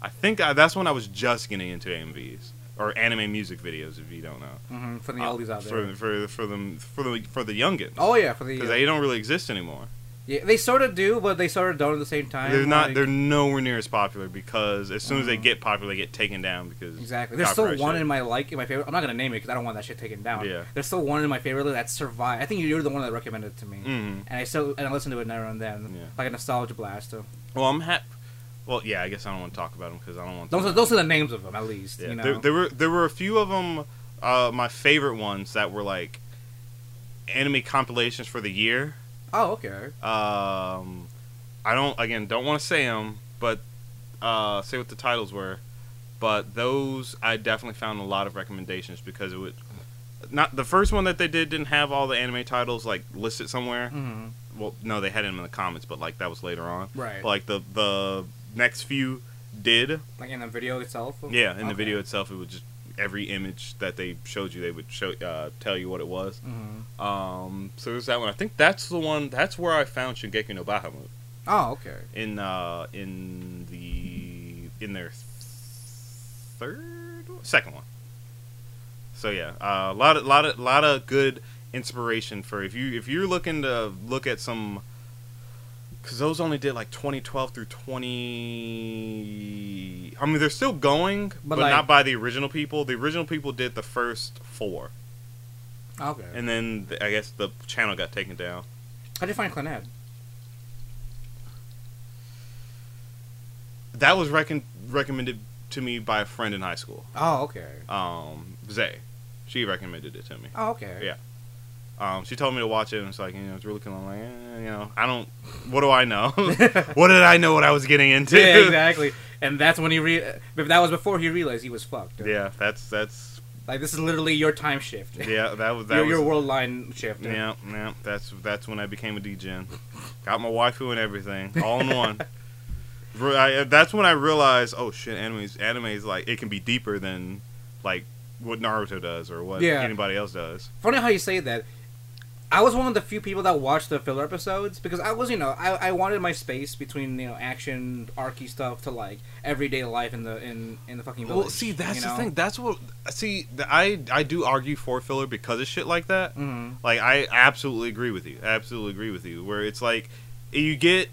Speaker 2: I think I, that's when I was just getting into AMVs or anime music videos. If you don't know,
Speaker 1: hmm for the
Speaker 2: Uh,
Speaker 1: oldies out there.
Speaker 2: for for for them for the for the youngins
Speaker 1: oh yeah, for the
Speaker 2: because they don't really exist anymore.
Speaker 1: yeah, they sort of do, but they sort of don't at the same time.
Speaker 2: They're not.
Speaker 1: like-
Speaker 2: They're nowhere near as popular because as soon as they
Speaker 1: Mhm.
Speaker 2: get popular, they get taken down because
Speaker 1: Exactly. There's still
Speaker 2: copyright
Speaker 1: one
Speaker 2: shit.
Speaker 1: in my like in my favorite. I'm not gonna name it because I don't want that shit taken down.
Speaker 2: Yeah.
Speaker 1: There's still one in my favorite that survived. I think you're the one that recommended it to me,
Speaker 2: Mhm.
Speaker 1: and I still and I listen to it now and then,
Speaker 2: Yeah.
Speaker 1: like a nostalgia blast. So
Speaker 2: Well, I'm happy. Well, yeah, I guess I don't want to talk about them because I don't want.
Speaker 1: those
Speaker 2: to,
Speaker 1: are those are the names of them at least.
Speaker 2: yeah.
Speaker 1: You know.
Speaker 2: there, there were there were a few of them. Uh, my favorite ones that were like anime compilations for the year.
Speaker 1: oh okay.
Speaker 2: Um, I don't again don't want to say them, but uh, say what the titles were. But those I definitely found a lot of recommendations because it would not the first one that they did didn't have all the anime titles like listed somewhere.
Speaker 1: hmm
Speaker 2: Well, no, they had them in the comments, but like that was later on.
Speaker 1: Right.
Speaker 2: But, like the the next few did.
Speaker 1: Like in the video itself.
Speaker 2: Yeah, in the
Speaker 1: Okay.
Speaker 2: video itself, it would just every image that they showed you, they would show uh, tell you what it was.
Speaker 1: Mm-hmm.
Speaker 2: Um, so there's that one. I think that's the one. That's where I found Shingeki no Bahamut
Speaker 1: Oh, okay.
Speaker 2: in uh, in the in their third second one. So yeah, a lot of lot of lot of good inspiration for if you if you're looking to look at some because those only did like 2012 through 20 i mean they're still going
Speaker 1: But,
Speaker 2: but,
Speaker 1: like-
Speaker 2: not by the original people the original people did the first four
Speaker 1: Okay.
Speaker 2: and then th- i guess the channel got taken down
Speaker 1: How do you find Clannad?
Speaker 2: that was recon- recommended to me by a friend in high school
Speaker 1: Oh, okay.
Speaker 2: um zay she recommended it to me
Speaker 1: Oh, okay.
Speaker 2: Yeah. um she told me to watch it and it's like you know it's really cool i'm like eh, you know i don't what do i know what did i know what i was getting into
Speaker 1: yeah, exactly. And that's when he re. But that was before he realized he was fucked.
Speaker 2: yeah that's that's
Speaker 1: Like this is literally your time shift.
Speaker 2: yeah that was that
Speaker 1: your,
Speaker 2: was
Speaker 1: your world line shift.
Speaker 2: Yeah, yeah. That's that's when I became a DJ. Got my waifu and everything, all in one. Re- I, that's when I realized, oh shit, anime's anime's like it can be deeper than like what Naruto does or what
Speaker 1: Yeah.
Speaker 2: anybody else does.
Speaker 1: Funny how you say that. I was one of the few people that watched the filler episodes because I was, you know, I, I wanted my space between you know action, archy stuff to like everyday life in the in in the fucking village.
Speaker 2: Well, see, that's
Speaker 1: you
Speaker 2: the
Speaker 1: know?
Speaker 2: thing. That's what see. th- I I do argue for filler because of shit like that.
Speaker 1: Mhm.
Speaker 2: Like I absolutely agree with you. I absolutely agree with you. Where it's like you get.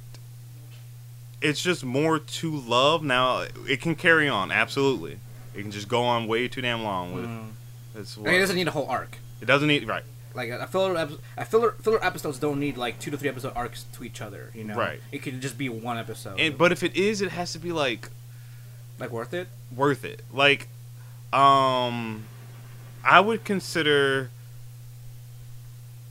Speaker 2: It's just more to love now. It can carry on absolutely. It can just go on way too damn long with.
Speaker 1: Mhm.
Speaker 2: It's
Speaker 1: I mean, it
Speaker 2: what-
Speaker 1: doesn't need a whole arc.
Speaker 2: it doesn't need right,
Speaker 1: Like a filler, epi- a filler, filler episodes don't need like two to three episode arcs to each other. You know,
Speaker 2: Right.
Speaker 1: It could just be one episode.
Speaker 2: and but if it is, it has to be like
Speaker 1: like worth it.
Speaker 2: worth it. Like, um, I would consider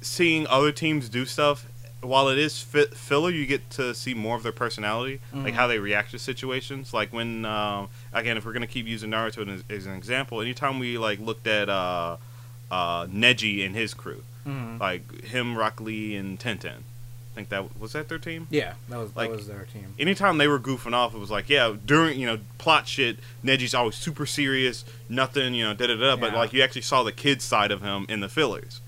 Speaker 2: seeing other teams do stuff. While it is fi- filler, you get to see more of their personality, like
Speaker 1: Mhm.
Speaker 2: how they react to situations. Like when, um, again, if we're gonna keep using Naruto as, as an example, anytime we like looked at uh, uh, Neji and his crew,
Speaker 1: Mhm.
Speaker 2: like him, Rock Lee, and Tenten. I think that was that their team
Speaker 1: Yeah, that was
Speaker 2: Like-
Speaker 1: that was their team.
Speaker 2: anytime they were goofing off, it was like, yeah, during you know plot shit, Neji's always super serious, nothing, you know, da da da. But
Speaker 1: Yeah.
Speaker 2: like you actually saw the kid side of him in the fillers.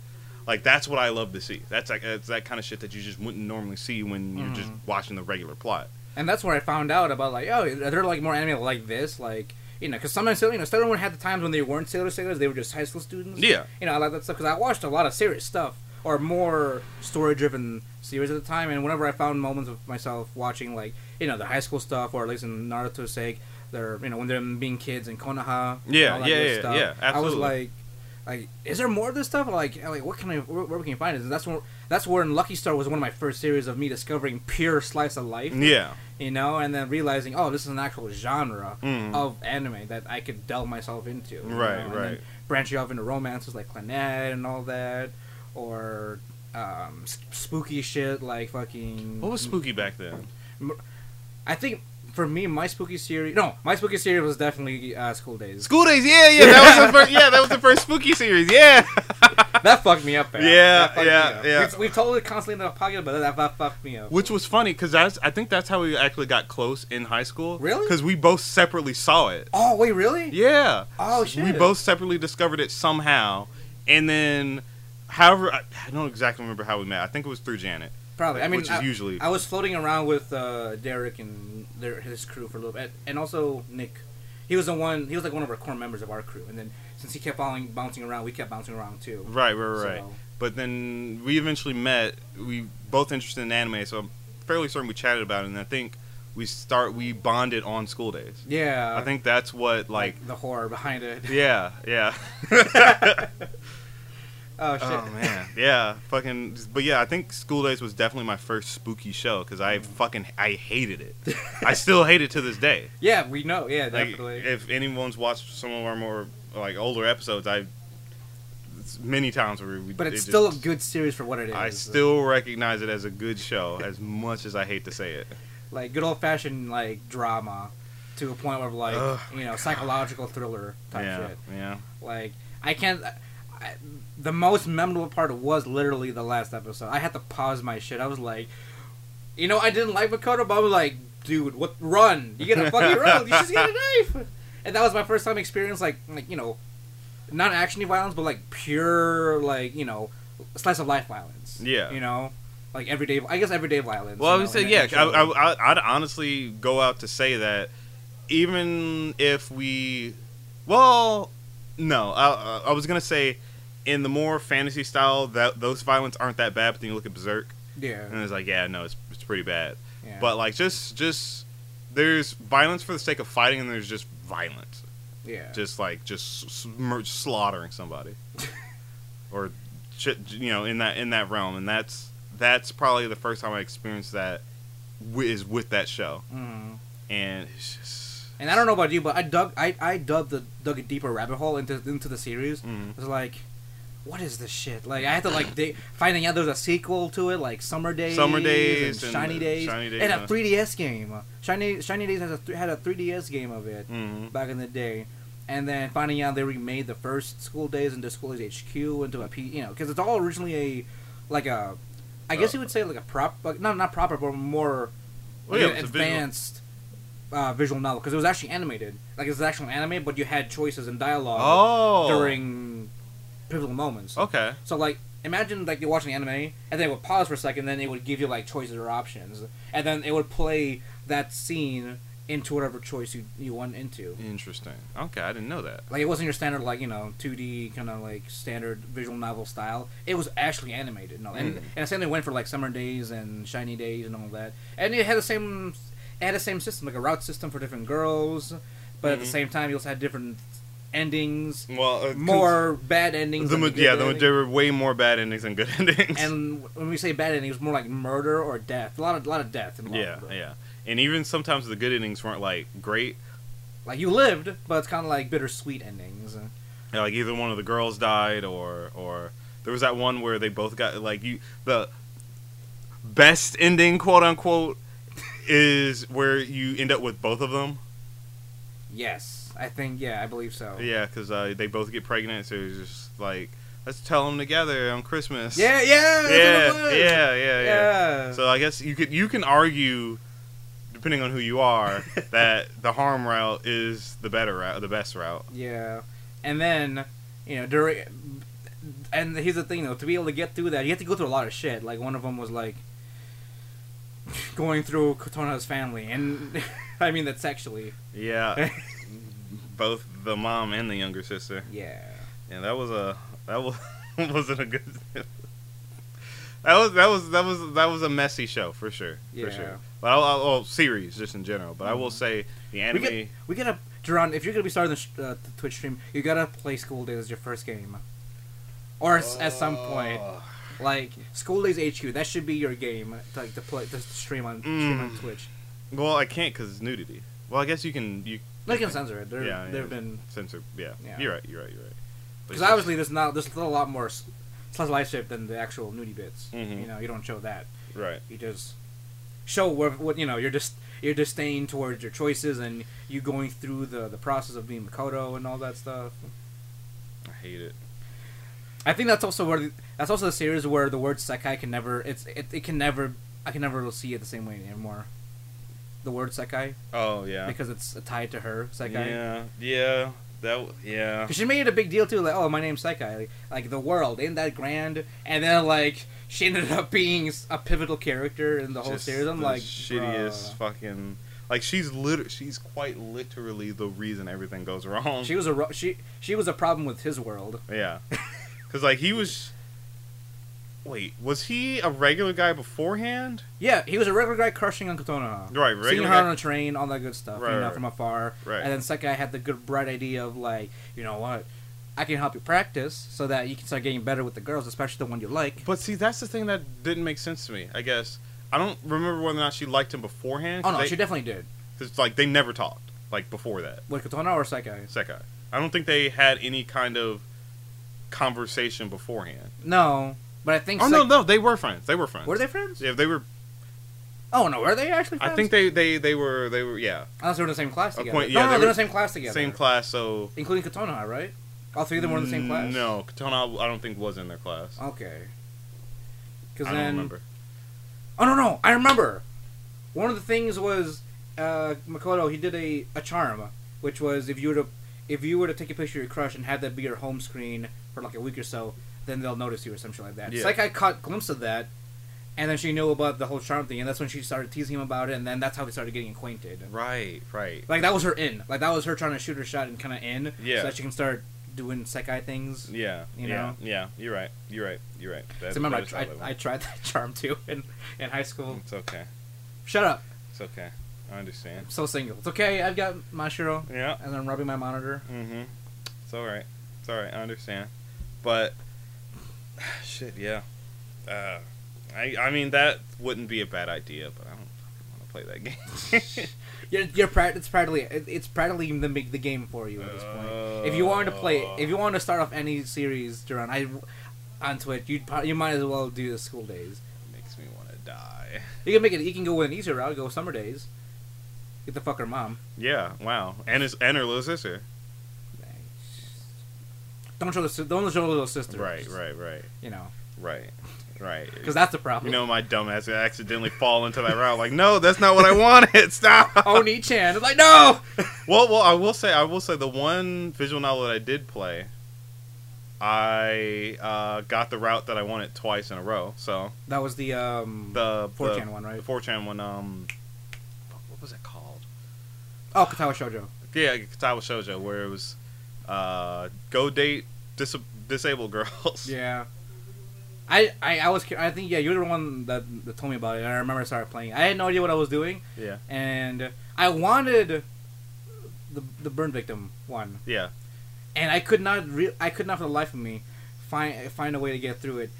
Speaker 2: Like that's what I love to see. That's like it's that kind of shit that you just wouldn't normally see when you're just watching the regular plot.
Speaker 1: and that's where I found out about like, oh, are there like more anime like this? Like, you know, because sometimes you know, Sailor Moon had the times when they weren't sailor sailors; they were just high school students.
Speaker 2: Yeah.
Speaker 1: you know, I like that stuff because I watched a lot of serious stuff or more story-driven series at the time. And whenever I found moments of myself watching like, you know, the high school stuff, or at least in Naruto's sake, they're you know when they're being kids in Konoha. and
Speaker 2: Yeah,
Speaker 1: all that
Speaker 2: yeah,
Speaker 1: good
Speaker 2: yeah, yeah,
Speaker 1: I was
Speaker 2: absolutely.
Speaker 1: like. Like, is there more of this stuff? Like, like what can I, where, where can I find it? And that's where, that's where Lucky Star was one of my first series of me discovering pure slice of life
Speaker 2: Yeah,
Speaker 1: you know, and then realizing, oh, this is an actual genre
Speaker 2: Mhm.
Speaker 1: of anime that I could delve myself into. you
Speaker 2: Right,
Speaker 1: know, and
Speaker 2: right.
Speaker 1: then branching off into romances like Clannad and all that, or um, s- spooky shit like fucking.
Speaker 2: what was spooky back then?
Speaker 1: I think for me, my spooky series. No, my spooky series was definitely uh, School Days.
Speaker 2: School days, yeah, yeah, that was the first, yeah, that was the first spooky series, yeah.
Speaker 1: that fucked me up. man.
Speaker 2: Yeah,
Speaker 1: That fucked
Speaker 2: yeah,
Speaker 1: me up.
Speaker 2: yeah.
Speaker 1: We've, we've told it constantly in the pocket, but that, that fucked me up.
Speaker 2: Which was funny because that's I think that's how we actually got close in high school.
Speaker 1: Really?
Speaker 2: Because we both separately saw it.
Speaker 1: oh wait, really?
Speaker 2: Yeah.
Speaker 1: Oh,
Speaker 2: We
Speaker 1: shit.
Speaker 2: both separately discovered it somehow, and then, however, I, I don't exactly remember how we met. I think it was through Janet.
Speaker 1: Probably. I mean,
Speaker 2: which is
Speaker 1: I,
Speaker 2: usually
Speaker 1: I was floating around with uh, Derek and their, his crew for a little bit, and also Nick. He was the one. He was like one of our core members of our crew, and then since he kept falling, bouncing around, we kept bouncing around too.
Speaker 2: right, right, right.
Speaker 1: So-
Speaker 2: But then we eventually met. We both interested in anime, so I'm fairly certain we chatted about it. And I think we start we bonded on school days.
Speaker 1: Yeah.
Speaker 2: I think that's what like.
Speaker 1: the horror behind it.
Speaker 2: yeah, yeah.
Speaker 1: Oh shit.
Speaker 2: Oh man, yeah, fucking. But yeah, I think School Days was definitely my first spooky show because
Speaker 1: Mm.
Speaker 2: I fucking I hated it. I still hate it to this day.
Speaker 1: yeah, we know. Yeah,
Speaker 2: Like,
Speaker 1: definitely.
Speaker 2: if anyone's watched some of our more like older episodes, I it's many times where we,
Speaker 1: but it's
Speaker 2: it
Speaker 1: still
Speaker 2: just-
Speaker 1: a good series for what it is.
Speaker 2: I still recognize it as a good show, as much as I hate to say it.
Speaker 1: like good old fashioned like drama, to a point where like
Speaker 2: Ugh,
Speaker 1: you know psychological thriller type
Speaker 2: yeah,
Speaker 1: shit.
Speaker 2: yeah,
Speaker 1: Like I can't. I, I- the most memorable part was literally the last episode. I had to pause my shit. I was like, you know, I didn't like Makoto, but I was like, dude, what? Run! You gotta fucking run! You just get a knife. And that was my first time experience, like, like you know, not action violence, but like pure like you know slice of life violence.
Speaker 2: Yeah.
Speaker 1: you know, like everyday. I guess everyday violence.
Speaker 2: Well, I
Speaker 1: you
Speaker 2: would
Speaker 1: know,
Speaker 2: say
Speaker 1: in-
Speaker 2: yeah.
Speaker 1: in
Speaker 2: I,
Speaker 1: shows.
Speaker 2: I, I, I'd honestly go out to say that, even if we, well, no, I, I was gonna say, in the more fantasy style, that those violence aren't that bad. But then you look at Berserk, and
Speaker 1: yeah,
Speaker 2: it's like, yeah, no, it's it's pretty bad.
Speaker 1: yeah.
Speaker 2: But like, just just there's violence for the sake of fighting, and there's just violence,
Speaker 1: yeah,
Speaker 2: just like just sm- slaughtering somebody, or shit, you know, in that in that realm, and that's that's probably the first time I experienced that wi- is with that show,
Speaker 1: Mhm.
Speaker 2: and it's just
Speaker 1: and I don't know about you, but I dug I, I dug the dug a deeper rabbit hole into into the series.
Speaker 2: Mhm.
Speaker 1: It was like. What is this shit? Like I had to like dig, finding out there's a sequel to it, like Summer Days,
Speaker 2: Summer Days
Speaker 1: and
Speaker 2: and
Speaker 1: Shiny
Speaker 2: the
Speaker 1: Days,
Speaker 2: Shiny Days,
Speaker 1: and a
Speaker 2: yeah.
Speaker 1: 3DS game. Shiny Shiny Days has a th- had a 3DS game of it,
Speaker 2: mhm.
Speaker 1: back in the day, and then finding out they remade the first school days into School Days HQ into a P, you know, because it's all originally a like a, I guess
Speaker 2: Uh,
Speaker 1: you would say like a prop, but not not proper, but more like,
Speaker 2: Well, Oh, yeah,
Speaker 1: an
Speaker 2: it's a visual-
Speaker 1: advanced uh, visual novel because it was actually animated, like it's an actual anime, but you had choices and dialogue
Speaker 2: oh
Speaker 1: during pivotal moments.
Speaker 2: okay
Speaker 1: So like imagine like you're watching anime and then it would pause for a second, then it would give you like choices or options, and then it would play that scene into whatever choice you you went into.
Speaker 2: interesting okay I didn't know that
Speaker 1: Like it wasn't your standard like you know 2D kind of like standard visual novel style. It was actually animated. No, and
Speaker 2: Mm.
Speaker 1: and the same they went for like summer days and shiny days and all that. And it had the same it had the same system like a route system for different girls, but at the
Speaker 2: Mhm.
Speaker 1: same time you also had different endings,
Speaker 2: well uh,
Speaker 1: more bad endings.
Speaker 2: the,
Speaker 1: than
Speaker 2: ma-
Speaker 1: good
Speaker 2: yeah the, ma-
Speaker 1: endings.
Speaker 2: there were way more bad endings than good endings
Speaker 1: And when we say bad endings, more like murder or death. A lot of lot of death. In a lot
Speaker 2: yeah
Speaker 1: of it.
Speaker 2: yeah and even sometimes the good endings weren't like great
Speaker 1: Like you lived, but it's kind of like bittersweet endings.
Speaker 2: Yeah, like either one of the girls died or or there was that one where they both got like you the best ending quote unquote is where you end up with both of them
Speaker 1: Yes, I think yeah, I believe so.
Speaker 2: yeah because uh, they both get pregnant so it's just like let's tell them together on christmas
Speaker 1: Yeah, yeah, that's what it
Speaker 2: yeah
Speaker 1: was.
Speaker 2: yeah yeah yeah
Speaker 1: yeah.
Speaker 2: so i guess you could you can argue depending on who you are that the harm route is the better route the best route
Speaker 1: Yeah. and then you know during, and here's the thing though, to be able to get through that, you have to go through a lot of shit. Like one of them was like going through Kotona's family, and I mean that sexually.
Speaker 2: yeah both the mom and the younger sister
Speaker 1: Yeah,
Speaker 2: Yeah, that was a that was wasn't a good. that was that was that was that was a messy show for sure,
Speaker 1: Yeah.
Speaker 2: for sure. But I'll, I'll, well, series just in general. But I will
Speaker 1: Mhm.
Speaker 2: say the anime.
Speaker 1: we get we gotta. Duran, if you're gonna be starting the, sh- uh, the Twitch stream, you gotta play School Days as your first game, or s at some point,
Speaker 2: Oh.
Speaker 1: like School Days HQ. That should be your game, like to play to stream on stream on
Speaker 2: Mm.
Speaker 1: Twitch.
Speaker 2: Well, I can't because it's nudity. Well, I guess you can you
Speaker 1: They can censor it. There,
Speaker 2: Yeah, yeah.
Speaker 1: there have been
Speaker 2: censor. Yeah,
Speaker 1: Yeah.
Speaker 2: you're right. You're right. You're right. But
Speaker 1: Because obviously, there's not there's still a lot more s- slice of life shit than the actual nudie bits.
Speaker 2: Mhm.
Speaker 1: You know, you don't show that.
Speaker 2: right.
Speaker 1: You just show what, what you know. You're just your disdain towards your choices and you going through the the process of being Makoto and all that stuff.
Speaker 2: I hate it.
Speaker 1: I think that's also where the, that's also the series where the word sekai can never it's it, it can never I can never see it the same way anymore. The word sekai
Speaker 2: Oh yeah.
Speaker 1: because it's tied to her sekai.
Speaker 2: Yeah. Yeah. That. w- Yeah.
Speaker 1: Cause she made it a big deal too, like, oh, my name's Sekai, like, like the world, ain't that grand? And then like she ended up being s- a pivotal character in the whole
Speaker 2: Just
Speaker 1: series. I'm
Speaker 2: the
Speaker 1: like,
Speaker 2: shittiest
Speaker 1: bruh.
Speaker 2: fucking. Like she's lit. She's quite literally the reason everything goes wrong.
Speaker 1: She was a ro- she she was a problem with his world.
Speaker 2: Yeah. Cause like he was. Wait, was he a regular guy beforehand?
Speaker 1: Yeah, he was a regular guy crushing on Katona,
Speaker 2: Right,
Speaker 1: seeing
Speaker 2: regular.
Speaker 1: her on
Speaker 2: Guy,
Speaker 1: a train, all that good stuff,
Speaker 2: Right,
Speaker 1: you know,
Speaker 2: right,
Speaker 1: from afar.
Speaker 2: right.
Speaker 1: And then Sekai had the good bright idea of like, you know what, I can help you practice so that you can start getting better with the girls, especially the one you like.
Speaker 2: but see, that's the thing that didn't make sense to me. I guess I don't remember whether or not she liked him beforehand.
Speaker 1: Oh no,
Speaker 2: they,
Speaker 1: she definitely did
Speaker 2: Cause like they never talked like before that.
Speaker 1: with Katona or Sekai.
Speaker 2: Sekai. I don't think they had any kind of conversation beforehand.
Speaker 1: No, but I think.
Speaker 2: Oh
Speaker 1: Sek-
Speaker 2: no, no, they were friends. They were friends.
Speaker 1: Were they friends?
Speaker 2: Yeah, they were.
Speaker 1: Oh no, were they actually?
Speaker 2: I
Speaker 1: Friends?
Speaker 2: think they they they were they were yeah
Speaker 1: Unless they were in the same class
Speaker 2: A
Speaker 1: together.
Speaker 2: point-
Speaker 1: no,
Speaker 2: yeah,
Speaker 1: no,
Speaker 2: they
Speaker 1: they were
Speaker 2: were-
Speaker 1: in the same class together.
Speaker 2: same class. So
Speaker 1: Including Katona, right? All three of them were in the same class?
Speaker 2: No, Katona I don't think was in their class.
Speaker 1: Okay.
Speaker 2: I
Speaker 1: Because
Speaker 2: don't
Speaker 1: then.
Speaker 2: remember.
Speaker 1: Oh, no, no. I remember. One of the things was uh, Makoto, he did a, a charm, which was if you were to. if you were to take a picture of your crush and have that be your home screen for like a week or so, then they'll notice you or some shit like that.
Speaker 2: Yeah.
Speaker 1: It's like I caught a glimpse of that, and then she knew about the whole charm thing, and that's when she started teasing him about it, and then that's how they started getting acquainted.
Speaker 2: Right, right.
Speaker 1: Like that was her in. Like that was her trying to shoot her shot and kind of in,
Speaker 2: Yeah.
Speaker 1: so that she can start doing sekai things.
Speaker 2: Yeah,
Speaker 1: You
Speaker 2: yeah,
Speaker 1: know?
Speaker 2: yeah. You're right. You're right. You're right. That,
Speaker 1: 'Cause remember, I,
Speaker 2: that is
Speaker 1: tried,
Speaker 2: how that
Speaker 1: I
Speaker 2: went.
Speaker 1: tried that charm too in, in high school.
Speaker 2: It's okay.
Speaker 1: Shut up.
Speaker 2: It's okay. I understand.
Speaker 1: I'm so single. It's okay. I've got my shiro,
Speaker 2: Yeah.
Speaker 1: and I'm rubbing my monitor.
Speaker 2: Mm-hmm. It's all right. It's all right. I understand. But shit, yeah. Uh, I I mean that wouldn't be a bad idea, but I don't fucking want to play that game.
Speaker 1: You're, you're prac- it's practically it- it's practically the big- the game for you at this point. If you wanted to play, if you wanted to start off any series, Duran, I onto it, you you might as well do the school days.
Speaker 2: Makes me want to die.
Speaker 1: You can make it. You can go with an easier route. Go summer days. Get the fucker mom.
Speaker 2: Yeah. Wow. And his and her little sister.
Speaker 1: Don't show the si- don't show the little sister.
Speaker 2: Right. Right. Right.
Speaker 1: You know,
Speaker 2: Right. Right.
Speaker 1: because that's the problem.
Speaker 2: You know, my dumbass would accidentally fall into that route. Like, no, that's not what I wanted. Stop.
Speaker 1: Oni Chan Oh, is like, no.
Speaker 2: well, well, I will say, I will say, the one visual novel that I did play, I uh, got the route that I wanted twice in a row. So
Speaker 1: That was the um
Speaker 2: the
Speaker 1: 4chan
Speaker 2: the-
Speaker 1: one, right?
Speaker 2: The Mm-hmm. four chan one. Um, fuck, what was it called?
Speaker 1: oh Katawa Shoujo.
Speaker 2: Yeah, Katawa Shoujo, where it was, uh, go date dis- disabled girls.
Speaker 1: Yeah. I, I, I was cu- I think yeah you were the one that, that told me about it and I remember I started playing I had no idea what I was doing
Speaker 2: yeah,
Speaker 1: and I wanted the the burn victim one
Speaker 2: yeah.
Speaker 1: and I could not re- I could not for the life of me find find a way to get through it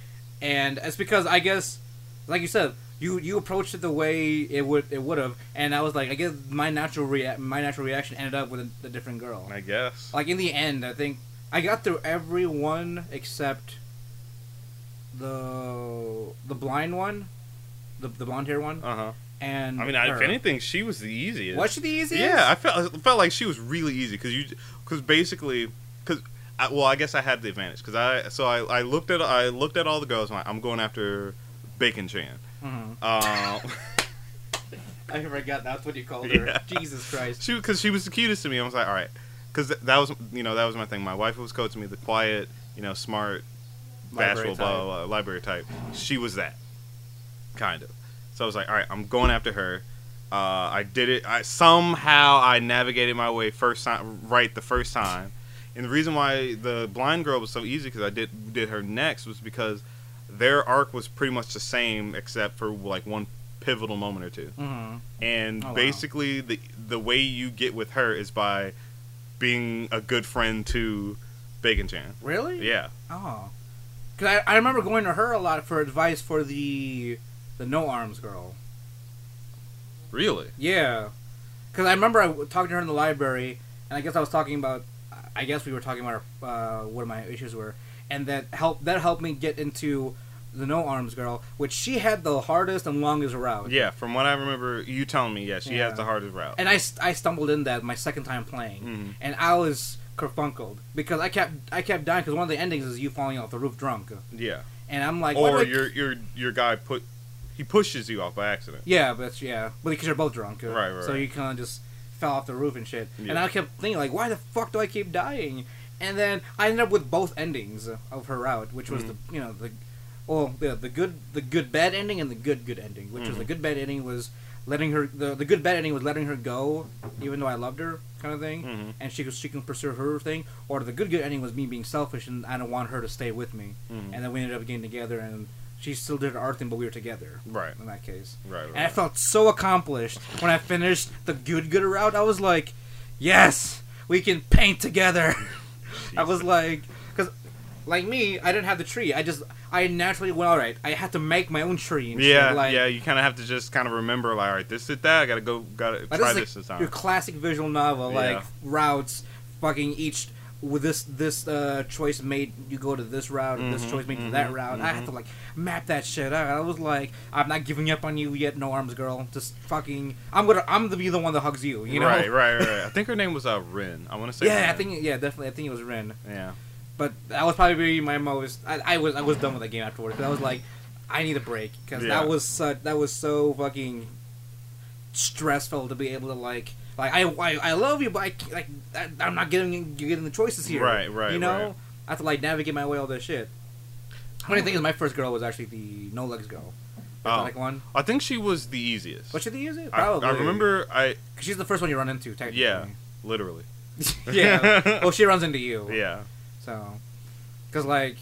Speaker 1: and it's because I guess like you said you you approached it the way it would it would have and I was like I guess my natural rea- my natural reaction ended up with a, a different girl
Speaker 2: I guess.
Speaker 1: like in the end i think i got through every one except the the blind one the, the blonde hair one
Speaker 2: Uh huh.
Speaker 1: and
Speaker 2: I mean, I, if
Speaker 1: her.
Speaker 2: anything, she was the easiest.
Speaker 1: was she the easiest
Speaker 2: Yeah, I felt I felt like she was really easy because you because basically because I, well I guess I had the advantage because I so I, I looked at I looked at all the girls and I'm like, I'm going after Bacon Chan.
Speaker 1: Mhm.
Speaker 2: Um,
Speaker 1: i forgot that's what you called her
Speaker 2: Yeah.
Speaker 1: jesus christ
Speaker 2: she because she was the cutest to me. I was like, all right, because that was you know that was my thing. My wife was coaching me the quiet, you know, smart,
Speaker 1: Library
Speaker 2: bashful, blah,
Speaker 1: type.
Speaker 2: blah blah library type. She was that kind of. So I was like, all right, I'm going after her. Uh, I did it. I somehow I navigated my way first time right the first time, and the reason why the blind girl was so easy because I did did her next was because their arc was pretty much the same except for like one pivotal moment or two
Speaker 1: hmm
Speaker 2: and
Speaker 1: Oh, wow.
Speaker 2: basically the the way you get with her is by being a good friend to Bacon Chan.
Speaker 1: really
Speaker 2: Yeah,
Speaker 1: oh because I, I remember going to her a lot for advice for the the no arms girl
Speaker 2: really.
Speaker 1: Yeah, because I remember I w- talking to her in the library, and I guess I was talking about, I guess we were talking about our, uh, what my issues were, and that helped that helped me get into the no arms girl, which she had the hardest and longest route.
Speaker 2: Yeah, from what I remember, you telling me, yeah, she
Speaker 1: Yeah.
Speaker 2: has the hardest route.
Speaker 1: And I, st- I stumbled in that my second time playing,
Speaker 2: Mhm.
Speaker 1: and I was kerfunkled because I kept I kept dying because one of the endings is you falling off the roof drunk,
Speaker 2: yeah,
Speaker 1: and I'm like, why do
Speaker 2: or
Speaker 1: I-
Speaker 2: your your your guy put he pushes you off by accident.
Speaker 1: Yeah, but yeah, but because you're both drunk, uh,
Speaker 2: Right, right,
Speaker 1: So
Speaker 2: right.
Speaker 1: you kind of just fell off the roof and shit. And
Speaker 2: Yeah.
Speaker 1: I kept thinking like, why the fuck do I keep dying? And then I ended up with both endings of her route, which was
Speaker 2: Mm-hmm.
Speaker 1: the you know the, well the, the good the good bad ending and the good good ending, which was
Speaker 2: Mm-hmm.
Speaker 1: the good bad ending was letting her the, the good bad ending was letting her go, even though I loved her kind of thing,
Speaker 2: Mhm.
Speaker 1: and she could she can pursue her thing. Or the good good ending was me being selfish and I don't want her to stay with me.
Speaker 2: Mhm.
Speaker 1: And then we ended up getting together, and she still did her art thing, but we were together
Speaker 2: Right,
Speaker 1: in that case.
Speaker 2: right, right.
Speaker 1: And I felt so accomplished when I finished the good good route. I was like, yes, we can paint together. I was like, because like me, I didn't have the tree. I just I naturally went all right. I had to make my own tree. And shit,
Speaker 2: yeah,
Speaker 1: like,
Speaker 2: yeah. You kind of have to just kind of remember, like, all right, this did that. I gotta go, gotta
Speaker 1: Like,
Speaker 2: try
Speaker 1: this
Speaker 2: this
Speaker 1: is
Speaker 2: this
Speaker 1: like
Speaker 2: time.
Speaker 1: your classic visual novel, like
Speaker 2: Yeah.
Speaker 1: routes, fucking each with this this uh, choice made you go to this route, and this
Speaker 2: Mhm,
Speaker 1: choice made you
Speaker 2: mhm,
Speaker 1: that route. I had
Speaker 2: mhm.
Speaker 1: to like map that shit out. I was like, I'm not giving up on you yet, no arms girl. Just fucking, I'm gonna I'm gonna be the one that hugs you. You know?
Speaker 2: Right, right, right, right. I think her name was uh, Rin. I want to say.
Speaker 1: Yeah, I
Speaker 2: Rin.
Speaker 1: think yeah, definitely. I think it was Ren,
Speaker 2: Yeah,
Speaker 1: but that was probably my most. I, I was I was done with that game afterwards. 'cause I was like, I need a break because
Speaker 2: Yeah.
Speaker 1: that was such that was so fucking stressful to be able to like like I I, I love you, but I can't, like I, I'm not getting you getting the choices here.
Speaker 2: Right, right,
Speaker 1: You know,
Speaker 2: right.
Speaker 1: I have to like navigate my way all this shit. Funny thing is, my first girl was actually the no legs girl, the
Speaker 2: Oh.
Speaker 1: black one.
Speaker 2: I think she was the easiest.
Speaker 1: What should they use it?
Speaker 2: I,
Speaker 1: Probably.
Speaker 2: I remember I
Speaker 1: 'Cause she's the first one you run into. Technically.
Speaker 2: yeah, literally.
Speaker 1: yeah. Well, she runs into you.
Speaker 2: Yeah.
Speaker 1: So, because like,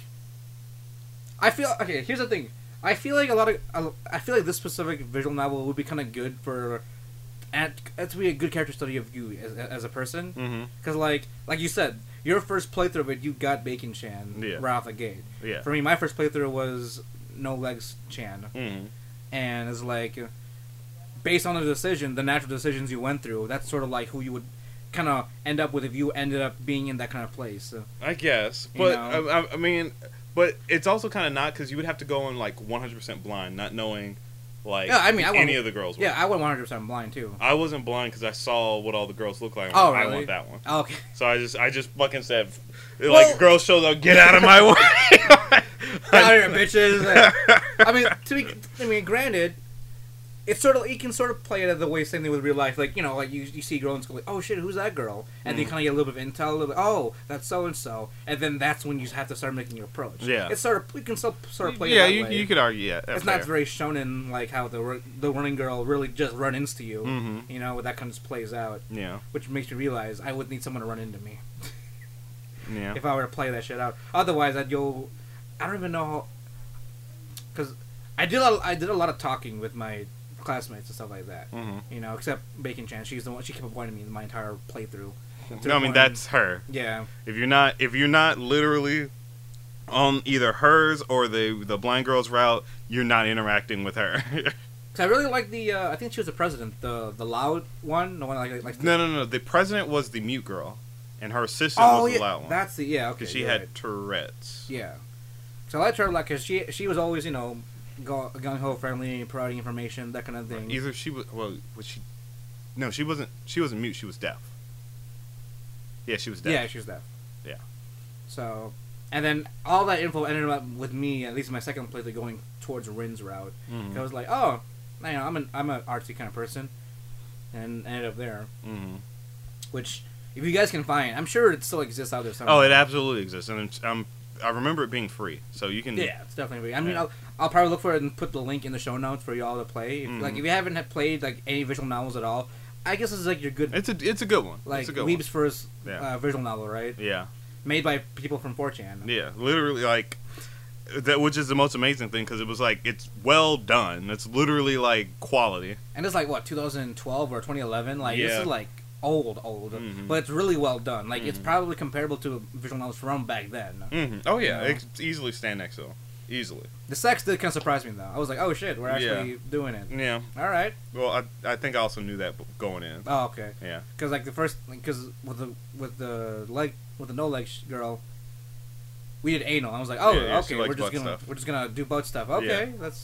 Speaker 1: I feel okay. Here's the thing. I feel like a lot of I- I feel like this specific visual novel would be kind of good for, at to be a good character study of you as, as a person.
Speaker 2: Mm-hmm.
Speaker 1: Because like like you said, your first playthrough of it, you got Bacon Chan
Speaker 2: Yeah.
Speaker 1: right off the gate.
Speaker 2: Yeah.
Speaker 1: For me, my first playthrough was No Legs Chan,
Speaker 2: Mm-hmm.
Speaker 1: and it's like, based on the decision, the natural decisions you went through, that's sort of like who you would kind of end up with if you ended up being in that kind of place. So,
Speaker 3: I guess,
Speaker 1: You
Speaker 3: but
Speaker 1: know?
Speaker 3: I, I, I mean, but it's also kind of not because you would have to go in like 100% blind, not knowing like
Speaker 1: Yeah, I mean, I
Speaker 3: any
Speaker 1: wouldn't-
Speaker 3: of the girls. Were.
Speaker 1: yeah, I went 100 percent blind too.
Speaker 3: I wasn't blind because I saw what all the girls look like. I'm
Speaker 1: Oh,
Speaker 3: like, I
Speaker 1: really?
Speaker 3: want that one.
Speaker 1: Okay.
Speaker 3: So I just, I just fucking said, like,
Speaker 1: Well-
Speaker 3: girls shows up, get out of my way.
Speaker 1: Get out of here, bitches. I mean, to be, I mean, granted, it's sort of you can sort of play it the way same thing with real life. Like you know, like you, you see a girl in school, like, oh shit, who's that girl? And
Speaker 2: Mm.
Speaker 1: then you kind of get a little bit of intel, a little bit, oh, that's so and so, and then that's when you have to start making your approach.
Speaker 2: Yeah.
Speaker 1: it's sort of you can still sort of play.
Speaker 2: yeah,
Speaker 1: it that
Speaker 2: you,
Speaker 1: way.
Speaker 2: you could argue. Yeah,
Speaker 1: It's not very shonen like how the ru- the running girl really just run into you.
Speaker 2: Mm-hmm.
Speaker 1: You know, that kind of plays out,
Speaker 2: Yeah,
Speaker 1: which makes me realize I would need someone to run into me
Speaker 2: yeah.
Speaker 1: if I were to play that shit out. Otherwise, I'd go. I don't even know how. Because I did a, I did a lot of talking with my classmates and stuff like that.
Speaker 2: Mm-hmm.
Speaker 1: You know, except Bacon Chan. She's the one. She kept avoiding me my entire playthrough.
Speaker 2: No, I mean that's her.
Speaker 1: yeah.
Speaker 2: If you're not, if you're not literally on either hers or the the blind girl's route, you're not interacting with her.
Speaker 1: Because I really like the. Uh, I think she was the president. The the loud one. The one like like.
Speaker 2: no, no, no. The president was the mute girl, and her assistant
Speaker 1: oh
Speaker 2: was
Speaker 1: yeah.
Speaker 2: the loud one
Speaker 1: That's the yeah. Okay.
Speaker 2: because she
Speaker 1: you're
Speaker 2: had
Speaker 1: right.
Speaker 2: Tourette's.
Speaker 1: Yeah. So I liked her like because she she was always you know gung ho friendly, providing information that kind of thing.
Speaker 2: Either she was well, was she? No, she wasn't. She wasn't mute. She was deaf. Yeah, she was deaf.
Speaker 1: Yeah, she was deaf.
Speaker 2: Yeah.
Speaker 1: So, and then all that info ended up with me, at least my second playthrough, going towards Rin's route. I
Speaker 2: Mm-hmm.
Speaker 1: was like, oh, you know, I'm an I'm an artsy kind of person, and ended up there.
Speaker 2: Mm-hmm.
Speaker 1: Which, if you guys can find, I'm sure it still exists out there somewhere.
Speaker 2: Oh, it absolutely exists, and it's, um, I remember it being free, so you can.
Speaker 1: Yeah, it's definitely. I mean,
Speaker 2: Yeah.
Speaker 1: I'll, I'll probably look for it and put the link in the show notes for y'all to play. If, Like,
Speaker 2: Mhm.
Speaker 1: if you haven't had played like any visual novels at all, I guess this is like your good
Speaker 2: It's a it's a good one.
Speaker 1: like
Speaker 2: it's a good
Speaker 1: Weeb's first
Speaker 2: Yeah.
Speaker 1: uh, visual novel, right?
Speaker 2: one. Yeah,
Speaker 1: Made by people from 4chan.
Speaker 2: yeah, literally like that, which is the most amazing thing because it was like it's well done. It's literally like quality.
Speaker 1: and it's like what 2012 or 2011 like this
Speaker 3: Yeah.
Speaker 1: is like old old
Speaker 2: Mhm.
Speaker 1: but it's really well done like it's probably comparable to visual novels from back then
Speaker 2: Mm-hmm. Oh yeah,
Speaker 1: Yeah.
Speaker 2: it could easily stand next to them. easily.
Speaker 1: the sex did kind of surprise me though i was like oh shit we're actually doing it
Speaker 2: Yeah.
Speaker 1: all right
Speaker 2: Well, I I think I also knew that b- going in.
Speaker 1: oh okay
Speaker 2: Yeah.
Speaker 1: because like the first because with the with the leg with the no leg sh- girl we did anal i was like oh
Speaker 2: Yeah, yeah, she
Speaker 1: okay
Speaker 2: likes
Speaker 1: we're just
Speaker 2: butt
Speaker 1: gonna
Speaker 2: stuff.
Speaker 1: we're just gonna do butt stuff okay let's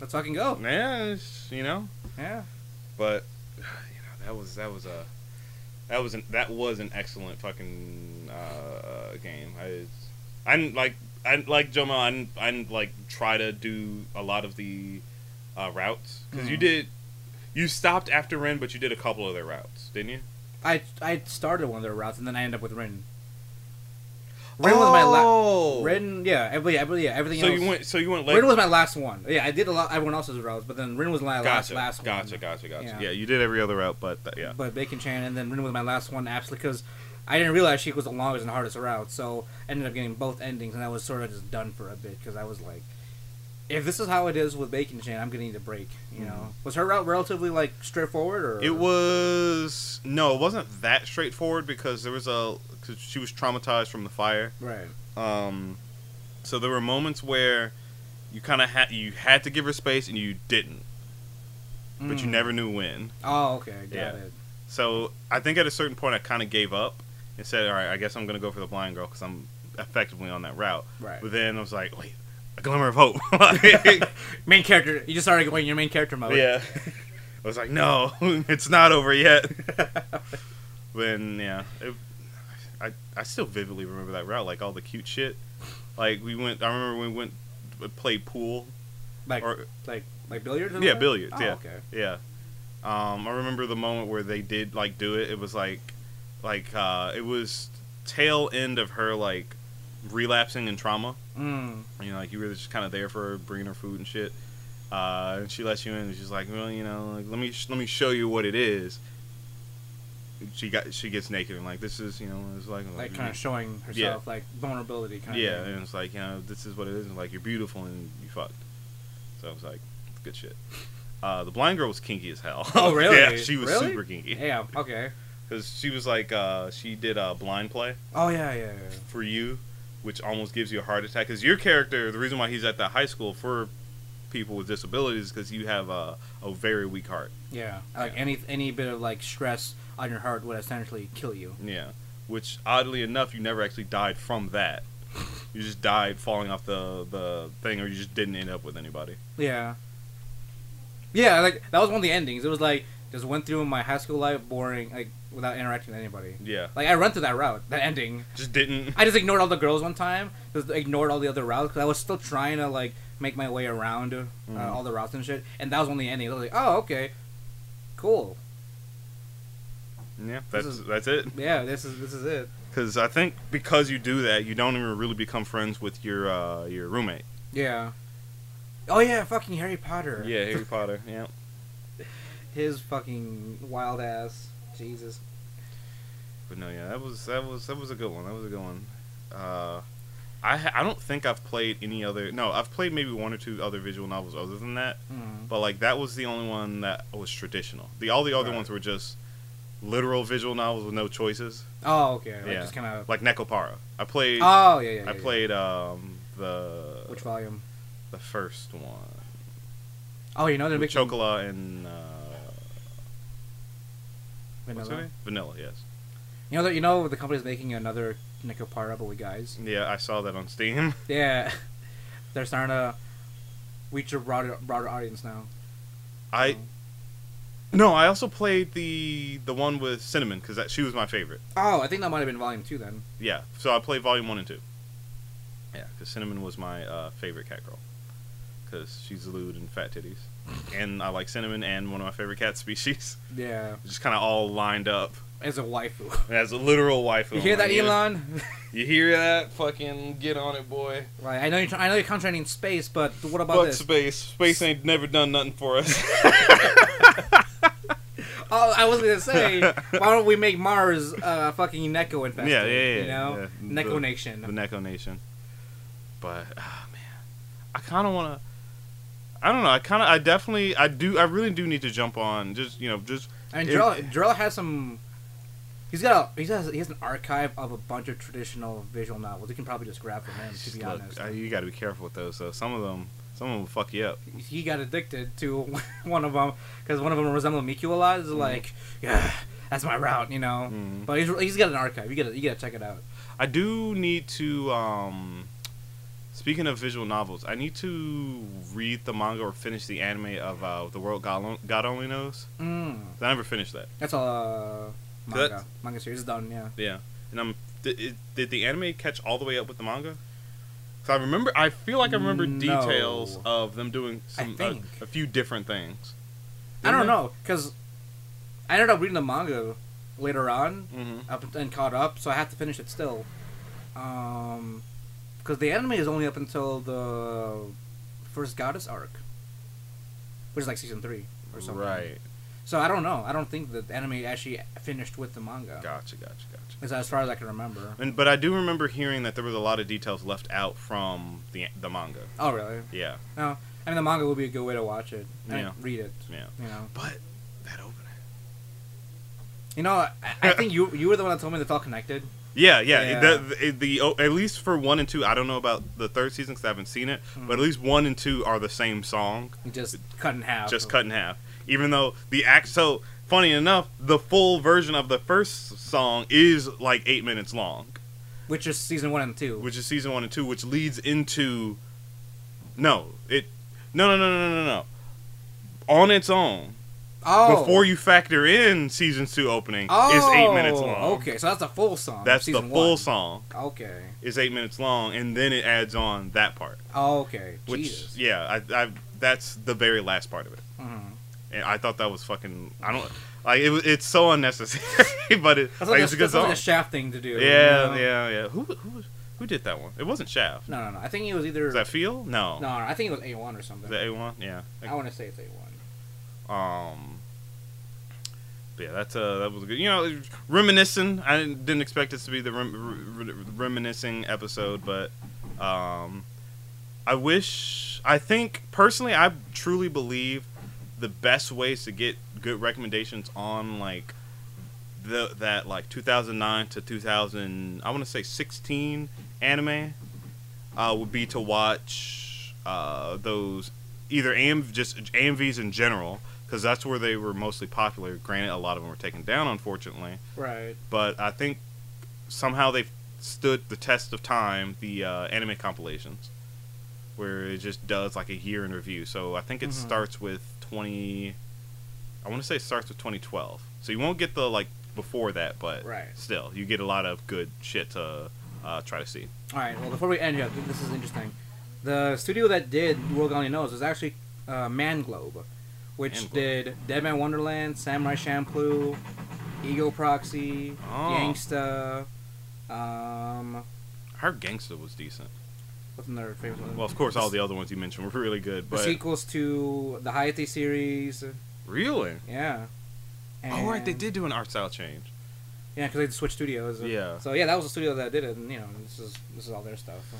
Speaker 1: let's fucking go
Speaker 2: Yeah, it's, you know,
Speaker 1: yeah
Speaker 3: but you know, that was that was a that was an that was an excellent fucking uh, game. I I didn't like I didn't like Jomo. I didn't, I didn't like try to do a lot of the uh, routes because you
Speaker 1: Mhm.
Speaker 3: did you stopped after Ren, but you did a couple of their routes, didn't you?
Speaker 1: i i started one of their routes and then i ended up with rin rin was my
Speaker 2: Oh,
Speaker 1: last Rin, yeah, every, every, yeah, everything
Speaker 3: So
Speaker 1: else.
Speaker 3: you went. So you went late.
Speaker 1: Rin was my last one. Yeah, I did a lot. Everyone else's routes, but then Rin was my last
Speaker 3: gotcha,
Speaker 1: last
Speaker 3: gotcha,
Speaker 1: one.
Speaker 3: gotcha, gotcha.
Speaker 1: Yeah.
Speaker 2: Yeah, you did every other route, but
Speaker 3: uh,
Speaker 2: that, yeah.
Speaker 1: But Bacon Chan and then Rin was my last one, absolutely, because I didn't realize she was the longest and hardest route, so I ended up getting both endings, and I was sort of just done for a bit because I was like, if this is how it is with Bacon Chan, I'm gonna need a break. You know, was her route relatively like straightforward, or
Speaker 2: Mm-hmm. It was no, it wasn't that straightforward because there was a cause she was traumatized from the fire.
Speaker 1: right?
Speaker 2: Um, so there were moments where you kind of had you had to give her space and you didn't, but you
Speaker 1: Mm.
Speaker 2: never knew when.
Speaker 1: Oh, okay, got
Speaker 2: Yeah.
Speaker 1: it.
Speaker 2: So I think at a certain point I kind of gave up and said, "All right, I guess I'm gonna go for the blind girl because I'm effectively on that route."
Speaker 1: Right.
Speaker 2: But then I was like, "Wait, a glimmer of hope." Like,
Speaker 1: main character, you just started going your main character mode.
Speaker 2: yeah. I was like, "No, it's not over yet." when yeah, it, I I still vividly remember that route, like all the cute shit. Like we went, I remember we went uh, played pool
Speaker 1: like
Speaker 2: or
Speaker 1: like like billiards. and
Speaker 2: Yeah,
Speaker 1: all that?
Speaker 2: billiards,
Speaker 1: Oh,
Speaker 2: yeah.
Speaker 1: okay.
Speaker 2: yeah, Um, I remember the moment where they did like do it. It was like, like uh, it was tail end of her like relapsing in trauma.
Speaker 1: Mm.
Speaker 2: You know, like you were just kind of there for her, bringing her food and shit. Uh, and she lets you in, and she's like, "Well, you know, like, let me sh- let me show you what it is." She got she gets naked and like this is you know it's like
Speaker 1: Like kind of showing herself, like vulnerability, kind
Speaker 2: yeah,
Speaker 1: of.
Speaker 2: and it's like you know this is what it is. And like you're beautiful and you fucked. So I was like, good shit. Uh, the blind girl was kinky as hell.
Speaker 1: Oh, really?
Speaker 2: yeah, she was
Speaker 1: Really?
Speaker 2: super kinky
Speaker 1: Yeah. Okay.
Speaker 2: because she was like uh, she did a blind play
Speaker 1: Oh yeah, yeah, yeah.
Speaker 2: for you, which almost gives you a heart attack. Because your character, the reason why he's at that high school for people with disabilities, is because you have a, a very weak heart.
Speaker 1: Yeah, like
Speaker 2: Yeah.
Speaker 1: any any bit of like stress on your heart would essentially kill you.
Speaker 2: Yeah, which oddly enough, you never actually died from that. You just died falling off the the thing, or you just didn't end up with anybody.
Speaker 1: Yeah. Yeah, like that was one of the endings. It was like just went through my high school life boring, like without interacting with anybody.
Speaker 2: Yeah,
Speaker 1: Like I ran through that route, that ending.
Speaker 2: just didn't.
Speaker 1: I just ignored all the girls one time. Just ignored all the other routes because I was still trying to like make my way around uh,
Speaker 2: Mhm.
Speaker 1: all the routes and shit. And that was only the ending. I was like, oh okay, cool.
Speaker 2: Yeah, that's
Speaker 1: is-
Speaker 2: that's it.
Speaker 1: Yeah, this is this is it.
Speaker 2: Because I think because you do that, you don't even really become friends with your uh, your roommate.
Speaker 1: Yeah. Oh yeah, fucking Harry Potter.
Speaker 2: Yeah, Harry Potter. Yeah.
Speaker 1: His fucking wild ass. Jesus.
Speaker 2: But no, yeah, that was that was that was a good one. That was a good one. Uh, I ha- I don't think I've played any other. No, I've played maybe one or two other visual novels other than that.
Speaker 1: Mm.
Speaker 2: But like that was the only one that was traditional. The all the other
Speaker 1: Right.
Speaker 2: ones were just literal visual novels with no choices.
Speaker 1: Oh okay. Like
Speaker 2: Yeah.
Speaker 1: just kind of.
Speaker 2: Like Necopara. I played.
Speaker 1: Oh yeah yeah. yeah
Speaker 2: I
Speaker 1: yeah.
Speaker 2: played um the
Speaker 1: Which volume?
Speaker 2: the first one.
Speaker 1: Oh, you know they're
Speaker 2: With
Speaker 1: making
Speaker 2: Chocola and uh, what's her
Speaker 1: vanilla.
Speaker 2: name? Vanilla. Yes.
Speaker 1: You know that you know the company's making another Nicopara, but with guys.
Speaker 2: Yeah, I saw that on Steam.
Speaker 1: Yeah, they're starting to reach a broader broader audience now.
Speaker 2: I no, I also played the the one with cinnamon because she was my favorite.
Speaker 1: Oh, I think that might have been volume two then.
Speaker 2: Yeah, so I played volume one and two. Yeah, because cinnamon was my uh, favorite cat girl because she's lewd and fat titties, and I like cinnamon and one of my favorite cat species.
Speaker 1: Yeah,
Speaker 2: Just kind of all lined up
Speaker 1: as a waifu.
Speaker 2: as a literal waifu.
Speaker 1: You hear
Speaker 2: I'm
Speaker 1: that,
Speaker 2: like, Oh, yeah.
Speaker 1: Elon?
Speaker 2: You hear that? Fucking get on it, boy.
Speaker 1: Right. I know you're. try- I know you're concentrating in space, but what about
Speaker 2: Fuck
Speaker 1: this?
Speaker 2: space. Space ain't never done nothing for us.
Speaker 1: Oh, I was gonna say, why don't we make Mars uh, fucking Neko infested?
Speaker 2: Yeah, yeah, yeah,
Speaker 1: You know,
Speaker 2: yeah.
Speaker 1: Neko
Speaker 2: The-
Speaker 1: Nation.
Speaker 2: the Neko Nation. But ah man, I kind of want to. I don't know. I kind of. I definitely. I do. I really do need to jump on. Just you know. Just
Speaker 1: I mean,
Speaker 2: It-
Speaker 1: Jarrell, Jarrell has some. He's got a he's has he has an archive of a bunch of traditional visual novels. You can probably just grab from him to
Speaker 2: just
Speaker 1: be
Speaker 2: look.
Speaker 1: honest.
Speaker 2: I, you got to be careful with those. though. some of them. Some of them will fuck you up.
Speaker 1: he got addicted to one of them because one of them resembled Miku a lot.
Speaker 2: Mm.
Speaker 1: It's like, yeah, that's my route, you know.
Speaker 2: Mhm.
Speaker 1: But he's, he's got an archive. You gotta you gotta check it out.
Speaker 2: I do need to. um Speaking of visual novels, I need to read the manga or finish the anime of uh, the world God, Lo- God only knows.
Speaker 1: Mm.
Speaker 2: I never finished that.
Speaker 1: That's all. Uh, manga
Speaker 2: Good.
Speaker 1: manga series is done. Yeah.
Speaker 2: Yeah, and I'm. Did, it, did the anime catch all the way up with the manga? So I remember. I feel like I remember
Speaker 1: No.
Speaker 2: details of them doing
Speaker 1: I
Speaker 2: some a,
Speaker 1: think.
Speaker 2: a few different things.
Speaker 1: I don't
Speaker 2: Didn't
Speaker 1: know because I ended up reading the manga later on
Speaker 2: Mm-hmm.
Speaker 1: up and caught up, so I have to finish it still. Um, because the anime is only up until the first goddess arc, which is like season three or something.
Speaker 2: Right.
Speaker 1: So I don't know. I don't think that the anime actually finished with the manga,
Speaker 2: Gotcha. Gotcha. Gotcha.
Speaker 1: as as far as I can remember.
Speaker 2: And but I do remember hearing that there was a lot of details left out from the the manga.
Speaker 1: Oh really?
Speaker 2: Yeah.
Speaker 1: I mean, the manga would be a good way to watch it. I mean,
Speaker 2: Yeah.
Speaker 1: Read it.
Speaker 2: Yeah.
Speaker 1: You know.
Speaker 2: But that opening.
Speaker 1: You know. I, I think you you were the one that told me that felt connected.
Speaker 2: Yeah, yeah.
Speaker 1: Yeah.
Speaker 2: The, the, the- oh, at least for one and two, I don't know about the third season because I haven't seen it.
Speaker 1: Mhm.
Speaker 2: But at least one and two are the same song.
Speaker 1: You Just cut in half.
Speaker 2: just cut in half. Even though the act, so funny enough, the full version of the first song is like eight minutes long,
Speaker 1: Which is season one and two.
Speaker 2: which is season one and two, which leads into no, it no no no no no no no on its own
Speaker 1: oh.
Speaker 2: before you factor in season two opening is eight minutes
Speaker 1: Oh,
Speaker 2: long.
Speaker 1: Okay, so that's the full song. of
Speaker 2: That's the
Speaker 1: season
Speaker 2: full
Speaker 1: one.
Speaker 2: song
Speaker 1: Okay.
Speaker 2: is eight minutes long, and then it adds on that part,
Speaker 1: Oh, okay.
Speaker 2: which
Speaker 1: Jesus.
Speaker 2: yeah, I, I that's the very last part of it.
Speaker 1: Mhm.
Speaker 2: And I thought that was fucking. I don't like it. was- It's so unnecessary, but it,
Speaker 1: I thought
Speaker 2: like,
Speaker 1: that's,
Speaker 2: it's a good
Speaker 1: that's like
Speaker 2: song.
Speaker 1: a shaft thing to do. you
Speaker 2: yeah,
Speaker 1: know?
Speaker 2: yeah, yeah. Who who was- who did that one? It wasn't Shaft.
Speaker 1: No, no, no. I think it was either.
Speaker 2: Was that Feel? No.
Speaker 1: no, no, I think it was A one or something.
Speaker 2: Is that A one? Yeah.
Speaker 1: I want to say it's A one.
Speaker 2: Um. but yeah, that's uh, that was good. You know, reminiscing. I didn't, didn't expect this to be the rem- re- re- reminiscing episode, but um, I wish. I think personally, I truly believe the best ways to get good recommendations on like the that like 2009 to 2000. I want to say 16 anime uh, would be to watch uh, those either AM just AMVs in general because that's where they were mostly popular. Granted, a lot of them were taken down, unfortunately,
Speaker 1: Right.
Speaker 2: but I think somehow they've stood the test of time. The uh, anime compilations, where it just does like a year in review. So I think it
Speaker 1: Mhm.
Speaker 2: starts with twenty. I want to say it starts with 2012. So you won't get the like before that, but
Speaker 1: Right.
Speaker 2: still you get a lot of good shit to uh, try to see.
Speaker 1: All right. Well, before we end here, I think this is interesting. The studio that did World Only Knows was actually uh, Man Globe, which
Speaker 2: Man Globe.
Speaker 1: did Dead Man Wonderland, Samurai Champloo, Ego Proxy,
Speaker 2: Oh.
Speaker 1: Gangsta. Um,
Speaker 2: Her gangsta was decent.
Speaker 1: what's another famous one?
Speaker 2: Well, of course, all the other ones you mentioned were really good,
Speaker 1: the
Speaker 2: but
Speaker 1: sequels to the Hayate series.
Speaker 2: really,
Speaker 1: Yeah. And,
Speaker 2: all Oh, right, they did do an art style change.
Speaker 1: Yeah, because they switched studios.
Speaker 2: Yeah.
Speaker 1: So yeah, that was the studio that did it, and you know, this is this is all their stuff. so,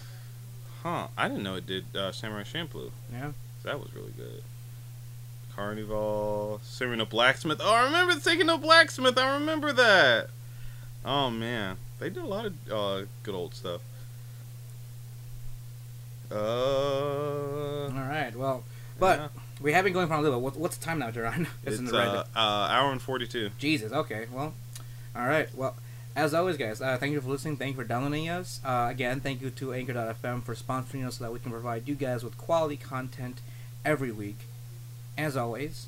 Speaker 2: Huh? I didn't know it did uh, Samurai Champloo.
Speaker 1: yeah.
Speaker 2: That was really good. Carnival, Serena Blacksmith. Oh, I remember Serena Blacksmith. I remember that. Oh man, they did a lot of uh, good old stuff.
Speaker 1: All
Speaker 2: Uh,
Speaker 1: right. Well, but
Speaker 2: yeah.
Speaker 1: we have been going for a little bit. What, what's the time now, Duran?
Speaker 2: it's uh, uh, hour and forty-two.
Speaker 1: Jesus. Okay. Well, all right. Well, as always, guys, uh, thank you for listening. Thank you for downloading us. Uh, again, thank you to Anchor.fm for sponsoring us so that we can provide you guys with quality content every week. As always,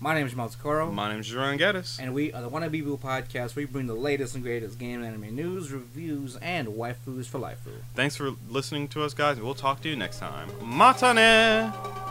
Speaker 1: my name is Jamal Socorro,
Speaker 2: My name's Jerron Geddes.
Speaker 1: and we are the Wanna Be Boo podcast. where We bring the latest and greatest game and anime news, reviews, and waifus for life.
Speaker 2: Thanks for listening to us, guys. and We'll talk to you next time. Matane.